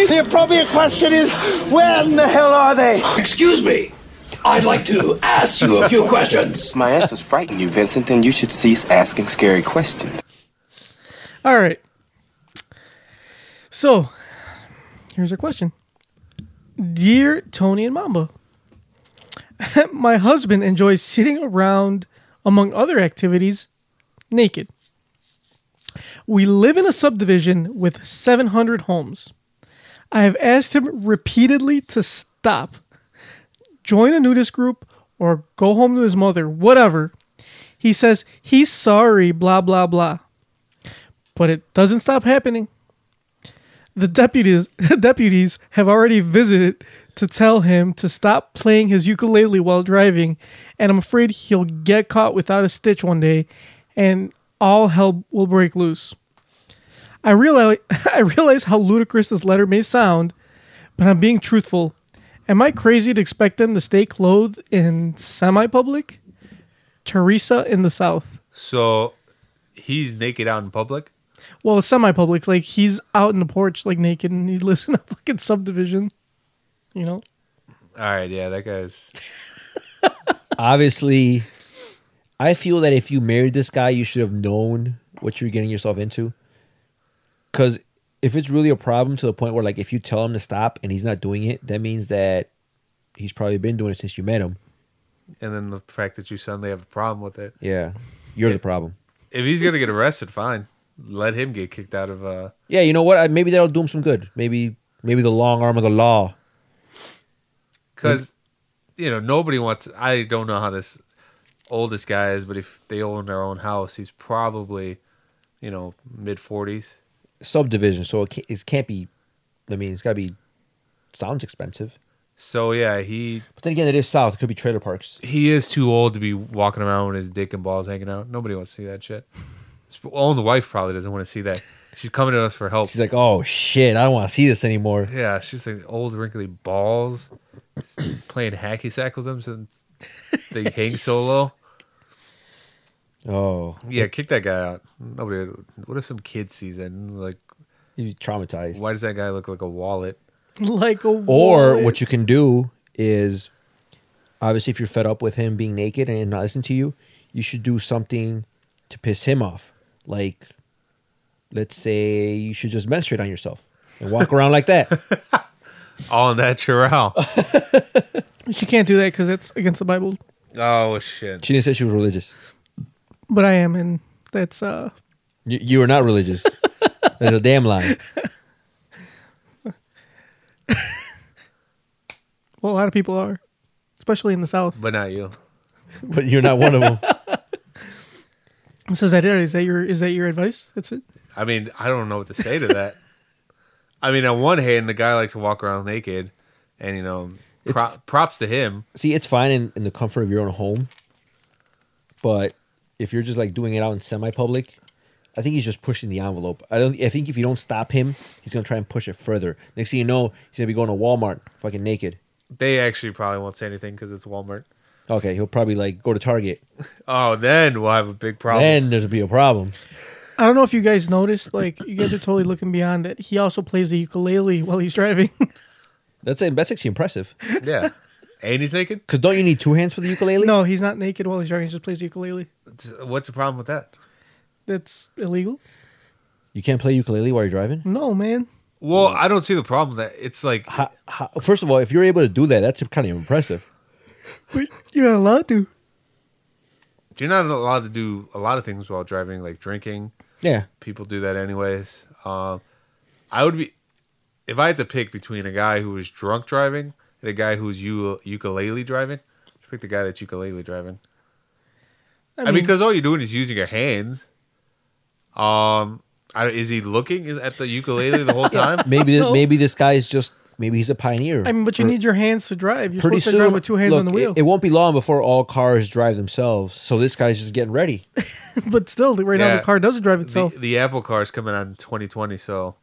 Speaker 6: The appropriate question is, when the hell are they?
Speaker 9: Excuse me. I'd like to ask you a few questions.
Speaker 10: my answers frighten you, Vincent, then you should cease asking scary questions.
Speaker 2: All right. So, here's our question. Dear Tony and Mamba, my husband enjoys sitting around, among other activities, naked. We live in a subdivision with 700 homes. I have asked him repeatedly to stop, join a nudist group, or go home to his mother, whatever. He says he's sorry, blah, blah, blah but it doesn't stop happening. The deputies deputies have already visited to tell him to stop playing his ukulele while driving, and I'm afraid he'll get caught without a stitch one day, and all hell will break loose. I realize I realize how ludicrous this letter may sound, but I'm being truthful. Am I crazy to expect them to stay clothed in semi-public? Teresa in the South.
Speaker 3: So he's naked out in public.
Speaker 2: Well, it's semi-public. Like he's out in the porch, like naked, and he lives in a fucking subdivision. You know,
Speaker 3: All right, yeah, that guy's.
Speaker 4: Obviously, I feel that if you married this guy, you should have known what you're getting yourself into. Because if it's really a problem to the point where, like, if you tell him to stop and he's not doing it, that means that he's probably been doing it since you met him.
Speaker 3: And then the fact that you suddenly have a problem with it.
Speaker 4: Yeah, you're the problem.
Speaker 3: If he's gonna get arrested, fine. Let him get kicked out of. uh
Speaker 4: Yeah, you know what? I- Maybe that'll do him some good. Maybe, maybe the long arm of the law.
Speaker 3: because you know nobody wants i don't know how this oldest guy is but if they own their own house he's probably you know mid 40s
Speaker 4: Subdivision, so it can't, it can't be. I mean, it's got to be Sounds expensive.
Speaker 3: So yeah, he
Speaker 4: But then again, it is South. It could be trailer parks.
Speaker 3: he is too old to be walking around with his dick and balls hanging out. Nobody wants to see that shit. Well, the wife probably doesn't want to see that. She's coming to us for help.
Speaker 4: She's like, oh shit, I don't want to see this anymore.
Speaker 3: yeah, she's like old wrinkly balls playing hacky sack with them since they hang so low.
Speaker 4: Oh,
Speaker 3: Yeah, kick that guy out. Nobody. What if some kid sees it and like,
Speaker 4: you'd be traumatized.
Speaker 3: why does that guy look like a wallet?
Speaker 2: Like a
Speaker 4: Or
Speaker 2: wallet.
Speaker 4: what you can do is obviously if you're fed up with him being naked and not listen to you, you should do something to piss him off. Like let's say you should just menstruate on yourself and walk around like that.
Speaker 3: All in that churro.
Speaker 2: she can't do that because that's against the Bible.
Speaker 3: oh shit.
Speaker 4: She didn't say she was religious.
Speaker 2: But I am, and that's uh,
Speaker 4: You, you are not religious. There's a damn lie.
Speaker 2: well, a lot of people are, especially in the South.
Speaker 3: But not you.
Speaker 4: But you're not one of them.
Speaker 2: So is that it? Is that your is that your advice? That's it.
Speaker 3: I mean, I don't know what to say to that. I mean, on one hand, the guy likes to walk around naked, and you know, pro- props to him.
Speaker 4: See, it's fine in, in the comfort of your own home. But if you're just like doing it out in semi public, I think he's just pushing the envelope. I don't I think if you don't stop him, he's gonna try and push it further. Next thing you know, he's gonna be going to Walmart fucking naked.
Speaker 3: They actually probably won't say anything because it's Walmart.
Speaker 4: Okay, he'll probably like go to Target.
Speaker 3: Oh, then we'll have a big problem.
Speaker 4: Then there's be a problem.
Speaker 2: I don't know if you guys noticed. Like you guys are totally looking beyond that. He also plays the ukulele while he's driving.
Speaker 4: That's that's actually impressive.
Speaker 3: yeah, and he's naked.
Speaker 4: Cause don't you need two hands for the ukulele?
Speaker 2: no, he's not naked while he's driving. He just plays the ukulele.
Speaker 3: What's the problem with that?
Speaker 2: That's illegal.
Speaker 4: You can't play ukulele while you're driving.
Speaker 2: No, man.
Speaker 3: Well, I don't see the problem that it's like
Speaker 4: How, how, first of all, if you're able to do that, that's kind of impressive.
Speaker 2: But you're not allowed to.
Speaker 3: you're not allowed to do a lot of things while driving, like drinking.
Speaker 4: Yeah,
Speaker 3: People do that anyways. Um, I would be if I had to pick between a guy who was drunk driving and a guy who's u- ukulele driving. I'd pick the guy that's ukulele driving.
Speaker 2: I
Speaker 3: I mean, because all you're doing is using your hands. Um, I, don't- is he looking at the ukulele the whole time?
Speaker 4: maybe
Speaker 2: No.
Speaker 4: maybe this guy's just maybe he's a pioneer.
Speaker 2: I mean, but you
Speaker 4: Or-
Speaker 2: need your hands to drive. You're
Speaker 4: pretty
Speaker 2: supposed to
Speaker 4: soon
Speaker 2: drive with two hands
Speaker 4: look,
Speaker 2: on the
Speaker 4: it-
Speaker 2: wheel.
Speaker 4: It, won't be long before all cars drive themselves. So this guy's just getting ready.
Speaker 2: but still, right now
Speaker 3: Yeah.
Speaker 2: the car does drive itself.
Speaker 3: The, the Apple car is coming out in 2020, so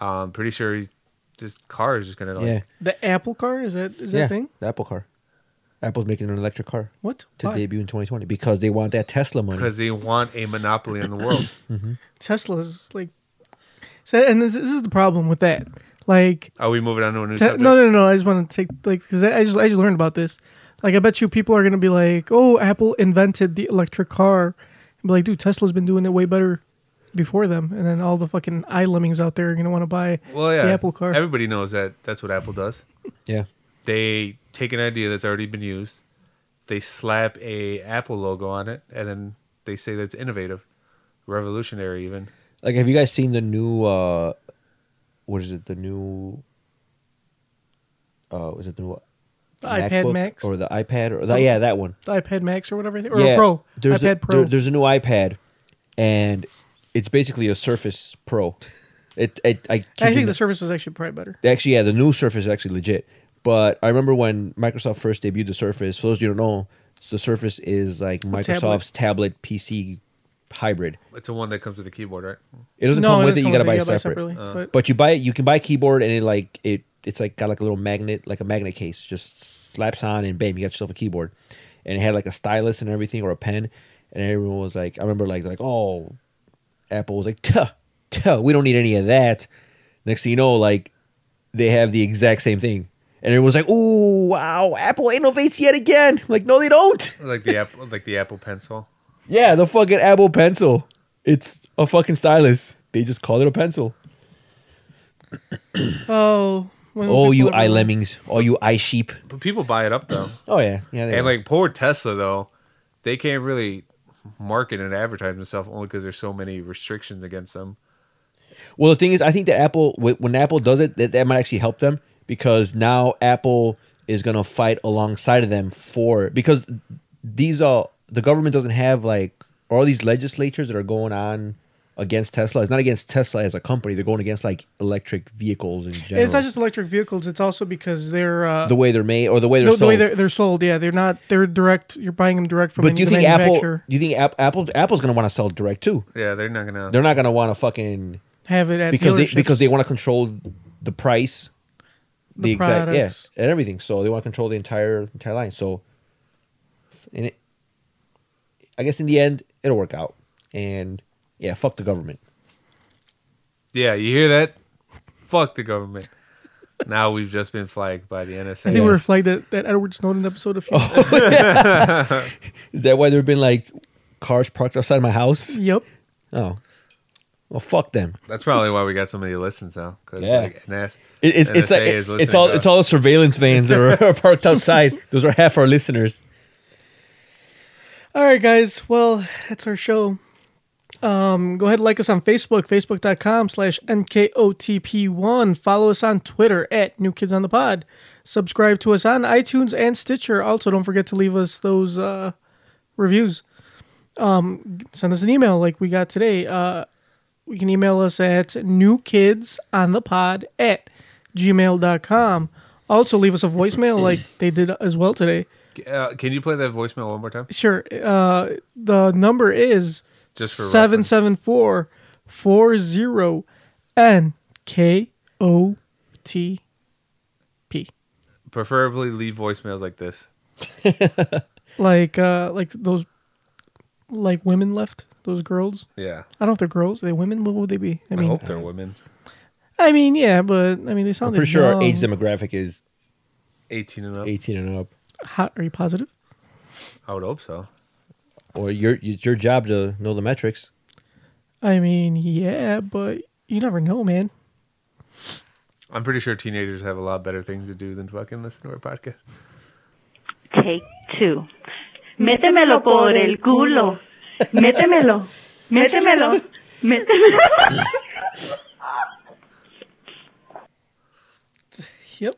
Speaker 3: I'm pretty sure he's this car is just gonna like
Speaker 4: yeah,
Speaker 2: The Apple car is that is that
Speaker 4: yeah.
Speaker 2: a thing?
Speaker 4: The Apple car. Apple's making an electric car
Speaker 2: What?
Speaker 4: to
Speaker 2: Why?
Speaker 4: debut in 2020 because they want that Tesla money.
Speaker 3: because they want a monopoly in the world.
Speaker 2: Tesla's like. So, and this, this is the problem with that. Like,
Speaker 3: Are Oh, we moving on to a new
Speaker 2: te- no,
Speaker 3: subject?
Speaker 2: no, no. I just want to take like because I I just I just learned about this. Like, I bet you people are gonna be like, "Oh, Apple invented the electric car," and be like, "Dude, Tesla's been doing it way better before them." And then all the fucking eye lemmings out there are gonna want to buy
Speaker 3: Well, yeah,
Speaker 2: the Apple car.
Speaker 3: Everybody knows that that's what Apple does.
Speaker 4: Yeah,
Speaker 3: They take an idea that's already been used, they slap a Apple logo on it, and then they say that's innovative, revolutionary, even.
Speaker 4: like have you guys seen the new? uh What is it? The new? Uh, is it the new
Speaker 2: The iPad
Speaker 4: MacBook
Speaker 2: Max,
Speaker 4: or the iPad or the, yeah that one?
Speaker 2: the iPad Max, or whatever, or a Pro,
Speaker 4: There's
Speaker 2: iPad
Speaker 4: a,
Speaker 2: Pro.
Speaker 4: there- there's a new iPad, and it's basically a Surface Pro. It, it I,
Speaker 2: I
Speaker 4: kid you
Speaker 2: think
Speaker 4: not.
Speaker 2: the service is actually probably better.
Speaker 4: actually yeah the new surface is actually legit but i remember when microsoft first debuted the surface for those of you who don't know the surface is like
Speaker 2: tablet.
Speaker 4: microsoft's tablet, pc hybrid
Speaker 3: It's the one that comes with a keyboard, right?
Speaker 4: it doesn't
Speaker 2: it
Speaker 4: come with
Speaker 2: doesn't
Speaker 4: it you
Speaker 2: come
Speaker 4: gotta buy
Speaker 2: with
Speaker 4: it
Speaker 2: it, you
Speaker 4: separate Uh.
Speaker 2: separately, but-
Speaker 4: but you buy it you can buy a keyboard and it like it it's like got like a little magnet like a magnet case just slaps on and bam you got yourself a keyboard and it had like a stylus and everything or a pen and everyone was like i remember like like oh apple was like tuh tuh we don't need any of that next thing you know like they have the exact same thing and everyone's like oh wow apple innovates yet again like no they don't
Speaker 3: Like the Apple, like the Apple Pencil.
Speaker 4: yeah the fucking apple pencil it's a fucking stylus they just call it a pencil
Speaker 2: Oh, when
Speaker 4: Oh,
Speaker 2: people
Speaker 4: you
Speaker 2: ever-
Speaker 4: eye lemmings. Oh, you eye sheep.
Speaker 3: But people buy it up though.
Speaker 4: Oh, yeah. Yeah. they
Speaker 3: And
Speaker 4: are.
Speaker 3: like poor Tesla though, they can't really market and advertise themselves only because there's so many restrictions against them.
Speaker 4: well, the thing is, I think that Apple, wh- when Apple does it, that, that might actually help them because now Apple is going to fight alongside of them for, because these are, the government doesn't have like all these legislatures that are going on against Tesla. It's not against Tesla as a company. They're going against like electric vehicles in general.
Speaker 2: It's not just electric vehicles. It's also because they're uh,
Speaker 4: the way they're made or the way they're
Speaker 2: the, the way
Speaker 4: sold.
Speaker 2: they're, they're sold. Yeah, they're not. They're direct. You're buying them direct from.
Speaker 4: but do you
Speaker 2: the
Speaker 4: think Apple? Do
Speaker 2: manufacturer.
Speaker 4: you think App, Apple? Apple's going to want to sell direct too.
Speaker 3: Yeah, they're not gonna.
Speaker 4: They're not going to want to fucking
Speaker 2: have it at
Speaker 4: because they
Speaker 2: dealerships.
Speaker 4: because they want to control the price, the, exact yeah,
Speaker 2: products.
Speaker 4: and everything. So they want to control the entire entire line. So, and it, I guess in the end, it'll work out. And yeah, fuck the government.
Speaker 3: yeah, you hear that? Fuck the government. now we've just been flagged by the NSA.
Speaker 2: I think we were
Speaker 4: Yes. Oh.
Speaker 2: flagged that, that Edward Snowden episode a few.
Speaker 4: Is that why there have been like cars parked outside my house?
Speaker 2: Yep.
Speaker 4: Oh, well, fuck them.
Speaker 3: That's probably why we got so many listens now. Because
Speaker 4: Yeah.
Speaker 3: like, NS
Speaker 4: It- it's it's
Speaker 3: NSA
Speaker 4: like,
Speaker 3: is
Speaker 4: it's
Speaker 3: listening
Speaker 4: all
Speaker 3: to us.
Speaker 4: it's all surveillance vans that are, are parked outside. Those are half our listeners.
Speaker 2: All right, guys. Well, that's our show. Um, go ahead and like us on Facebook, facebook.com slash NKOTP1. Follow us on Twitter at New Kids on the Pod. Subscribe to us on iTunes and Stitcher. Also, don't forget to leave us those uh, reviews. Um, send us an email like we got today. Uh, you can email us at newkidsonthepod at gmail.com. Also, leave us a voicemail like they did as well today.
Speaker 3: Uh, can you play that voicemail one more time?
Speaker 2: Sure. Uh, the number is
Speaker 3: Just for
Speaker 2: seven seven four four zero N K O T P.
Speaker 3: Preferably leave voicemails like this.
Speaker 2: Like uh, like those like women left those girls. I
Speaker 3: Yeah,
Speaker 2: don't know if they're girls. Are they women? What would they be? I
Speaker 3: I,
Speaker 2: mean,
Speaker 3: hope they're women.
Speaker 2: I mean, yeah, but I mean, they sound
Speaker 4: I'm pretty sure our
Speaker 2: young.
Speaker 4: age demographic is
Speaker 3: Eighteen and up.
Speaker 4: 18 and up.
Speaker 2: Hot? Are you positive?
Speaker 3: I would hope so.
Speaker 4: Or your it's your job to know the metrics.
Speaker 2: I mean, yeah, but you never know, man.
Speaker 3: I'm pretty sure teenagers have a lot better things to do than fucking listen to our podcast.
Speaker 11: Take two. Métemelo por el culo. Métemelo. Métemelo. Métemelo.
Speaker 2: Yep.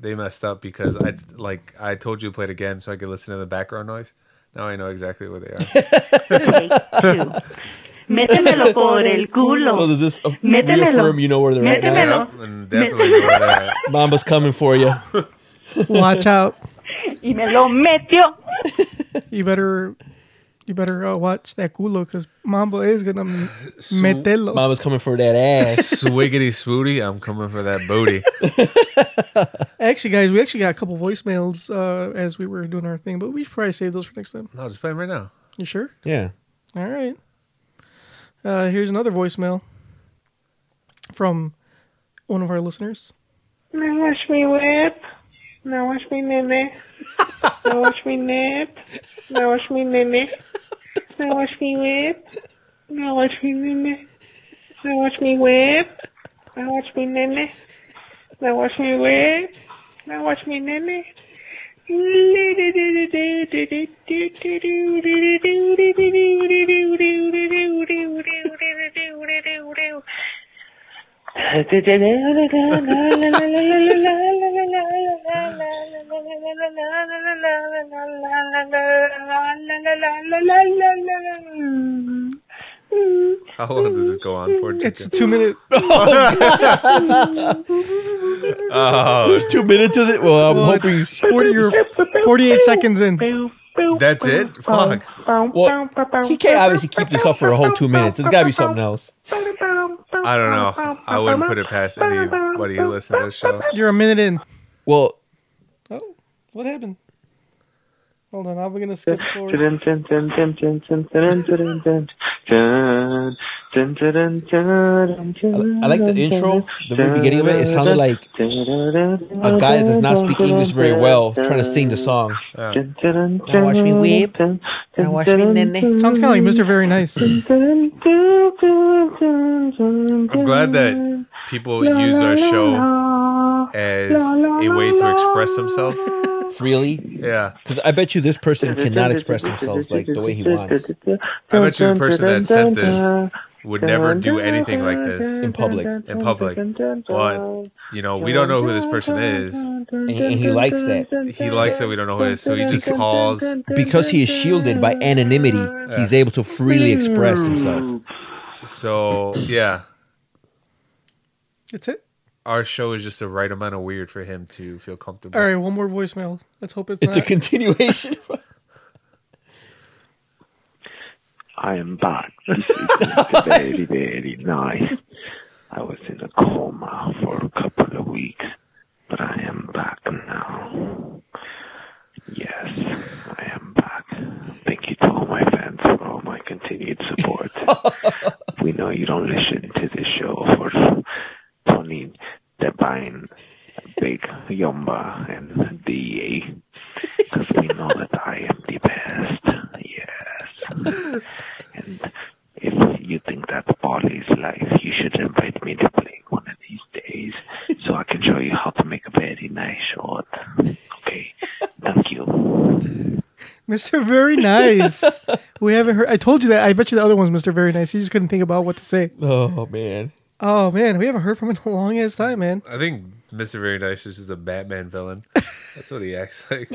Speaker 3: They messed up because I like I told you to play it again so I could listen to the background noise. Now I know exactly what they are.
Speaker 11: Take two. Métemelo por el
Speaker 4: So
Speaker 11: culo.
Speaker 4: does this uh,
Speaker 11: Métemelo.
Speaker 4: reaffirm you know where they're at now?
Speaker 11: Métemelo.
Speaker 3: yep, and definitely know where they're at.
Speaker 4: Mamba's coming for you.
Speaker 2: Watch out.
Speaker 11: Y me lo metió.
Speaker 2: You better. You better uh, watch that culo because Mambo is gonna m- meterlo.
Speaker 4: Mamba's coming for that ass.
Speaker 3: Swiggity swooty, I'm coming for that booty.
Speaker 2: Actually, guys, we actually got a couple voicemails uh, as we were doing our thing, but we should probably save those for next time.
Speaker 3: No, just play 'em right now.
Speaker 2: You sure?
Speaker 4: Yeah.
Speaker 2: All right. Uh, here's another voicemail from one of our listeners.
Speaker 11: Me wash me whip. Me wash me nene. Me wash me nip. Me wash me nene. Me wash me whip. Me wash me nene. Me wash me whip. Me wash me nene. Me wash me whip. Me wash me nene.
Speaker 3: How long does this go on for?
Speaker 2: It's a
Speaker 3: Chica?
Speaker 2: two minute.
Speaker 3: Oh,
Speaker 4: It's two minutes of it. Well, I'm
Speaker 2: Well,
Speaker 4: hoping.
Speaker 2: it's 40 or 48 seconds in.
Speaker 3: that's it. Fuck.
Speaker 4: Well, he can't obviously keep this up for a whole two minutes. It's got to be something else.
Speaker 3: I don't know. I wouldn't put it past anybody who listens to this show.
Speaker 2: You're a minute in.
Speaker 4: Well,
Speaker 2: Oh, what happened? Hold on, I'm gonna skip forward.
Speaker 4: I, I like the intro, the very beginning of it. It sounded like a guy that does not speak English very well trying to sing the song. Now watch me weep. Now watch me nene.
Speaker 2: Sounds kind of like Mr. Very Nice.
Speaker 3: I'm glad that people use our show as a way to express themselves.
Speaker 4: Freely.
Speaker 3: Yeah.
Speaker 4: Because I bet you this person cannot express themselves like the way he wants
Speaker 3: I bet you the person that sent this would never do anything like this
Speaker 4: in public. And,
Speaker 3: in public. But, you know, we don't know who this person is.
Speaker 4: and he likes that.
Speaker 3: He likes that we don't know who it is, so he just calls.
Speaker 4: Because he is shielded by anonymity, he's able to freely express himself.
Speaker 3: So yeah,
Speaker 2: That's it.
Speaker 3: our show is just the right amount of weird for him to feel comfortable.
Speaker 2: All right, one more voicemail. Let's hope it's
Speaker 4: It's a
Speaker 2: not-
Speaker 4: continuation.
Speaker 12: I am back. This is very, very nice. I was in a coma for a couple of weeks, but I am back now. Yes, I am back. Thank you to all my fans for all my continued support. we know you don't listen to this show for Tony Devine, Big Yomba, and DA, because we know that I am the best. Yes. And if you think that's Polly's life, you should invite me to play one of these days so I can show you how to make a very nice shot. Okay. Thank you.
Speaker 2: Mr. Very Nice. we haven't heard. I told you that. I bet you the other one's Mr. Very Nice. He just couldn't think about what to say.
Speaker 4: Oh man.
Speaker 2: Oh man, we haven't heard from him in a long ass time, man.
Speaker 3: I think Mr. Very Nice is just a Batman villain. That's what he acts like.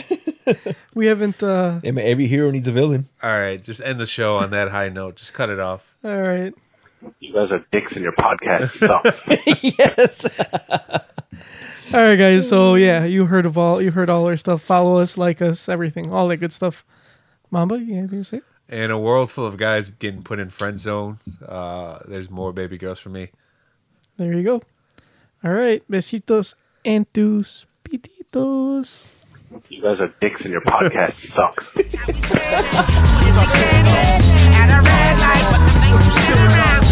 Speaker 2: We haven't. uh
Speaker 4: I mean, every hero needs a villain.
Speaker 3: All right, just end the show on that high note. Just cut it off.
Speaker 2: All right.
Speaker 12: You guys are dicks in your podcast. Sucks.
Speaker 4: yes.
Speaker 2: All right, guys. So yeah, you heard of all. You heard all our stuff. Follow us, like us, everything, all that good stuff. Mamba, you got anything to say?
Speaker 3: In a world full of guys getting put in friend zone, uh, there's more baby girls for me.
Speaker 2: There you go. All right, besitos and tus pititos.
Speaker 12: You guys are dicks in your podcast. Sucks.
Speaker 13: At a red light, but the bank was still around.